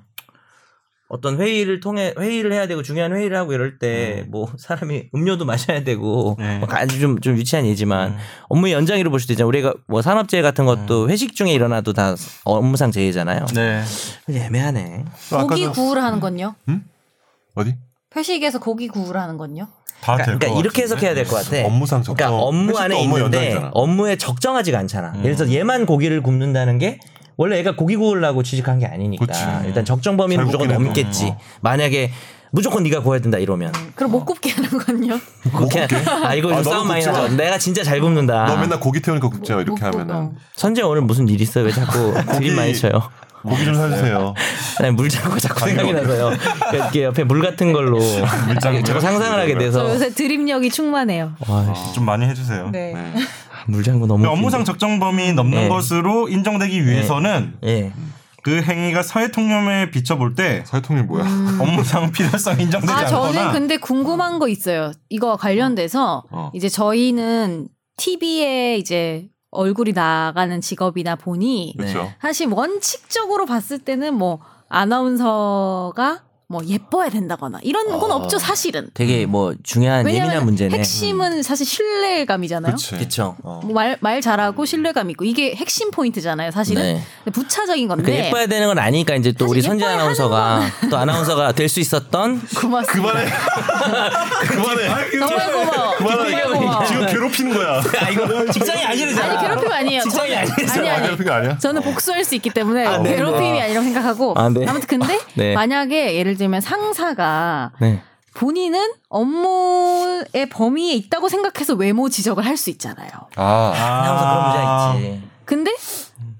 [SPEAKER 3] 어떤 회의를 통해 회의를 해야 되고 중요한 회의를 하고 이럴 때 뭐 사람이 음료도 마셔야 되고
[SPEAKER 1] 음. 네. 음.
[SPEAKER 3] 뭐 아주 좀 좀 유치한 얘기지만 업무의 연장이라고 볼 수도 있잖아요. 우리가 뭐 산업재해 같은 것도 회식 중에 일어나도 다 업무상 재해잖아요.
[SPEAKER 1] 네.
[SPEAKER 3] 애매하네.
[SPEAKER 4] 또 아까
[SPEAKER 6] 고기
[SPEAKER 4] 전-
[SPEAKER 6] 구울 하는 건요?
[SPEAKER 4] 어디?
[SPEAKER 6] 회식에서 고기 구울 하는 건요?
[SPEAKER 1] 다
[SPEAKER 4] 아,
[SPEAKER 3] 그러니까,
[SPEAKER 1] 될것
[SPEAKER 3] 그러니까 이렇게
[SPEAKER 1] 같은데?
[SPEAKER 3] 해석해야 될 것 같아.
[SPEAKER 4] 업무상 적정.
[SPEAKER 3] 그러니까 업무
[SPEAKER 4] 회식도
[SPEAKER 3] 안에
[SPEAKER 4] 업무
[SPEAKER 3] 있는데 어,
[SPEAKER 4] 연장이잖아. 음.
[SPEAKER 3] 업무에 적정하지가 않잖아. 예를 들어서 얘만 고기를 굽는다는 게 원래 얘가 고기 구우려고 취직한 게 아니니까
[SPEAKER 4] 그치.
[SPEAKER 3] 일단 적정 범위는
[SPEAKER 4] 잘
[SPEAKER 3] 무조건
[SPEAKER 4] 굽긴 해도.
[SPEAKER 3] 넘겠지. 만약에 무조건 네가 구워야 된다 이러면
[SPEAKER 6] 그럼 못 굽게 하는 건요?
[SPEAKER 3] 그렇게 아 이거
[SPEAKER 4] 아,
[SPEAKER 3] 좀
[SPEAKER 4] 너는
[SPEAKER 3] 싸움 많이
[SPEAKER 4] 굽지 마.
[SPEAKER 3] 나죠. 내가 진짜 잘 굽는다.
[SPEAKER 4] 너 맨날 고기 태우니까 굽지 마
[SPEAKER 6] 못
[SPEAKER 4] 이렇게 하면은
[SPEAKER 6] 굽어.
[SPEAKER 3] 선재 오늘 무슨 일 있어요? 왜 자꾸 드림 많이 쳐요?
[SPEAKER 4] 고기
[SPEAKER 3] 네.
[SPEAKER 4] 좀 사주세요.
[SPEAKER 3] 아니, 물 자꾸 자꾸 생각이
[SPEAKER 4] 뭐.
[SPEAKER 3] 나서요. 그 이렇게 옆에 물 같은 걸로
[SPEAKER 1] 물장구요?
[SPEAKER 3] 자꾸 상상을 하게
[SPEAKER 6] 저
[SPEAKER 3] 돼서
[SPEAKER 6] 요새 드립력이 충만해요.
[SPEAKER 3] 와,
[SPEAKER 1] 좀 많이 해주세요.
[SPEAKER 6] 네.
[SPEAKER 3] 물장구 너무
[SPEAKER 1] 그러니까 업무상 적정 범위 넘는
[SPEAKER 3] 네.
[SPEAKER 1] 것으로 인정되기 위해서는
[SPEAKER 3] 웃긴다. 예.
[SPEAKER 1] 그 행위가 사회 통념에 비춰볼 때
[SPEAKER 4] 사회통일 뭐야?
[SPEAKER 3] 음.
[SPEAKER 1] 업무상 필요성 인정되지
[SPEAKER 6] 아, 저는
[SPEAKER 1] 않거나
[SPEAKER 6] 근데 궁금한 거 있어요. 이거 관련돼서
[SPEAKER 4] 어.
[SPEAKER 6] 이제 저희는 TV에 이제 얼굴이 나가는 직업이다 보니
[SPEAKER 3] 네. 어?
[SPEAKER 4] 그렇죠.
[SPEAKER 6] 사실 원칙적으로 봤을 때는 뭐 아나운서가
[SPEAKER 2] 뭐 예뻐야 된다거나 이런 건
[SPEAKER 4] 아.
[SPEAKER 2] 없죠 사실은.
[SPEAKER 3] 되게 뭐 중요한
[SPEAKER 2] 음. 왜냐면
[SPEAKER 3] 예민한 문제네. 음.
[SPEAKER 2] 핵심은 사실 신뢰감이잖아요.
[SPEAKER 4] 그치.
[SPEAKER 3] 그렇죠.
[SPEAKER 4] 어.
[SPEAKER 2] 뭐 말, 말 잘하고 신뢰감 있고 이게 핵심 포인트잖아요 사실은
[SPEAKER 3] 네.
[SPEAKER 2] 근데 부차적인 건데
[SPEAKER 3] 그러니까 예뻐야 되는 건 아니니까 이제 또 우리
[SPEAKER 2] 네. 사실
[SPEAKER 3] 선재
[SPEAKER 2] 예뻐야
[SPEAKER 3] 아나운서가 또 아나운서가 될 수 있었던
[SPEAKER 2] 고맙습니다
[SPEAKER 4] 그만해. 그만해.
[SPEAKER 2] 정말 고마워
[SPEAKER 4] 그만해.
[SPEAKER 2] 정말 고마워
[SPEAKER 4] 지금 괴롭히는 거야.
[SPEAKER 3] 아 이거 직장이 아니잖아.
[SPEAKER 2] 아니 괴롭힘 아니에요
[SPEAKER 3] 직장이
[SPEAKER 2] 저는-
[SPEAKER 3] 아니에요.
[SPEAKER 2] 아니
[SPEAKER 4] 아,
[SPEAKER 2] 아니
[SPEAKER 4] 괴롭힌 거 아니야?
[SPEAKER 2] 저는 복수할 수 있기 때문에
[SPEAKER 3] 어. 아, 네.
[SPEAKER 2] 괴롭힘이 아니라고 생각하고
[SPEAKER 3] 아,
[SPEAKER 2] 아,
[SPEAKER 3] 네.
[SPEAKER 2] 무튼 근데
[SPEAKER 3] 네.
[SPEAKER 2] 만약에 예를 들면 상사가
[SPEAKER 3] 네.
[SPEAKER 2] 본인은 업무의 범위에 있다고 생각해서 외모 지적을 할 수 있잖아요
[SPEAKER 4] 아.
[SPEAKER 3] 아나운서 그런 문제가 있지.
[SPEAKER 2] 근데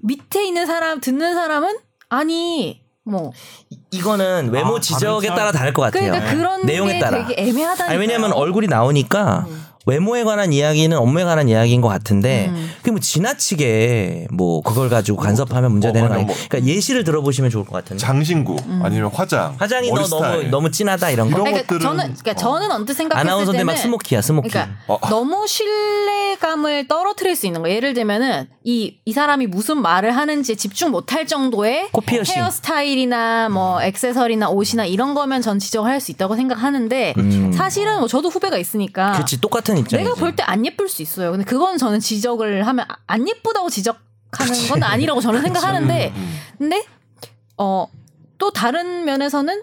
[SPEAKER 2] 밑에 있는 사람 듣는 사람은 아니 뭐
[SPEAKER 3] 이- 이거는 외모
[SPEAKER 1] 아,
[SPEAKER 3] 지적에
[SPEAKER 1] 다른
[SPEAKER 3] 따라 다를 것 같아요. 네.
[SPEAKER 2] 그러니까
[SPEAKER 4] 네.
[SPEAKER 2] 그런
[SPEAKER 3] 내용에
[SPEAKER 2] 게
[SPEAKER 3] 따라.
[SPEAKER 2] 되게 음. 애매하다니까
[SPEAKER 3] 아니 왜냐면 얼굴이 나오니까 외모에 관한 이야기는 업무에 관한 이야기인 것 같은데
[SPEAKER 2] 음.
[SPEAKER 3] 그게 뭐 지나치게 뭐 그걸 가지고 간섭하면 문제 가
[SPEAKER 4] 어,
[SPEAKER 3] 되는 거
[SPEAKER 4] 맞아,
[SPEAKER 3] 아니에요.
[SPEAKER 4] 뭐.
[SPEAKER 3] 그러니까 예시를 들어보시면 좋을 것 같은데.
[SPEAKER 4] 장신구
[SPEAKER 2] 음.
[SPEAKER 4] 아니면 화장.
[SPEAKER 3] 화장이
[SPEAKER 4] 머리
[SPEAKER 3] 너 너무
[SPEAKER 4] 스타일.
[SPEAKER 3] 너무 진하다 이런 거.
[SPEAKER 4] 이런
[SPEAKER 2] 그러니까
[SPEAKER 4] 것들은-
[SPEAKER 2] 저는 그러니까
[SPEAKER 4] 어.
[SPEAKER 2] 저는 언뜻 생각했을
[SPEAKER 3] 아나운서들
[SPEAKER 2] 때는
[SPEAKER 3] 막 스모키야 스모키.
[SPEAKER 2] 그러니까
[SPEAKER 4] 어.
[SPEAKER 2] 너무 신뢰감을 떨어뜨릴 수 있는 거. 예를 들면은 이 이 사람이 무슨 말을 하는지 집중 못할 정도의
[SPEAKER 3] 코 피어싱.
[SPEAKER 2] 헤어스타일이나 뭐 액세서리나 옷이나 이런 거면 전 지적할 수 있다고 생각하는데
[SPEAKER 4] 그렇죠.
[SPEAKER 3] 음.
[SPEAKER 2] 사실은 뭐 저도 후배가 있으니까
[SPEAKER 3] 그렇지 똑같은 입장.
[SPEAKER 2] 내가 볼 때 안 예쁠 수 있어요. 근데 그건 저는 지적을 하면 아- 안 예쁘다고 지적하는 건 아니라고 저는 생각하는데
[SPEAKER 4] 음.
[SPEAKER 2] 근데 어 또 다른 면에서는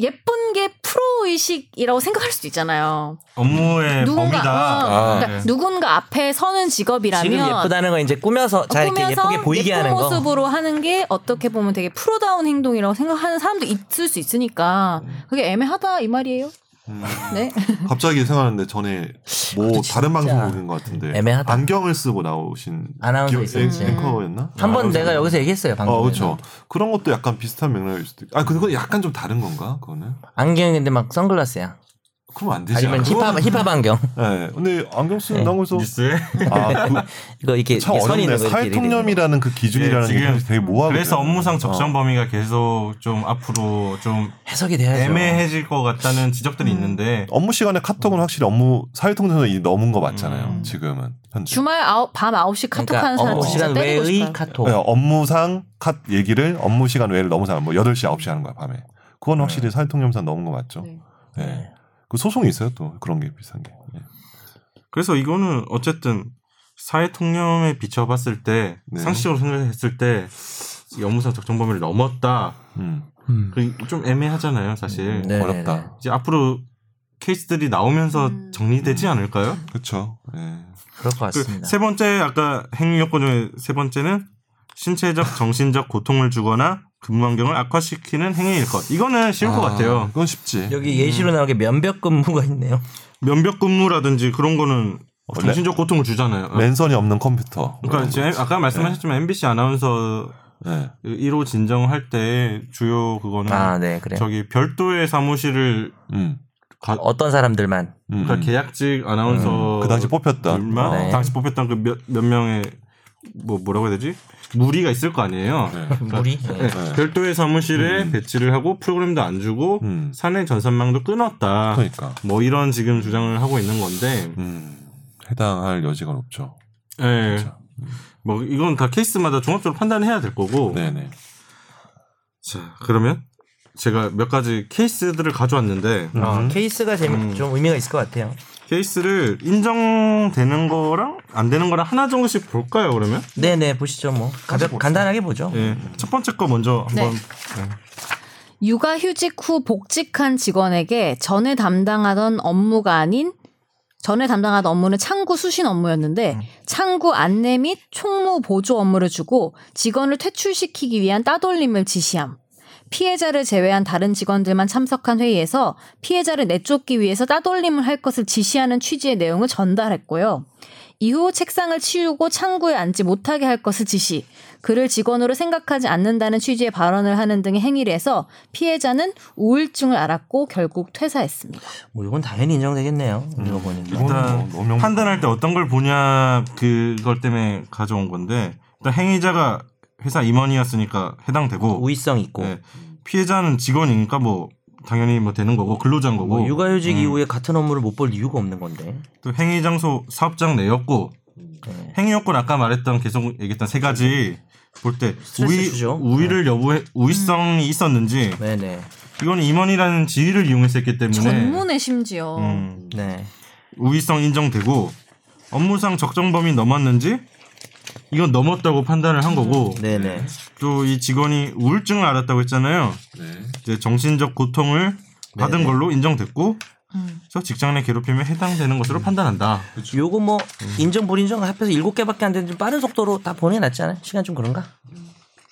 [SPEAKER 2] 예쁜 게 프로 의식이라고 생각할 수도 있잖아요.
[SPEAKER 1] 업무의 범위다. 네.
[SPEAKER 2] 누군가 어,
[SPEAKER 4] 아,
[SPEAKER 2] 그러니까 누군가 앞에 서는 직업이라면
[SPEAKER 3] 지금 예쁘다는 건 이제 꾸며서 잘 이렇게
[SPEAKER 2] 꾸며서
[SPEAKER 3] 예쁘게 보이게
[SPEAKER 2] 예쁜
[SPEAKER 3] 하는 거.
[SPEAKER 2] 모습으로 하는 게 어떻게 보면 되게 프로다운 행동이라고 생각하는 사람도 있을 수 있으니까 그게 애매하다 이 말이에요. 네.
[SPEAKER 4] 갑자기 생각하는데 전에 뭐
[SPEAKER 3] 진짜
[SPEAKER 4] 다른 방송 보는 것 같은데
[SPEAKER 3] 애매하다.
[SPEAKER 4] 안경을 쓰고 나오신
[SPEAKER 3] 아나운서
[SPEAKER 4] 기억-
[SPEAKER 3] 있었지.
[SPEAKER 4] 앵커였나?
[SPEAKER 3] 한 번
[SPEAKER 4] 아나운서.
[SPEAKER 3] 내가 여기서 얘기했어요 방금.
[SPEAKER 4] 어 그렇죠. 그런 것도 약간 비슷한 맥락일 수도 있고. 아 근데 그건 약간 좀 다른 건가? 그거는?
[SPEAKER 3] 안경인데 막 선글라스야.
[SPEAKER 4] 그러면 안 되지.
[SPEAKER 3] 아니면
[SPEAKER 4] 그건-
[SPEAKER 3] 힙합 힙합 안경.
[SPEAKER 4] 네. 근데 안경 쓰는
[SPEAKER 3] 네.
[SPEAKER 4] 나무에서
[SPEAKER 1] 뉴스에
[SPEAKER 4] 아, 그,
[SPEAKER 3] 이거 이렇게,
[SPEAKER 4] 참
[SPEAKER 3] 이렇게 선이
[SPEAKER 4] 어렵네.
[SPEAKER 3] 있는 거 이렇게 이렇게
[SPEAKER 4] 사회통념이라는 그 기준이라는
[SPEAKER 1] 네,
[SPEAKER 4] 게
[SPEAKER 1] 지금
[SPEAKER 4] 되게 뭐
[SPEAKER 3] 뭐
[SPEAKER 4] 어. 모호하고.
[SPEAKER 1] 그래서
[SPEAKER 3] 어.
[SPEAKER 1] 업무상 적정 범위가 계속 좀 앞으로 좀
[SPEAKER 3] 해석이 돼야죠.
[SPEAKER 1] 애매해질 것 같다는 지적들이
[SPEAKER 2] 음.
[SPEAKER 1] 있는데
[SPEAKER 4] 업무 시간에 카톡은 확실히 업무 사회통념에서 이 넘은 거 맞잖아요.
[SPEAKER 1] 음.
[SPEAKER 4] 지금은 현재.
[SPEAKER 2] 주말 아홉 밤 9시 카톡하는
[SPEAKER 3] 그러니까
[SPEAKER 2] 사람
[SPEAKER 3] 업무
[SPEAKER 2] 진짜
[SPEAKER 3] 시간
[SPEAKER 2] 때리고 싶어요.
[SPEAKER 3] 외의 카톡.
[SPEAKER 4] 네, 업무상 카 얘기를 업무 시간 외를 넘어서 뭐 8시 9시 하는 거야, 밤에. 그건
[SPEAKER 1] 네.
[SPEAKER 4] 확실히 사회통념상 넘은 거 맞죠?
[SPEAKER 2] 네.
[SPEAKER 4] 네. 그 소송이 있어요, 또. 그런 게 비슷한 게. 네.
[SPEAKER 1] 그래서 이거는 어쨌든 사회 통념에 비춰봤을 때
[SPEAKER 4] 네.
[SPEAKER 1] 상식적으로 생각했을 때 업무상 적정 범위를 넘었다.
[SPEAKER 4] 음.
[SPEAKER 3] 음.
[SPEAKER 1] 그게 좀 애매하잖아요, 사실.
[SPEAKER 3] 네,
[SPEAKER 4] 어렵다.
[SPEAKER 3] 네, 네.
[SPEAKER 1] 이제 앞으로 케이스들이 나오면서
[SPEAKER 2] 음.
[SPEAKER 1] 정리되지
[SPEAKER 4] 음.
[SPEAKER 1] 않을까요?
[SPEAKER 4] 그렇죠. 네.
[SPEAKER 3] 그럴 것
[SPEAKER 1] 그
[SPEAKER 3] 같습니다.
[SPEAKER 1] 세 번째 아까 행위 요건 중에 세 번째는 신체적 정신적 고통을 주거나 근무 환경을 악화시키는 행위일 것. 이거는 쉬울 것
[SPEAKER 4] 아,
[SPEAKER 1] 같아요.
[SPEAKER 4] 그건 쉽지.
[SPEAKER 3] 여기 예시로
[SPEAKER 4] 음.
[SPEAKER 3] 나오게 면벽 근무가 있네요.
[SPEAKER 1] 면벽 근무라든지 그런 거는
[SPEAKER 4] 어,
[SPEAKER 1] 정신적 어. 고통을 주잖아요.
[SPEAKER 4] 랜선이 없는 컴퓨터.
[SPEAKER 1] 그러니까 지금 아까 말씀하셨지만 MBC 아나운서
[SPEAKER 4] 네.
[SPEAKER 1] 1호 진정할 때 주요 그거는
[SPEAKER 3] 아, 네, 그래. 요
[SPEAKER 1] 저기 별도의 사무실을
[SPEAKER 4] 음.
[SPEAKER 1] 가,
[SPEAKER 3] 어떤 사람들만
[SPEAKER 4] 음.
[SPEAKER 1] 그러니까 어, 계약직 아나운서
[SPEAKER 4] 그 당시 뽑혔다.
[SPEAKER 1] 얼마?
[SPEAKER 3] 음. 네.
[SPEAKER 1] 당시 뽑혔던 그 몇 몇 명의 뭐 뭐라고 해야 되지? 무리가 있을 거 아니에요.
[SPEAKER 4] 네.
[SPEAKER 3] 무리.
[SPEAKER 1] 네,
[SPEAKER 4] 네.
[SPEAKER 1] 별도의 사무실에
[SPEAKER 4] 음.
[SPEAKER 1] 배치를 하고 프로그램도 안 주고
[SPEAKER 4] 음.
[SPEAKER 1] 사내 전산망도 끊었다.
[SPEAKER 4] 그러니까.
[SPEAKER 1] 뭐 이런 지금 주장을 하고 있는 건데,
[SPEAKER 4] 음. 해당할 여지가 높죠.
[SPEAKER 1] 예,
[SPEAKER 4] 그렇죠.
[SPEAKER 1] 뭐 이건 다 케이스마다 종합적으로 판단해야 될 거고.
[SPEAKER 4] 네네.
[SPEAKER 1] 자, 그러면 제가 몇 가지 케이스들을 가져왔는데
[SPEAKER 3] 어,
[SPEAKER 4] 음.
[SPEAKER 3] 케이스가 재미 좀 의미가 있을 것 같아요.
[SPEAKER 1] 케이스를 인정되는 거랑 안 되는 거랑 하나 정도씩 볼까요? 그러면?
[SPEAKER 3] 네, 네, 보시죠. 뭐 가볍 간단하게 보죠.
[SPEAKER 1] 예, 첫 번째 거 먼저 한번
[SPEAKER 2] 육아 휴직 후 복직한 직원에게 전에 담당하던 업무가 아닌 전에 담당하던 업무는 창구 수신 업무였는데 창구 안내 및 총무 보조 업무를 주고 직원을 퇴출시키기 위한 따돌림을 지시함. 피해자를 제외한 다른 직원들만 참석한 회의에서 피해자를 내쫓기 위해서 따돌림을 할 것을 지시하는 취지의 내용을 전달했고요. 이후 책상을 치우고 창구에 앉지 못하게 할 것을 지시, 그를 직원으로 생각하지 않는다는 취지의 발언을 하는 등의 행위를 해서 피해자는 우울증을 앓았고 결국 퇴사했습니다.
[SPEAKER 3] 뭐 이건 당연히 인정되겠네요. 이거 보니까.
[SPEAKER 1] 음. 일단
[SPEAKER 4] 뭐 너무 명백하다.
[SPEAKER 1] 판단할 때 어떤 걸 보냐 그걸 때문에 가져온 건데 일단 행위자가 회사 임원이었으니까 해당되고
[SPEAKER 3] 뭐 우위성 있고
[SPEAKER 1] 예, 피해자는 직원이니까 뭐 당연히 뭐 되는 거고 근로자인 거고
[SPEAKER 3] 뭐
[SPEAKER 1] 음.
[SPEAKER 3] 육아휴직 이후에 같은 업무를 못 볼 이유가 없는 건데.
[SPEAKER 1] 또 행위 장소 사업장 내였고
[SPEAKER 3] 네.
[SPEAKER 1] 행위 요건 아까 말했던 계속 얘기했던 세 가지 볼 때
[SPEAKER 3] 스트레스
[SPEAKER 1] 우위
[SPEAKER 3] 주죠.
[SPEAKER 1] 우위를 여부 우위성이 있었는지
[SPEAKER 3] 네, 네.
[SPEAKER 1] 이건 임원이라는 지위를 이용해서 했기 때문에
[SPEAKER 6] 전문에 심지어
[SPEAKER 1] 네. 음,
[SPEAKER 3] 네.
[SPEAKER 1] 우위성 인정되고 업무상 적정 범위 넘었는지 이건 넘었다고 판단을 한 거고
[SPEAKER 3] 네네.
[SPEAKER 1] 또 이 직원이 우울증을 앓았다고 했잖아요.
[SPEAKER 4] 네.
[SPEAKER 1] 이제 정신적 고통을 받은
[SPEAKER 3] 네네.
[SPEAKER 1] 걸로 인정됐고
[SPEAKER 6] 음.
[SPEAKER 1] 그래서 직장 내 괴롭힘에 해당되는 것으로 판단한다.
[SPEAKER 3] 요거 뭐
[SPEAKER 1] 음.
[SPEAKER 3] 인정 불인정 합해서 일곱 개밖에 안 되는데 좀 빠른 속도로 다 보내놨잖아요. 시간 좀 그런가?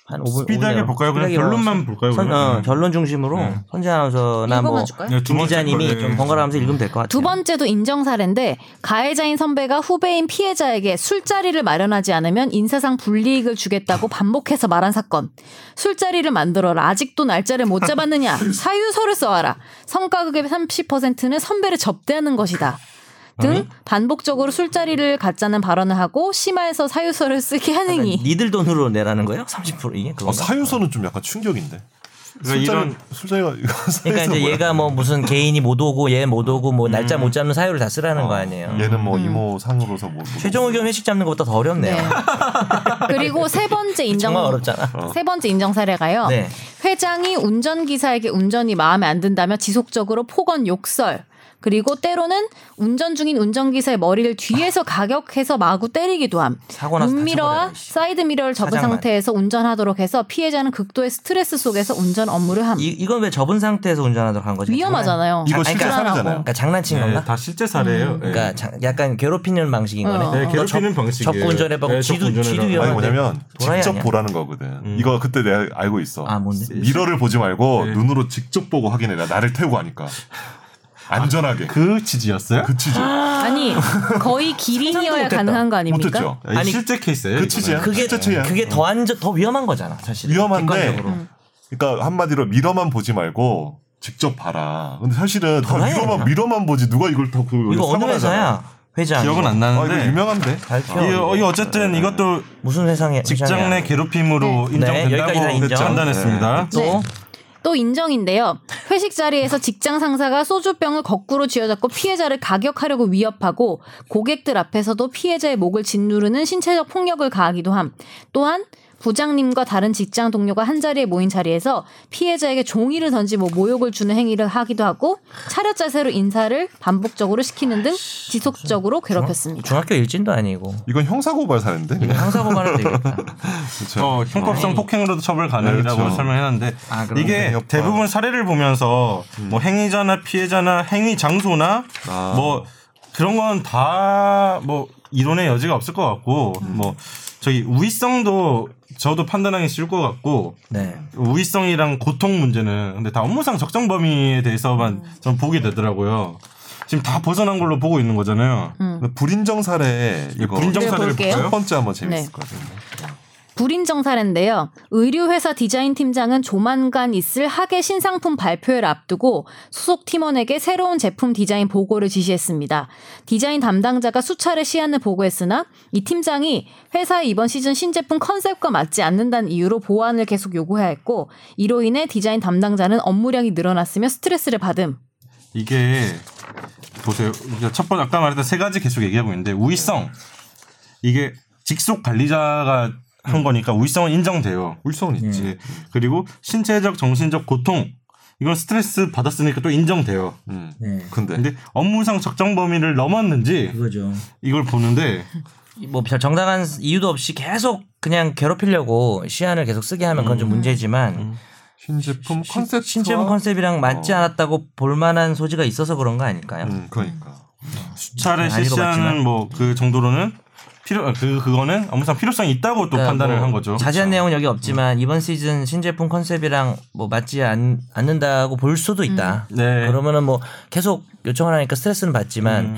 [SPEAKER 3] 한 5분.
[SPEAKER 1] 스피드하게 볼까요? 그냥 결론만 볼까요?
[SPEAKER 3] 선,
[SPEAKER 1] 그러면?
[SPEAKER 3] 어, 결론 중심으로
[SPEAKER 1] 네.
[SPEAKER 3] 선재 아나운서나
[SPEAKER 6] 읽어봐
[SPEAKER 3] 뭐
[SPEAKER 6] 줄까요?
[SPEAKER 1] 네, 두 번째
[SPEAKER 3] 김기자님이
[SPEAKER 1] 거를-
[SPEAKER 3] 좀 번갈아가면서 읽으면 될 것 같아요.
[SPEAKER 2] 두 번째도 인정 사례인데 가해자인 선배가 후배인 피해자에게 술자리를 마련하지 않으면 인사상 불이익을 주겠다고 반복해서 말한 사건. 술자리를 만들어라. 아직도 날짜를 못 잡았느냐. 사유서를 써와라. 성과급의 30%는 선배를 접대하는 것이다. 등 반복적으로 술자리를 갖자는 발언을 하고 심화해서 사유서를 쓰게 하느니
[SPEAKER 3] 니들 돈으로 내라는 거예요? 30% 이게
[SPEAKER 1] 어,
[SPEAKER 3] 그거.
[SPEAKER 4] 아, 사유서는 좀 약간 충격인데.
[SPEAKER 1] 그러니까 이런-
[SPEAKER 4] 술자리가 이거
[SPEAKER 3] 그러니까
[SPEAKER 4] 사유서
[SPEAKER 3] 이제
[SPEAKER 4] 뭐야?
[SPEAKER 3] 얘가 뭐 무슨 개인이 못 오고 얘 못 오고 뭐
[SPEAKER 1] 음.
[SPEAKER 3] 날짜 못 잡는 사유를 다 쓰라는
[SPEAKER 1] 어.
[SPEAKER 3] 거 아니에요.
[SPEAKER 4] 얘는 뭐 이모 상으로서 뭐
[SPEAKER 3] 음. 최종 의견 회식 잡는 것보다 더 어렵네요.
[SPEAKER 2] 네. 그리고 세 번째 인정
[SPEAKER 3] 아, 네. 정말 어렵잖아.
[SPEAKER 2] 세 번째 인정 사례가요.
[SPEAKER 3] 네.
[SPEAKER 2] 회장이 운전기사에게 운전이 마음에 안 든다며 지속적으로 폭언 욕설 그리고 때로는 운전 중인 운전기사의 머리를 뒤에서 가격해서 마구 때리기도 함.
[SPEAKER 3] 사고 나서
[SPEAKER 2] 눈미러와
[SPEAKER 3] 다쳐버려요, 씨.
[SPEAKER 2] 사이드미러를 접은
[SPEAKER 3] 사장만.
[SPEAKER 2] 상태에서 운전하도록 해서 피해자는 극도의 스트레스 속에서 운전 업무를 함.
[SPEAKER 3] 이, 이건 왜 접은 상태에서 운전하도록 한 거죠?
[SPEAKER 2] 위험하잖아요.
[SPEAKER 4] 이거
[SPEAKER 3] 아,
[SPEAKER 4] 실제
[SPEAKER 3] 그러니까-
[SPEAKER 4] 사례잖아요.
[SPEAKER 3] 그러니까 장난친
[SPEAKER 1] 네,
[SPEAKER 3] 건가?
[SPEAKER 1] 다 실제 사례예요. 네.
[SPEAKER 3] 그러니까 자- 약간 괴롭히는 방식인
[SPEAKER 2] 어.
[SPEAKER 3] 거네.
[SPEAKER 1] 네,
[SPEAKER 3] 너
[SPEAKER 1] 괴롭히는
[SPEAKER 3] 접-
[SPEAKER 1] 방식이에요.
[SPEAKER 3] 접고 운전해봐.
[SPEAKER 1] 네,
[SPEAKER 3] 지도
[SPEAKER 1] 접고
[SPEAKER 3] 지도
[SPEAKER 1] 운전해라.
[SPEAKER 3] 위험한데.
[SPEAKER 4] 아니 뭐냐면
[SPEAKER 3] 도라이
[SPEAKER 4] 직접
[SPEAKER 3] 아니야? 음.
[SPEAKER 4] 보라는 거거든. 이거 그때 내가 알고 있어.
[SPEAKER 3] 아 뭔데?
[SPEAKER 4] 미러를 보지 말고
[SPEAKER 1] 네.
[SPEAKER 4] 눈으로 직접 보고 확인해라. 나를 태우고 하니까 안전하게. 그,
[SPEAKER 1] 지지였어요?
[SPEAKER 4] 취지.
[SPEAKER 2] 아니 거의 기린이어야
[SPEAKER 3] 못했다.
[SPEAKER 2] 가능한 거 아닙니까?
[SPEAKER 4] 못했죠.
[SPEAKER 1] 아니
[SPEAKER 3] 아니,
[SPEAKER 1] 실제 케이스예요.
[SPEAKER 4] 그
[SPEAKER 1] 이거는.
[SPEAKER 4] 취지야.
[SPEAKER 3] 그게
[SPEAKER 4] 진짜 취지야.
[SPEAKER 3] 그게
[SPEAKER 1] 네.
[SPEAKER 3] 더 안전 더 위험한 거잖아 사실.
[SPEAKER 4] 위험한데.
[SPEAKER 2] 음.
[SPEAKER 4] 그러니까 한마디로 미러만 보지 말고 직접 봐라. 근데 사실은 다
[SPEAKER 3] 봐야
[SPEAKER 4] 미러만
[SPEAKER 3] 되나?
[SPEAKER 4] 미러만 보지 누가 이걸 다 그,
[SPEAKER 3] 이거 어느
[SPEAKER 4] 상관하잖아.
[SPEAKER 3] 회사야? 회장.
[SPEAKER 1] 기억은 안
[SPEAKER 4] 아
[SPEAKER 1] 나는데
[SPEAKER 4] 이거 유명한데.
[SPEAKER 3] 밝혀.
[SPEAKER 1] 이- 어, 이거 어쨌든 이것도
[SPEAKER 3] 무슨 회상에
[SPEAKER 1] 직장 내
[SPEAKER 3] 회장이야?
[SPEAKER 1] 괴롭힘으로 인정된다고
[SPEAKER 3] 어, 네,
[SPEAKER 1] 그
[SPEAKER 3] 여기까지 다 인정.
[SPEAKER 1] 판단했습니다.
[SPEAKER 3] 또
[SPEAKER 2] 네. 또 인정인데요. 회식 자리에서 직장 상사가 소주병을 거꾸로 쥐어잡고 피해자를 가격하려고 위협하고 고객들 앞에서도 피해자의 목을 짓누르는 신체적 폭력을 가하기도 함. 또한 부장님과 다른 직장 동료가 한 자리에 모인 자리에서 피해자에게 종이를 던지고 뭐 모욕을 주는 행위를 하기도 하고 차렷 자세로 인사를 반복적으로 시키는 등 지속적으로 괴롭혔습니다.
[SPEAKER 3] 중학교 일진도 아니고
[SPEAKER 4] 이건 형사고발 사례인데.
[SPEAKER 3] 이거
[SPEAKER 4] 그냥.
[SPEAKER 3] 형사고발을 되겠다.
[SPEAKER 4] 그쵸.
[SPEAKER 1] 어, 형법상 폭행으로도 처벌 가능이라고
[SPEAKER 4] 네. 그렇죠.
[SPEAKER 1] 설명했는데
[SPEAKER 3] 아, 그럼
[SPEAKER 1] 이게
[SPEAKER 4] 협박.
[SPEAKER 1] 대부분 사례를 보면서 뭐 행위자나 피해자나 행위 장소나
[SPEAKER 4] 음. 아.
[SPEAKER 1] 뭐 그런 건 다 뭐 이론의 여지가 없을 것 같고
[SPEAKER 4] 음.
[SPEAKER 1] 뭐 저기 우위성도 저도 판단하기 쉬울 것 같고
[SPEAKER 3] 네.
[SPEAKER 1] 우위성이랑 고통 문제는 근데 다 업무상 적정 범위에 대해서만 좀 보게 되더라고요. 지금 다 벗어난 걸로 보고 있는 거잖아요.
[SPEAKER 4] 근데 불인정 사례 이거
[SPEAKER 1] 불인정
[SPEAKER 2] 네,
[SPEAKER 1] 사례를
[SPEAKER 2] 볼게요.
[SPEAKER 1] 볼까요?
[SPEAKER 4] 첫 번째 한번 재밌을
[SPEAKER 2] 네.
[SPEAKER 4] 것 같은데.
[SPEAKER 2] 불인정 사례인데요. 의류회사 디자인 팀장은 조만간 있을 하계 신상품 발표회를 앞두고 소속 팀원에게 새로운 제품 디자인 보고를 지시했습니다. 디자인 담당자가 수차례 시안을 보고했으나 이 팀장이 회사의 이번 시즌 신제품 컨셉과 맞지 않는다는 이유로 보완을 계속 요구해야 했고 이로 인해 디자인 담당자는 업무량이 늘어났으며 스트레스를 받음.
[SPEAKER 1] 이게 보세요. 이제 첫 번째 아까 말했던 세 가지 계속 얘기하고 있는데 우위성 이게 직속 관리자가 한 거니까 우위성은 인정돼요.
[SPEAKER 4] 울성은
[SPEAKER 3] 예. 네.
[SPEAKER 4] 있지.
[SPEAKER 1] 이제 그리고 신체적 정신적 고통 이건 스트레스 받았으니까 또 인정돼요.
[SPEAKER 4] 음.
[SPEAKER 3] 네.
[SPEAKER 4] 근데
[SPEAKER 1] 근데 업무상 적정 범위를 넘었는지
[SPEAKER 3] 그거죠.
[SPEAKER 1] 이걸 보는데
[SPEAKER 3] 뭐별 정당한 이유도 없이 계속 그냥 괴롭히려고 시안을 계속 쓰게 하면
[SPEAKER 1] 음.
[SPEAKER 3] 그건 좀 문제지만
[SPEAKER 4] 신제품 컨셉
[SPEAKER 3] 신체분 컨셉이랑 맞지
[SPEAKER 1] 어.
[SPEAKER 3] 않았다고 볼만한 소지가 있어서 그런 거 아닐까요?
[SPEAKER 4] 음, 그러니까.
[SPEAKER 1] 수차례
[SPEAKER 3] 아닐 것
[SPEAKER 1] 실시하는
[SPEAKER 3] 같지만.
[SPEAKER 1] 뭐 그 정도로는 필요 아, 그 그거는 업무상 필요성이 있다고 또
[SPEAKER 3] 그러니까
[SPEAKER 1] 판단을
[SPEAKER 3] 뭐
[SPEAKER 1] 한 거죠. 그렇죠. 음.
[SPEAKER 3] 자세한 내용은 여기 없지만 이번 시즌 신제품 컨셉이랑 뭐 맞지 않, 않는다고 볼 수도 있다.
[SPEAKER 2] 음.
[SPEAKER 1] 네.
[SPEAKER 3] 그러면은 뭐 계속 요청을 하니까 스트레스는 받지만
[SPEAKER 1] 음.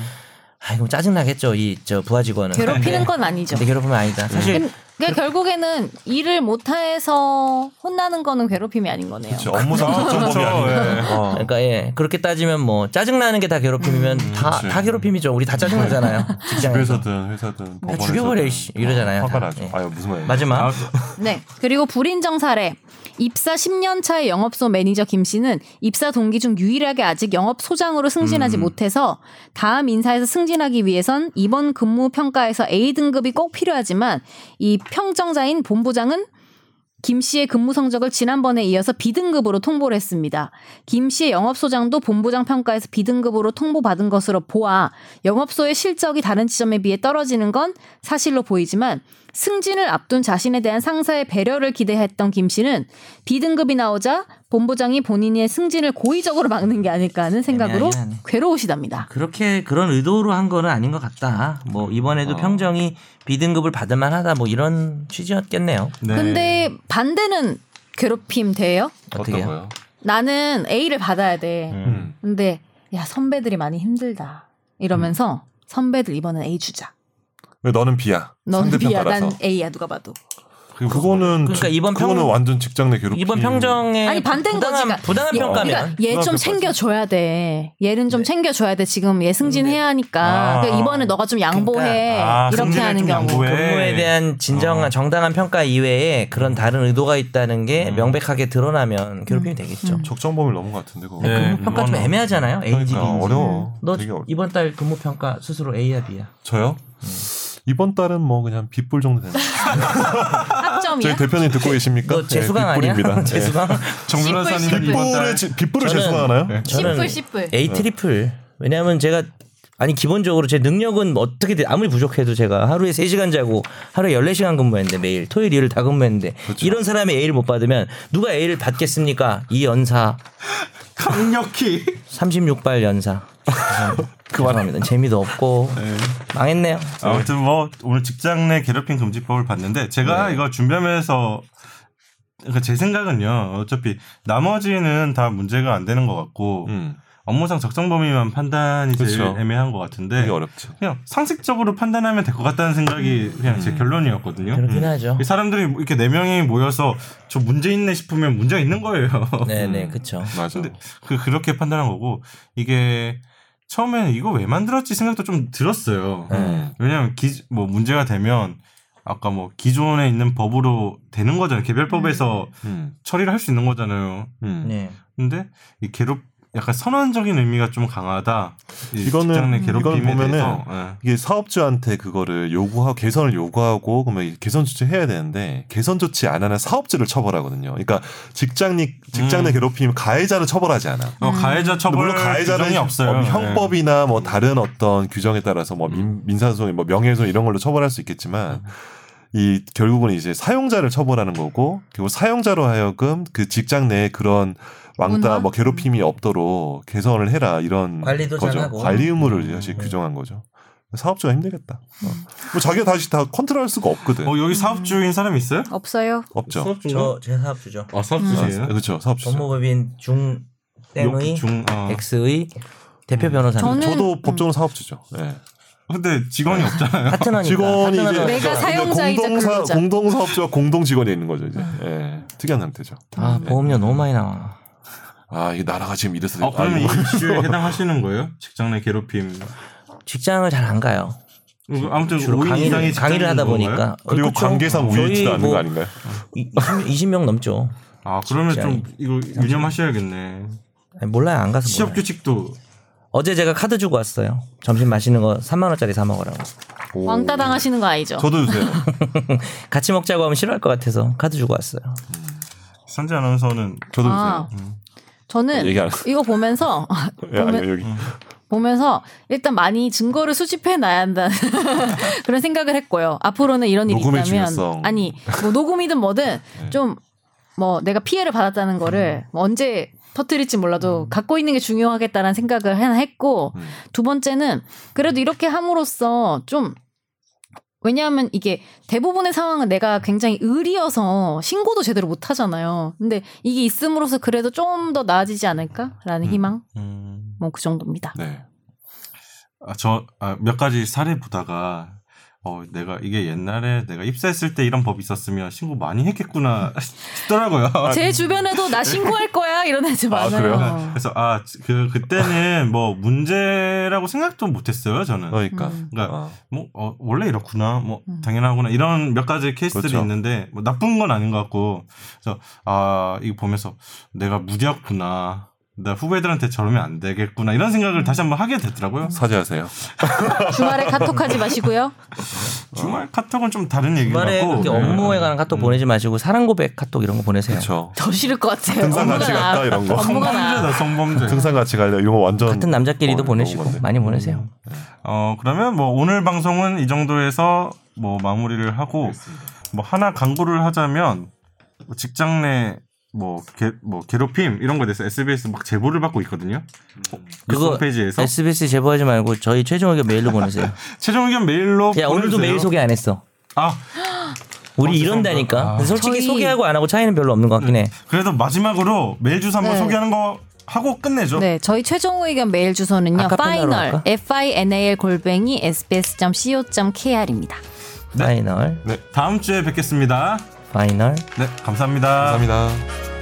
[SPEAKER 3] 아이고 짜증 나겠죠 이 저 부하 직원은.
[SPEAKER 2] 괴롭히는
[SPEAKER 3] 근데-
[SPEAKER 2] 건 아니죠.
[SPEAKER 3] 근데 네, 괴롭힘은 아니다. 사실
[SPEAKER 2] 그러니까 결국에는 일을 못해서 혼나는 거는 괴롭힘이 아닌 거네요.
[SPEAKER 4] 그치, 업무상
[SPEAKER 1] 그렇죠.
[SPEAKER 4] 적정범위 아닌데.
[SPEAKER 1] 예.
[SPEAKER 4] 어.
[SPEAKER 3] 그러니까 예 그렇게 따지면 뭐 짜증 나는 게 다 괴롭힘이면 다 다
[SPEAKER 4] 그치.
[SPEAKER 3] 괴롭힘이죠. 우리 다 짜증 나잖아요. 직장에서
[SPEAKER 4] 집에서든 회사든
[SPEAKER 3] 다
[SPEAKER 4] 법원에서든.
[SPEAKER 3] 죽여버려 이씨 이러잖아요.
[SPEAKER 4] 화가
[SPEAKER 3] 다.
[SPEAKER 4] 나죠.
[SPEAKER 3] 예.
[SPEAKER 4] 아유 무슨 말이야.
[SPEAKER 3] 마지막
[SPEAKER 2] 네. 그리고 불인정 사례. 입사 10년 차의 영업소 매니저 김 씨는 입사 동기 중 유일하게 아직 영업 소장으로 승진하지 못해서 다음 인사에서 승진하기 위해선 이번 근무 평가에서 A 등급이 꼭 필요하지만 이 평정자인 본부장은 김 씨의 근무 성적을 지난번에 이어서 B등급으로 통보를 했습니다. 김 씨의 영업소장도 본부장 평가에서 B등급으로 통보받은 것으로 보아 영업소의 실적이 다른 지점에 비해 떨어지는 건 사실로 보이지만 승진을 앞둔 자신에 대한 상사의 배려를 기대했던 김 씨는 B등급이 나오자 본부장이 본인의 승진을 고의적으로 막는 게 아닐까 하는 생각으로
[SPEAKER 3] 애매하긴 하네.
[SPEAKER 2] 괴로우시답니다.
[SPEAKER 3] 그렇게 그런 의도로 한 거는 아닌 것 같다. 뭐 이번에도
[SPEAKER 4] 어.
[SPEAKER 3] 평정이 비등급을 받을 만하다. 뭐 이런 취지였겠네요.
[SPEAKER 1] 네.
[SPEAKER 2] 근데 반대는 괴롭힘 돼요?
[SPEAKER 3] 어떻게 해요?
[SPEAKER 4] 어떤가요?
[SPEAKER 2] 나는 A를 받아야 돼.
[SPEAKER 4] 음.
[SPEAKER 2] 근데 야 선배들이 많이 힘들다 이러면서
[SPEAKER 4] 음.
[SPEAKER 2] 선배들 이번엔 A 주자.
[SPEAKER 4] 왜 너는 비야?
[SPEAKER 2] 넌 B야,
[SPEAKER 4] 상대평가라서.
[SPEAKER 2] 난 A야 누가 봐도.
[SPEAKER 4] 그거는
[SPEAKER 3] 그러니까
[SPEAKER 4] 그-
[SPEAKER 3] 이번 평-
[SPEAKER 4] 그거는 완전 직장 내 괴롭힘.
[SPEAKER 3] 이번 평정에
[SPEAKER 2] 아니, 반대인 거지.
[SPEAKER 3] 부당한,
[SPEAKER 2] 그러니까
[SPEAKER 3] 부당한
[SPEAKER 4] 이-
[SPEAKER 3] 평가면
[SPEAKER 2] 그러니까 얘 좀
[SPEAKER 4] 중학교까지.
[SPEAKER 2] 챙겨줘야 돼. 얘는 좀 챙겨줘야 돼. 지금 얘 승진해야 하니까.
[SPEAKER 1] 아.
[SPEAKER 2] 그러니까 이번에 너가 좀 양보해.
[SPEAKER 1] 아,
[SPEAKER 2] 이렇게
[SPEAKER 1] 승진을
[SPEAKER 2] 하는
[SPEAKER 1] 좀
[SPEAKER 2] 경우.
[SPEAKER 1] 양보해.
[SPEAKER 3] 근무에 대한 진정한 정당한 평가 이외에 그런 다른 의도가 있다는 게 명백하게 드러나면 괴롭힘이
[SPEAKER 2] 음.
[SPEAKER 3] 되겠죠.
[SPEAKER 4] 적정 범위 넘은 것 같은데 그거.
[SPEAKER 1] 네.
[SPEAKER 3] 근무 평가 좀
[SPEAKER 1] 그거는-
[SPEAKER 3] 애매하잖아요. A, B,
[SPEAKER 4] 그러니까
[SPEAKER 3] D인지.
[SPEAKER 4] 어려워.
[SPEAKER 3] 너
[SPEAKER 4] 되게 어려.
[SPEAKER 3] 이번 달 근무 평가 스스로 A야 B야.
[SPEAKER 4] 저요? 이번 달은 뭐 그냥 빗불 정도 되는. 저희
[SPEAKER 2] 학점이야.
[SPEAKER 4] 대표님 듣고 계십니까?
[SPEAKER 3] 너 재수강
[SPEAKER 4] 네,
[SPEAKER 3] 아니야?
[SPEAKER 4] 빗불입니다.
[SPEAKER 3] 재수강.
[SPEAKER 6] 정
[SPEAKER 1] 음.
[SPEAKER 6] 변호사님
[SPEAKER 4] 네. 빗불을 지- 빗불을
[SPEAKER 3] 저는- 네. 저는
[SPEAKER 4] 재수강하나요?
[SPEAKER 3] 예.
[SPEAKER 6] 씨뿔 씨뿔.
[SPEAKER 3] A 트리플. 왜냐하면 제가 아니 기본적으로 제 능력은 어떻게든 아무리 부족해도 제가 하루에 3시간 자고 하루에 14시간 근무했는데 매일 토요일 일요일 다 근무했는데 이런 사람이 A를 못 받으면 누가 A를 받겠습니까? 이 연사
[SPEAKER 1] 강력히
[SPEAKER 3] 36발 연사. 그만합니다. 재미도 없고 망했네요.
[SPEAKER 1] 아무튼 뭐 오늘 직장 내 괴롭힘 금지법을 봤는데
[SPEAKER 4] 네.
[SPEAKER 1] 제가 이거 준비하면서 그러니까 제 생각은요 어차피 나머지는 다 문제가 안 되는 것 같고
[SPEAKER 4] 음. 그렇죠.
[SPEAKER 1] 업무상 적정 범위만 판단이
[SPEAKER 4] 그쵸.
[SPEAKER 1] 제일 애매한 것 같은데
[SPEAKER 4] 되게 어렵죠.
[SPEAKER 1] 그냥 상식적으로 판단하면 될 것 같다는 생각이
[SPEAKER 4] 음.
[SPEAKER 1] 그냥 제 결론이었거든요.
[SPEAKER 3] 그렇긴
[SPEAKER 1] 음.
[SPEAKER 3] 하죠.
[SPEAKER 1] 이 사람들이 뭐 이렇게 네 명이 모여서 저 문제 있네 싶으면 문제가 있는 거예요.
[SPEAKER 3] 네네 그렇죠.
[SPEAKER 4] 맞아.
[SPEAKER 1] 근데 그 그렇게 판단한 거고 이게 처음에는 이거 왜 만들었지 생각도 좀 들었어요.
[SPEAKER 4] 음.
[SPEAKER 1] 왜냐하면 기, 뭐 문제가 되면 아까 뭐 기존에 있는 법으로 되는 거잖아요. 개별법에서
[SPEAKER 4] 음.
[SPEAKER 1] 처리를 할 수 있는 거잖아요.
[SPEAKER 4] 음.
[SPEAKER 3] 네.
[SPEAKER 1] 근데 이 괴롭 약간 선언적인 의미가 좀 강하다. 이
[SPEAKER 4] 이거는-
[SPEAKER 1] 직장 내 괴롭힘에
[SPEAKER 4] 이거는 보면은
[SPEAKER 1] 대해서. 예.
[SPEAKER 4] 이게 사업주한테 그거를 요구하고 개선을 요구하고 그러면 이 개선 조치 해야 되는데 개선 조치 안 하는 사업주를 처벌하거든요. 그러니까 직장 내 직장 내
[SPEAKER 1] 음.
[SPEAKER 4] 괴롭힘 가해자를 처벌하지 않아.
[SPEAKER 1] 어, 가해자 처벌
[SPEAKER 4] 음. 물론 가해자는
[SPEAKER 1] 규정이 없어요.
[SPEAKER 4] 어,
[SPEAKER 1] 예.
[SPEAKER 4] 형법이나 뭐 다른 어떤 규정에 따라서 뭐
[SPEAKER 1] 음.
[SPEAKER 4] 민, 민사소송, 뭐 명예훼손 이런 걸로 처벌할 수 있겠지만 이 결국은 이제 사용자를 처벌하는 거고 그리고 사용자로 하여금 그 직장 내에 그런 왕따
[SPEAKER 2] 문화?
[SPEAKER 4] 뭐 괴롭힘이 없도록 개선을 해라 이런
[SPEAKER 3] 음. 관리도
[SPEAKER 4] 거죠.
[SPEAKER 3] 잘하고.
[SPEAKER 4] 관리 의무를
[SPEAKER 3] 음,
[SPEAKER 4] 사실
[SPEAKER 3] 음.
[SPEAKER 4] 규정한 거죠. 사업주가 힘들겠다. 어. 뭐 자기가 다시 다 컨트롤할 수가 없거든.
[SPEAKER 1] 어, 여기 사업주인 사람 있어요?
[SPEAKER 2] 없어요.
[SPEAKER 4] 없죠.
[SPEAKER 1] 사업주인가?
[SPEAKER 3] 저제 사업주죠.
[SPEAKER 1] 아, 사업주세요?
[SPEAKER 4] 그렇죠. 사업주죠.
[SPEAKER 3] 법무법인 중 땡의
[SPEAKER 1] 중,
[SPEAKER 4] 아.
[SPEAKER 1] 어.
[SPEAKER 3] 네, X의 대표 변호사입니다.
[SPEAKER 2] 저는-
[SPEAKER 3] 음.
[SPEAKER 4] 저도 법적으로 사업주죠. 예.
[SPEAKER 1] 근데 직원이 없잖아요.
[SPEAKER 3] 파트너니까.
[SPEAKER 4] 직원이 이제 네.
[SPEAKER 3] 파트너라서.
[SPEAKER 2] 내가 사-
[SPEAKER 4] 근데
[SPEAKER 2] 사용자이자
[SPEAKER 4] 공동사,
[SPEAKER 2] 근로자.
[SPEAKER 4] 공동사업주와 공동직원이 있는 거죠 이제 예. 특이한 상태죠.
[SPEAKER 3] 아 보험료 너무 많이 나와.
[SPEAKER 4] 아 이게 나라가 지금 이래서
[SPEAKER 1] 어, 그러면 이
[SPEAKER 4] 아이고.
[SPEAKER 1] 이슈에 해당하시는 거예요? 직장 내 괴롭힘. 뭐,
[SPEAKER 3] 직장을 잘 안 가요.
[SPEAKER 1] 아무튼
[SPEAKER 3] 주로
[SPEAKER 1] 5인
[SPEAKER 3] 강의를,
[SPEAKER 1] 이상이
[SPEAKER 3] 강의를 하다
[SPEAKER 1] 직장인 건가요?
[SPEAKER 3] 보니까
[SPEAKER 4] 그리고 관계상 우위치도
[SPEAKER 3] 뭐
[SPEAKER 4] 않는 거 아닌가요?
[SPEAKER 3] 20명 넘죠.
[SPEAKER 1] 아 그러면
[SPEAKER 3] 직장인.
[SPEAKER 1] 좀 이거 유념하셔야겠네.
[SPEAKER 3] 아니, 몰라요 안 가서
[SPEAKER 1] 취업
[SPEAKER 3] 몰라요.
[SPEAKER 1] 규칙도
[SPEAKER 3] 어제 제가 카드 주고 왔어요. 점심 맛있는 거 3만 원짜리 사 먹으라고.
[SPEAKER 2] 왕따 당하시는 거 아니죠?
[SPEAKER 4] 저도 주세요.
[SPEAKER 3] 같이 먹자고 하면 싫어할 것 같아서 카드 주고 왔어요.
[SPEAKER 1] 선재 아나운서는 음,
[SPEAKER 4] 저도
[SPEAKER 2] 아, 저는
[SPEAKER 4] 얘기 안
[SPEAKER 2] 이거 보면서
[SPEAKER 4] 주세요. 예, 아니요 여기
[SPEAKER 2] 보면서 일단 많이 증거를 수집해 놔야 한다는 그런 생각을 했고요. 앞으로는 이런 일이
[SPEAKER 4] 녹음의
[SPEAKER 2] 있다면
[SPEAKER 4] 중요성. 네.
[SPEAKER 2] 아니 뭐 녹음이든 뭐든 좀 뭐 내가 피해를 받았다는 거를
[SPEAKER 4] 음.
[SPEAKER 2] 뭐 언제 터뜨릴지 몰라도 갖고 있는 게 중요하겠다라는 생각을 하나 했고
[SPEAKER 4] 음.
[SPEAKER 2] 두 번째는 그래도 이렇게 함으로써 좀 왜냐하면 이게 대부분의 상황은 내가 굉장히 의리여서 신고도 제대로 못 하잖아요. 근데 이게 있음으로써 그래도 좀 더 나아지지 않을까라는 희망
[SPEAKER 1] 음,
[SPEAKER 2] 뭐 그 정도입니다.
[SPEAKER 4] 네.
[SPEAKER 1] 아, 저몇 가지 사례 보다가 어 내가 이게 옛날에 내가 입사했을 때 이런 법이 있었으면 신고 많이 했겠구나 싶더라고요.
[SPEAKER 2] 제 주변에도 나 신고할 거야 이런 애들
[SPEAKER 4] 아,
[SPEAKER 2] 많아요.
[SPEAKER 4] 그래요?
[SPEAKER 1] 그래서 아 그 그때는 뭐 문제라고 생각도 못했어요 저는.
[SPEAKER 4] 그러니까
[SPEAKER 2] 음.
[SPEAKER 1] 그러니까
[SPEAKER 4] 어.
[SPEAKER 1] 뭐 어, 원래 이렇구나 뭐
[SPEAKER 2] 음.
[SPEAKER 1] 당연하구나 이런 몇 가지 케이스들이
[SPEAKER 4] 그렇죠.
[SPEAKER 1] 있는데 뭐 나쁜 건 아닌 것 같고 그래서 아 이거 보면서 내가 무리였구나 나 후배들한테 저러면 안 되겠구나 이런
[SPEAKER 3] 음.
[SPEAKER 1] 생각을 다시 한번 하게 됐더라고요.
[SPEAKER 4] 사죄하세요.
[SPEAKER 2] 주말에 카톡하지 마시고요.
[SPEAKER 1] 주말 카톡은 좀 다른 얘기
[SPEAKER 3] 주말에
[SPEAKER 1] 같고
[SPEAKER 3] 그렇게
[SPEAKER 1] 네.
[SPEAKER 3] 업무에 관한 카톡 보내지 마시고 사랑 고백 카톡 이런 거 보내세요.
[SPEAKER 4] 음. 그렇죠.
[SPEAKER 6] 더 싫을 것 같아요.
[SPEAKER 4] 등산 같이
[SPEAKER 6] 업무가
[SPEAKER 4] 갔다
[SPEAKER 6] 나-
[SPEAKER 4] 이런 거.
[SPEAKER 6] 업무가 나.
[SPEAKER 1] 네. 성범죄다 성범죄.
[SPEAKER 4] 등산 같이 갈래 이거 완전
[SPEAKER 3] 같은 남자끼리도
[SPEAKER 4] 어,
[SPEAKER 3] 보내시고
[SPEAKER 4] 건데.
[SPEAKER 3] 많이 보내세요.
[SPEAKER 1] 어 그러면 뭐 오늘 방송은 이 정도에서 뭐 마무리를 하고 뭐 하나 광고를 하자면 뭐 직장 내뭐 뭐 괴롭힘 이런 거에 대해서 SBS 막 제보를 받고 있거든요. 뉴스
[SPEAKER 3] 그거
[SPEAKER 1] 홈페이지에서
[SPEAKER 3] SBS 제보하지 말고 저희 최종 의견 메일로 보내세요.
[SPEAKER 1] 최종 의견 메일로
[SPEAKER 3] 야 오늘도
[SPEAKER 1] 보내주세요.
[SPEAKER 3] 메일 소개 안 했어.
[SPEAKER 1] 아
[SPEAKER 3] 우리
[SPEAKER 1] 어, 죄송합니다.
[SPEAKER 3] 이런다니까.
[SPEAKER 1] 아.
[SPEAKER 3] 근데 솔직히
[SPEAKER 2] 저희-
[SPEAKER 3] 소개하고 안 하고 차이는 별로 없는 것 같긴 해.
[SPEAKER 1] 그래도 마지막으로 메일 주소 한번
[SPEAKER 2] 네.
[SPEAKER 1] 소개하는 거 하고 끝내죠.
[SPEAKER 2] 네, 저희 최종 의견 메일 주소는요.
[SPEAKER 3] 아카펠라로
[SPEAKER 2] final
[SPEAKER 3] 할까?
[SPEAKER 2] f i n a l 골뱅이 sbs.co.kr입니다.
[SPEAKER 1] 네.
[SPEAKER 3] 파이널,
[SPEAKER 1] 다음 주에 뵙겠습니다.
[SPEAKER 3] 파이널.
[SPEAKER 1] 네 감사합니다.
[SPEAKER 4] 감사합니다.